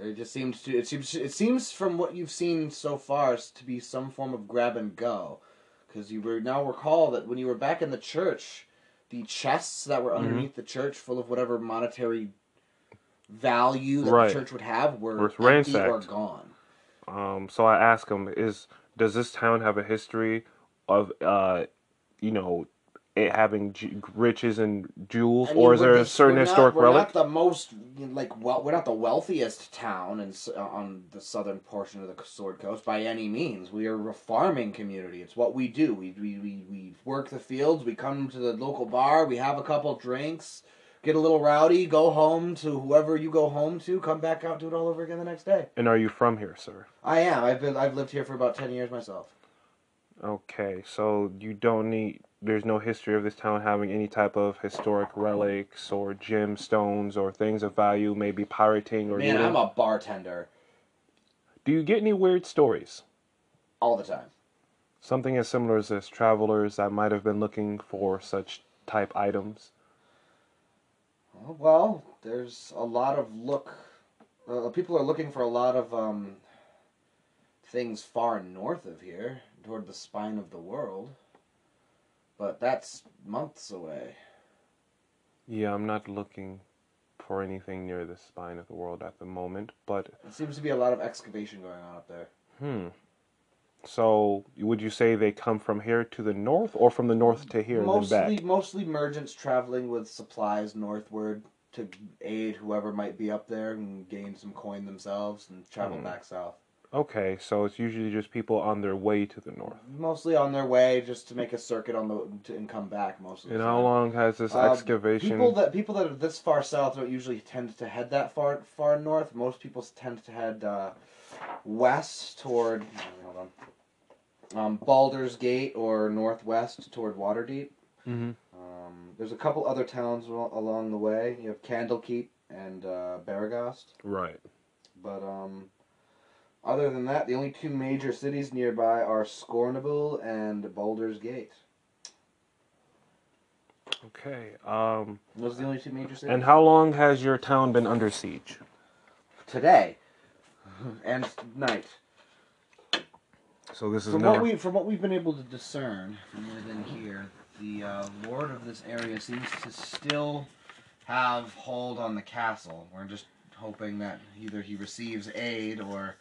it just seems to it seems it seems from what you've seen so far s- to be some form of grab and go, because you re- now recall that when you were back in the church, the chests that Mm-hmm. were underneath the church full of whatever monetary value that Right. the church would have were Were empty or ransacked. gone. Um, so I ask him, is does this town have a history of, uh, you know, it having j- riches and jewels, I mean, or is we're there a just- certain we're historic not, we're relic? not the most like well, we're not the wealthiest town in, s- uh, on the southern portion of the Sword Coast by any means. We are a farming community. It's what we do. We we we, we work the fields. We come to the local bar. We have a couple drinks. Get a little rowdy, go home to whoever you go home to, come back out, do it all over again the next day. and are you from here, sir? I am. I've been I've lived here for about ten years myself. Okay, so you don't need. There's no history of this town having any type of historic relics or gemstones or things of value, maybe pirating or. Man, looting? I'm a bartender Do you get any weird stories? all the time. Something as similar as this, travelers that might have been looking for such type items. Oh, Well, there's a lot of look. Uh, people are looking for a lot of um, things far north of here, toward the spine of the world. But that's months away. Yeah, I'm not looking for anything near the spine of the world at the moment, but There seems to be a lot of excavation going on up there. hmm. So, would you say they come from here to the north, or from the north to here and then mostly, back? mostly merchants traveling with supplies northward to aid whoever might be up there and gain some coin themselves and travel Hmm. back south. Okay, so it's usually just people on their way to the north. Mostly on their way just to make a circuit on the to, and come back. Most of the And time. how long has this Uh, excavation? People that people that are this far south don't usually tend to head that far far north. Most people tend to head uh, west toward hold on, um, Baldur's Gate or northwest toward Waterdeep. Mhm. Um, there's a couple other towns al- along the way. You have Candlekeep and uh, Baragost. Right. But um, other than that, the only two major cities nearby are Scornable and Baldur's Gate. Okay. Um. Those are the only two major cities. And how long has your town been under siege? today <laughs> and night. So this is From now. what we from what we've been able to discern from within here, the uh, lord of this area seems to still have hold on the castle. We're just hoping that either he receives aid or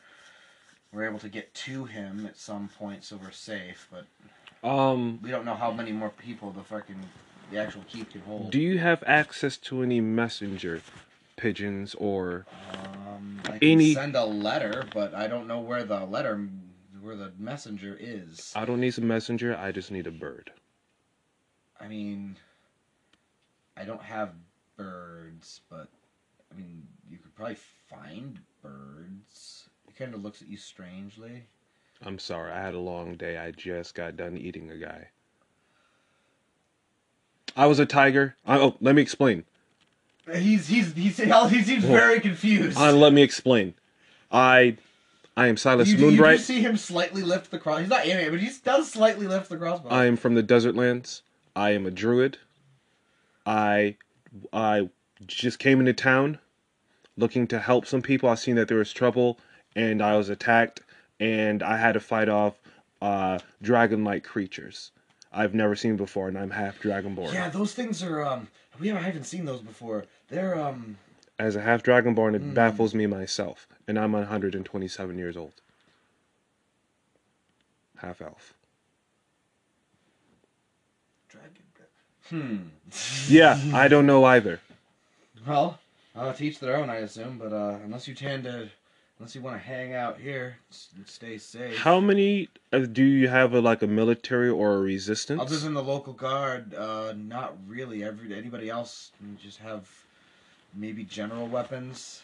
we're able to get to him at some point, so we're safe. But Um. we don't know how many more people the fucking the actual keep can hold. Do you have access to any messenger pigeons or? Um, I can Any- send a letter, but I don't know where the letter where the messenger is. I don't need a messenger. I just need a bird. I mean, I don't have birds, but I mean, you could probably find birds. He kind of looks at you strangely. I'm sorry. I had a long day. I just got done eating a guy. I was a tiger. I, oh, let me explain. He's he's he's he seems very confused. Uh, let me explain. I, I am you, Silas you do Moonbright. see him slightly lift the cross. He's not in it, but he does slightly lift the crossbow. I am from the desert lands. I am a druid. I I just came into town looking to help some people. I seen that there was trouble and I was attacked and I had to fight off uh dragon-like creatures I've never seen before and I'm half dragonborn. yeah, those things are um. We haven't, I haven't seen those before. They're um. As a half dragonborn it Mm. baffles me myself and I'm 127 years old. Half elf. Dragon. Hmm. Yeah, I don't know either. Well, uh, to each their own, I assume. But uh, unless you tend to, unless you want to hang out here s- and stay safe. How many uh, do you have a, like a military or a resistance? Other than the local guard, uh, not really. Every anybody else you just have maybe general weapons.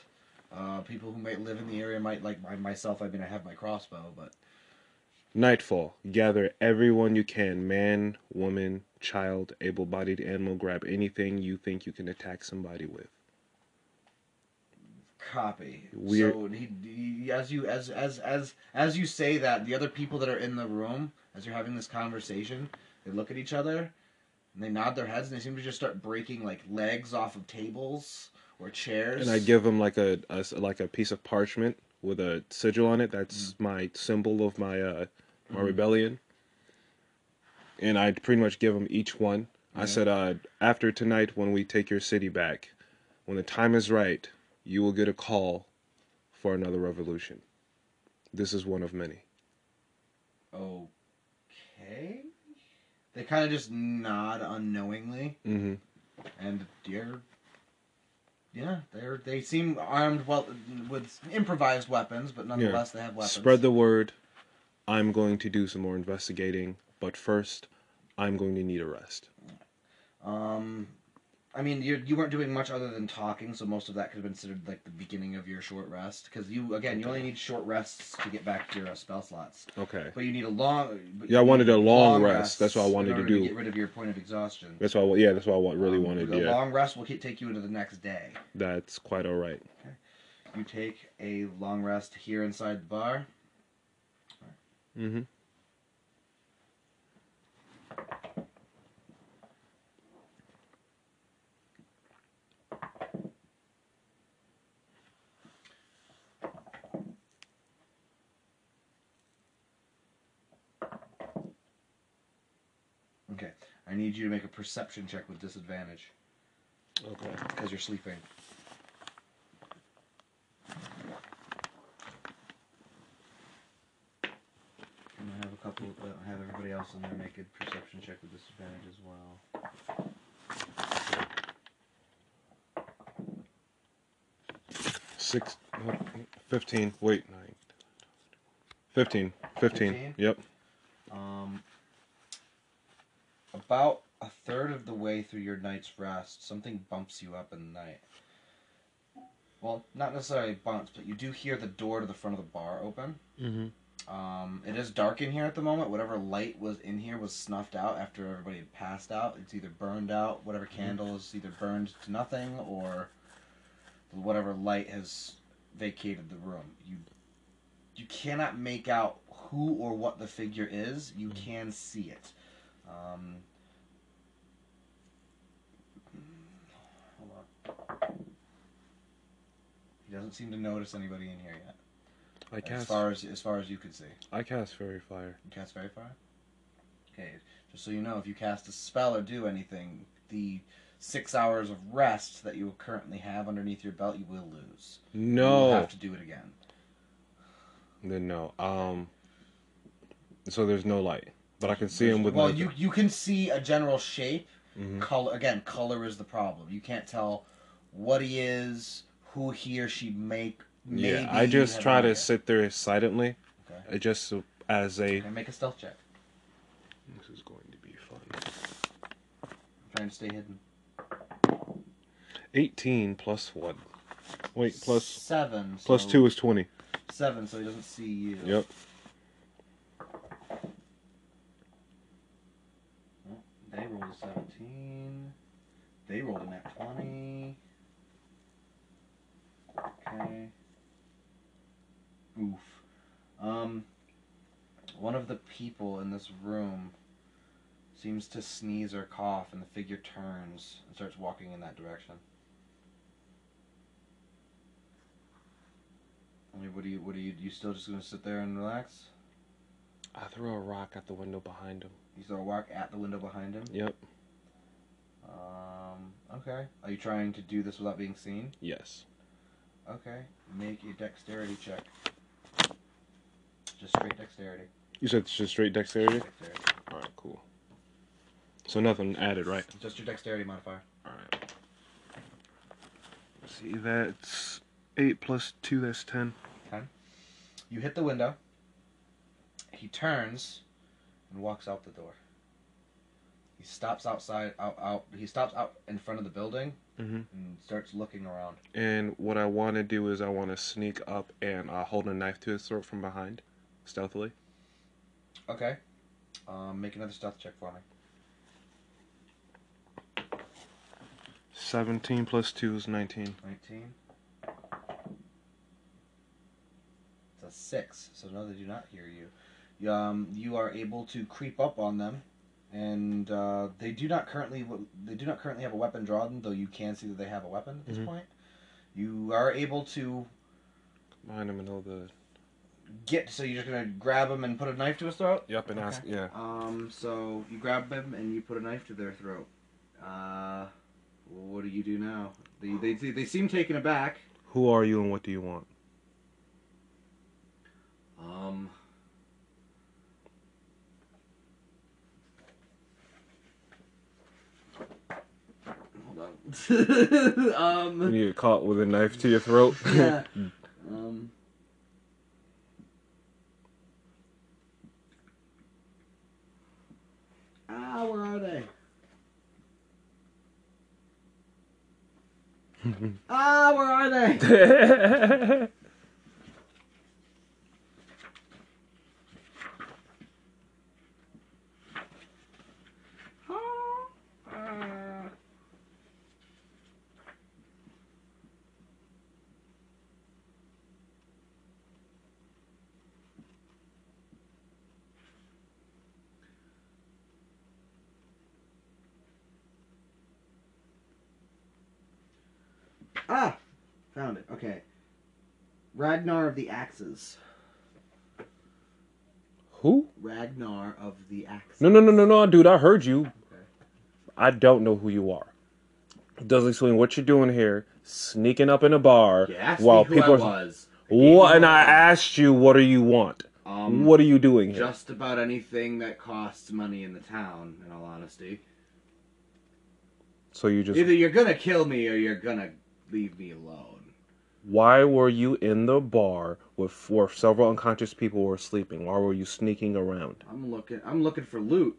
Uh, people who might live in the area might like my, myself. I mean, I have my crossbow, but Nightfall. Gather everyone you can man, woman, child, able bodied animal. Grab anything you think you can attack somebody with. copy. Weird. So he, he, as you as as as as you say that, the other people that are in the room as you're having this conversation, they look at each other and they nod their heads and they seem to just start breaking like legs off of tables or chairs. And I give them like a, a s- like a piece of parchment with a sigil on it. That's my symbol of my uh, my rebellion. And I pretty much give them each one. I said, uh, after tonight, when we take your city back, when the time is right, you will get a call for another revolution. This is one of many. Okay. They kind of just nod unknowingly, Mm-hmm. and they're yeah, they're they seem armed well with improvised weapons, but nonetheless they have weapons. Spread the word. I'm going to do some more investigating, but first, I'm going to need a rest. Um, I mean, you you weren't doing much other than talking, so most of that could have been considered like the beginning of your short rest. Because you again, you only need short rests to get back to your uh, spell slots, Okay. but you need a long. but Yeah, I you wanted need a long rest. rests That's what I in wanted to order do. get rid of your point of exhaustion. That's why. I wa- Yeah, that's why I wa- really Um, wanted. A Yeah, long rest will ke- take you into the next day. that's quite all right. You take a long rest here inside the bar. Mm-hmm. Okay. I need you to make a perception check with disadvantage Okay. because you're sleeping. And I have a couple. I have everybody else in there make a perception check with disadvantage as well. Six, no, 15, wait, nine. 15, 15, 15? yep. Um, about a third of the way through your night's rest, something bumps you up in the night. Well, not necessarily bumps, but you do hear the door to the front of the bar open. Mm-hmm. Um, it is dark in here at the moment. Whatever light was in here was snuffed out after everybody had passed out. It's either burned out, whatever candle is either burned to nothing, or whatever light has vacated the room. You you cannot make out who or what the figure is. You can see it. Um, hold on. He doesn't seem to notice anybody in here yet. I As cast, far as as far as you could see. I cast Fairy Fire. You cast very far? Okay, just so you know, if you cast a spell or do anything, the six hours of rest that you currently have underneath your belt, you will lose. No. You'll have to do it again. Then no. Um. So there's no light, but I can see him with. well, my- you, you can see a general shape. Mhm. Color Again, color is the problem. You can't tell what he is, who he or she make. Yeah, maybe I you just have try an to idea. sit there silently, Okay. uh, just so- as a. Okay, make a stealth check. This is going to be fun. I'm trying to stay hidden. 18 plus one. Wait, plus seven. plus so- two is 20. Seven, so he doesn't see you. Yep. Oh, They rolled a 17. They rolled a nat 20. Okay. Oof. Um, one of the people in this room seems to sneeze or cough, and the figure turns and starts walking in that direction. I mean, what do you? What do you? You still just gonna sit there and relax? I throw a rock at the window behind him. You sort of walk at the window behind him. Yep. Um. Okay. Are you trying to do this without being seen? Yes. Okay. Make a dexterity check. Just straight dexterity. You said it's just straight dexterity? Dexterity. All right, cool. So nothing added, right? Just your dexterity modifier. All right. See, that's 8 plus 2, that's 10. You hit the window. He turns and walks out the door. He stops outside. Out. Out. He stops out in front of the building Mm-hmm. and starts looking around. And what I want to do is I want to sneak up and uh, hold a knife to his throat from behind, stealthily. Okay. Um. Make another stealth check for me. 17 plus 2 is 19. Nineteen. It's a six, so no, they do not hear you. You, Um, you are able to creep up on them, and uh, they do not currently they do not currently have a weapon drawn, though you can see that they have a weapon at this Mhm. point. You are able to Behind him and all the. get, so you're just gonna grab him and put a knife to his throat. Yep, and ask. Yeah. Um, so you grab them and you put a knife to their throat. Uh, what do you do now? They they they seem taken aback. Who are you and what do you want? Um. Hold on. <laughs> <laughs> um. You get caught with a knife to your throat? <laughs> Yeah. um. Ah, where are they? ah, where are they? Ah, found it. Okay. Ragnar of the Axes. <laughs> Who? Ragnar of the Axe. No, no, no, no, no, dude. I heard you. I don't know who you are. Dudley Swing, what you doing here? Sneaking up in a bar You asked while me who people I are. was. gave you What? And my- I asked you, what do you want? Um, what are you doing here? Just about anything that costs money in the town, in all honesty. so you just. Either you're gonna kill me or you're gonna leave me alone. Why were you in the bar with where several unconscious people were sleeping? Why were you sneaking around? I'm looking. I'm looking for loot,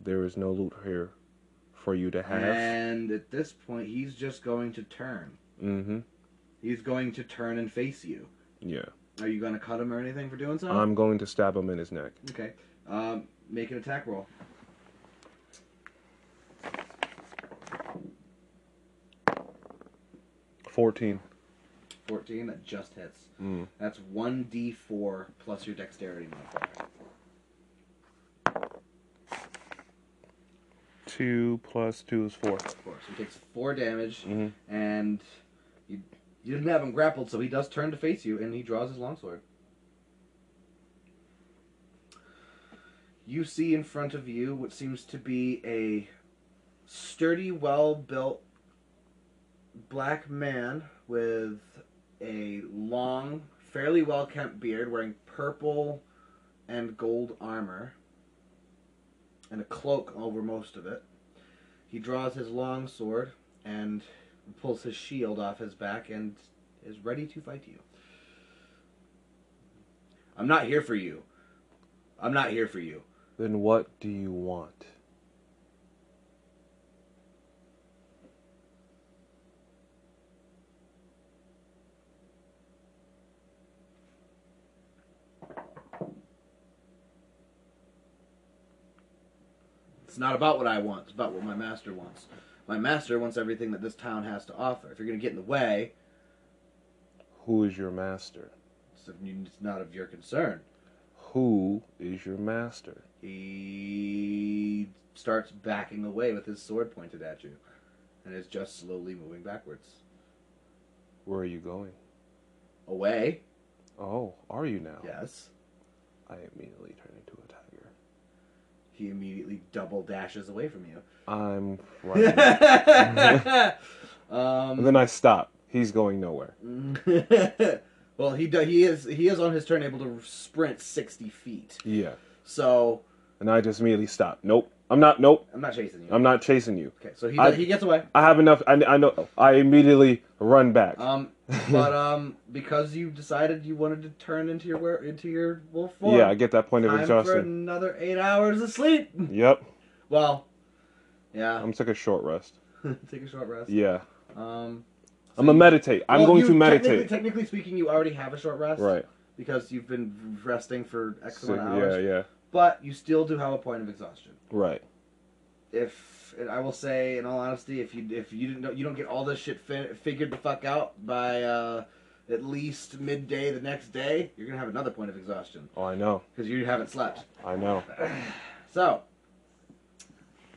There is no loot here for you to have. and at this point, he's just going to turn. Mm-hmm. He's going to turn and face you. Yeah. Are you gonna cut him or anything for doing so? I'm going to stab him in his neck. okay. Um, make an attack roll. Fourteen. 14. That just hits. Mm. That's one d4 plus your dexterity modifier. Two plus two is four. Of course, he takes four damage, Mhm. and you, you didn't have him grappled, so he does turn to face you, and he draws his longsword. You see in front of you what seems to be a sturdy, well-built black man with a long, fairly well-kept beard, wearing purple and gold armor, and a cloak over most of it. He draws his long sword and pulls his shield off his back and is ready to fight you. I'm not here for you. I'm not here for you. Then what do you want? It's not about what I want, it's about what my master wants. My master wants everything that this town has to offer. If you're going to get in the way, Who is your master? it's of- it's not of your concern. Who is your master? He starts backing away with his sword pointed at you and is just slowly moving backwards. Where are you going? Away? Oh, are you now? Yes. I immediately turn into a tiger. He immediately double dashes away from you. I'm <laughs> <laughs> running. and um, then I stop. He's going nowhere. <laughs> well, he do, he is he is on his turn able to sprint sixty feet. Yeah. So And I just immediately stop. Nope. I'm not. Nope. I'm not chasing you. I'm not chasing you. okay, so he I- he gets away. I have enough. I, I know. I immediately run back. <laughs> Um, but um, because you decided you wanted to turn into your were- into your wolf form. yeah, I get that point of time for exhaustion. another eight hours of sleep. Yep. Well, yeah, I'm took a short rest. <laughs> take a short rest. Um, Yeah. Um, I'm gonna meditate. I'm well, going you- to Technically, meditate. technically speaking, you already have a short rest, Right. Because you've been resting for X So, amount of hours. yeah. Yeah. but you still do have a point of exhaustion. Right. If and I will say, in all honesty, if you if you didn't know, you don't get all this shit fi- figured the fuck out by uh, at least midday the next day, you're gonna have another point of exhaustion Oh, I know. because you haven't slept. I know. So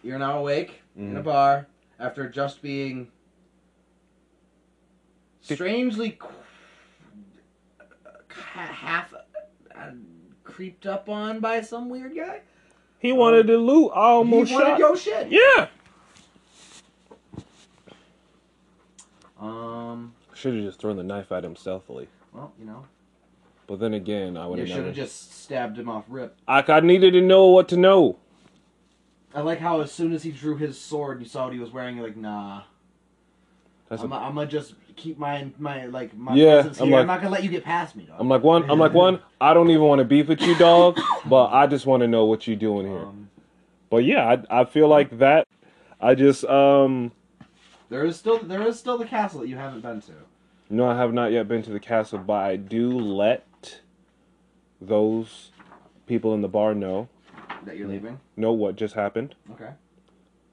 you're now awake in a Mhm. bar after just being strangely qu- ha- half uh, creeped up on by some weird guy. He wanted to loot. I almost he wanted shot. your shit. yeah. Um. Should have just thrown the knife at him stealthily. Well, you know, But then again, I would you have should never. have just stabbed him off rip. I, I needed to know what to know. I like how as soon as he drew his sword, you saw what he was wearing. You're like, nah, That's I'm, a, I'm gonna just keep my my like my Yeah, presence I'm here. I'm like- not gonna let you get past me, dog. I'm like one. I'm like one. I don't even want to beef with you, dog. but I just want to know what you doing here. Um, But yeah, I, I feel like that. I just um. there is still there is still the castle that you haven't been to. No, I have not yet been to the castle, but I do let those people in the bar know That you're leaving. know what just happened. Okay.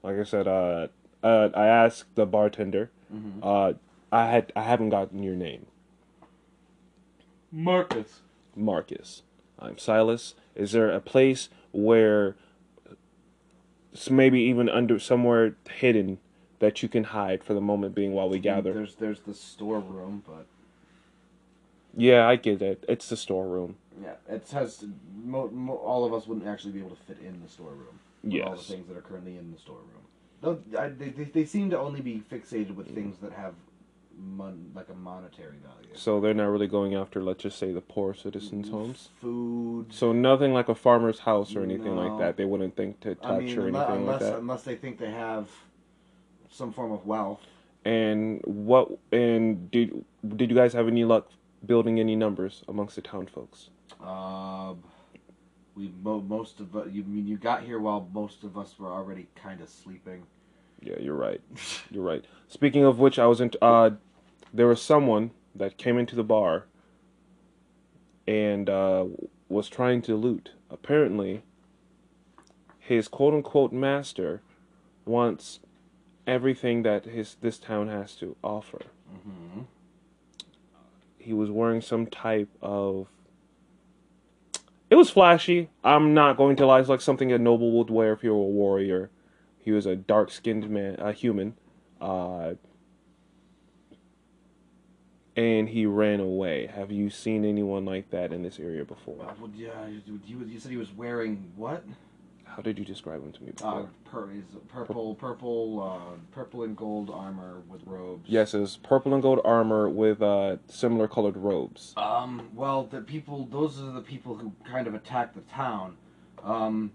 Like I said, uh, uh I asked the bartender. Mhm. Uh, I had I haven't gotten your name, Marcus. Marcus. I'm Silas. Is there a place where s- maybe even under somewhere hidden that you can hide for the moment being while we gather? There's there's the storeroom, but Yeah, I get it. It's the storeroom. Yeah, it has. Mo- mo- all of us wouldn't actually be able to fit in the storeroom. with All the Yes. things that are currently in the storeroom. Don't, I, they, they, they seem to only be fixated with things that have mon- like a monetary value. So they're not really going after, let's just say, the poor citizens' Mm-hmm. homes. Food. So nothing like a farmer's house or anything No. like that. They wouldn't think to touch I mean, or anything unle- like unless that. unless they think they have some form of wealth. And what? And did did you guys have any luck building any numbers amongst the town folks? Um, we mo- most of us- you I mean you got here while most of us were already kind of sleeping. Yeah, you're right. You're right. Speaking of which, I was in. Uh, there was someone that came into the bar and uh, was trying to loot. Apparently, his quote unquote master wants everything that his this town has to offer. Mm-hmm. He was wearing some type of. It was flashy. I'm not going to lie. It's like something a noble would wear if you were a warrior. He was a dark skinned man, a human, uh, and he ran away. Have you seen anyone like that in this area before? Uh, Well, yeah, you, you, you said he was wearing what? How did you describe him to me before? Uh, pur- is it purple, purple, uh, purple and gold armor with robes. yes, it was purple and gold armor with uh, similar colored robes. Um. Well, the people. Those are the people who kind of attacked the town. Um.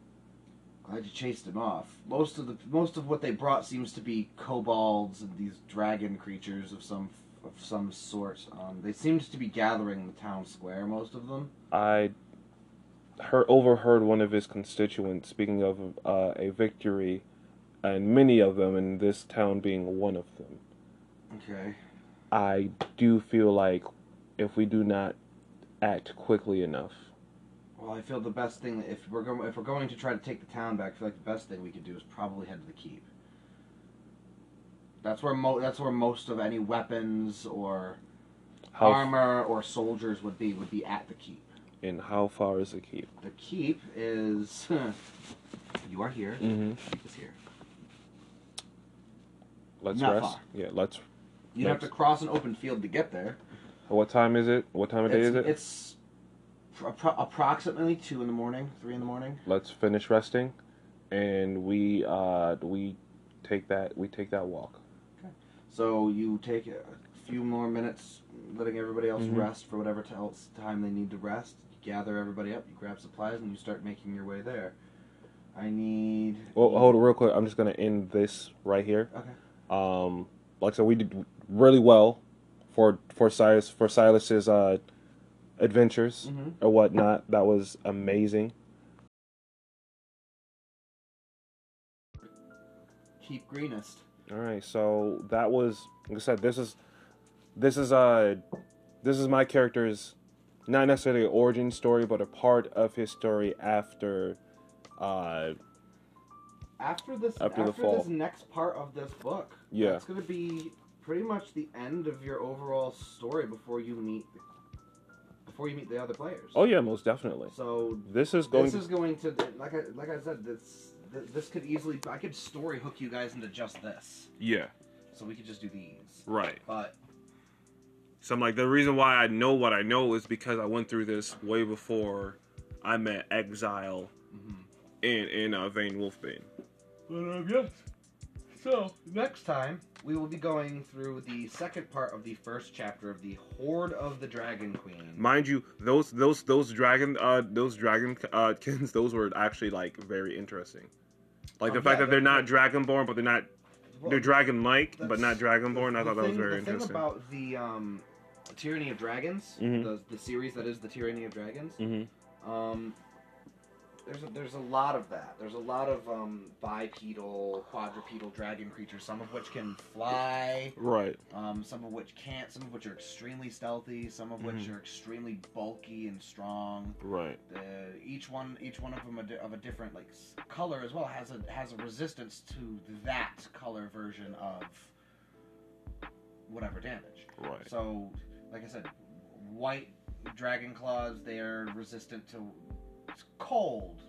Glad you chased him off. Most of the most of what they brought seems to be kobolds and these dragon creatures of some of some sort. Um. They seemed to be gathering in the town square. Most of them. I heard, overheard one of his constituents speaking of uh, a victory, and many of them, and this town being one of them. Okay. I do feel like if we do not act quickly enough, Well, I feel the best thing if we're going if we're going to try to take the town back, I feel like the best thing we could do is probably head to the keep. That's where mo- that's where most of any weapons or how armor or soldiers would be would be at the keep. and how far is the keep? The keep is <laughs> you are here. Mm-hmm. The keep is here. Let's Not rest. far. Yeah, let's. You have to cross an open field to get there. What time is it? What time of day it's, is it? It's appro- approximately two in the morning, three in the morning. let's finish resting, and we uh we take that we take that walk. So you take a few more minutes, letting everybody else Mhm. rest for whatever t- else time they need to rest. You gather everybody up, you grab supplies, and you start making your way there. I need. Well, hold it real quick. I'm just gonna end this right here. Okay. Um, like I said, we did really well for for Silas for Silas's uh adventures Mhm. or whatnot. That was amazing. Keep greenest. All right, so that was like I said. This is this is uh this is my character's not necessarily an origin story, but a part of his story after uh After this, After after, the fall. this next part of this book, Yeah. it's going to be pretty much the end of your overall story before you meet before you meet the other players. oh yeah, most definitely. So This is going this to is going to like I like I said this th- this could easily I could story hook you guys into just this. yeah So we could just do these. right. But So I'm like, the reason why I know what I know is because I went through this way before I met Exile and and uh, Vane Wolfbane. but um, yes. So next time we will be going through the second part of the first chapter of the Horde of the Dragon Queen. Mind you, those those those dragon uh those dragon uh <laughs> kins those were actually like very interesting. Like the Um, fact yeah, that they're they're- not dragonborn, but they're not Well, they're dragon like, but that's- not dragonborn. I the thought that was thing- very the interesting. thing about the um, Tyranny of Dragons, Mhm. the, the series that is the Tyranny of Dragons. Mhm. Um, there's a, there's a lot of that. There's a lot of um, bipedal, quadrupedal dragon creatures, some of which can fly, Right. um, some of which can't, some of which are extremely stealthy, some of which Mhm. are extremely bulky and strong. Right. Uh, each one, each one of them a di- of a different like s- color as well has a has a resistance to that color version of whatever damage. Right. So, like I said, white dragon claws, they're resistant to cold,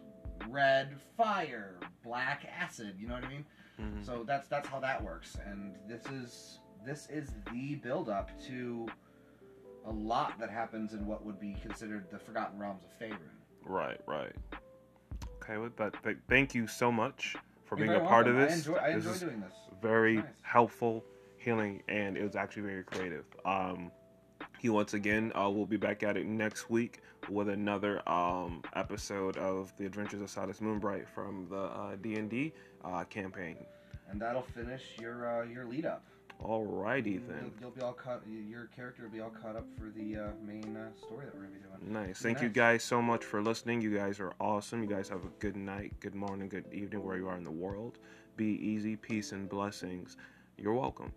red, fire, black, acid, you know what I mean? Mhm. So that's that's how that works. And this is this is the build up to a lot that happens in what would be considered the Forgotten Realms of Faerun. Right, right. Okay, well, but, but thank you so much for You're being a very part of welcome. this. I enjoy, I this enjoy is doing this. very Nice. helpful, healing, and it was actually very creative. Um, he once again, uh, we'll be back at it next week with another um, episode of the Adventures of Silas Moonbright from the uh, D&D uh, campaign. And that'll finish your uh, your lead up. Alrighty You'll, then. you'll be all cut. Your character will be all caught up for the uh, main uh, story that we're gonna be doing. Nice. Thank you Nice. guys so much for listening. You guys are awesome. You guys have a good night, good morning, good evening, where you are in the world. Be easy, peace, and blessings. You're welcome.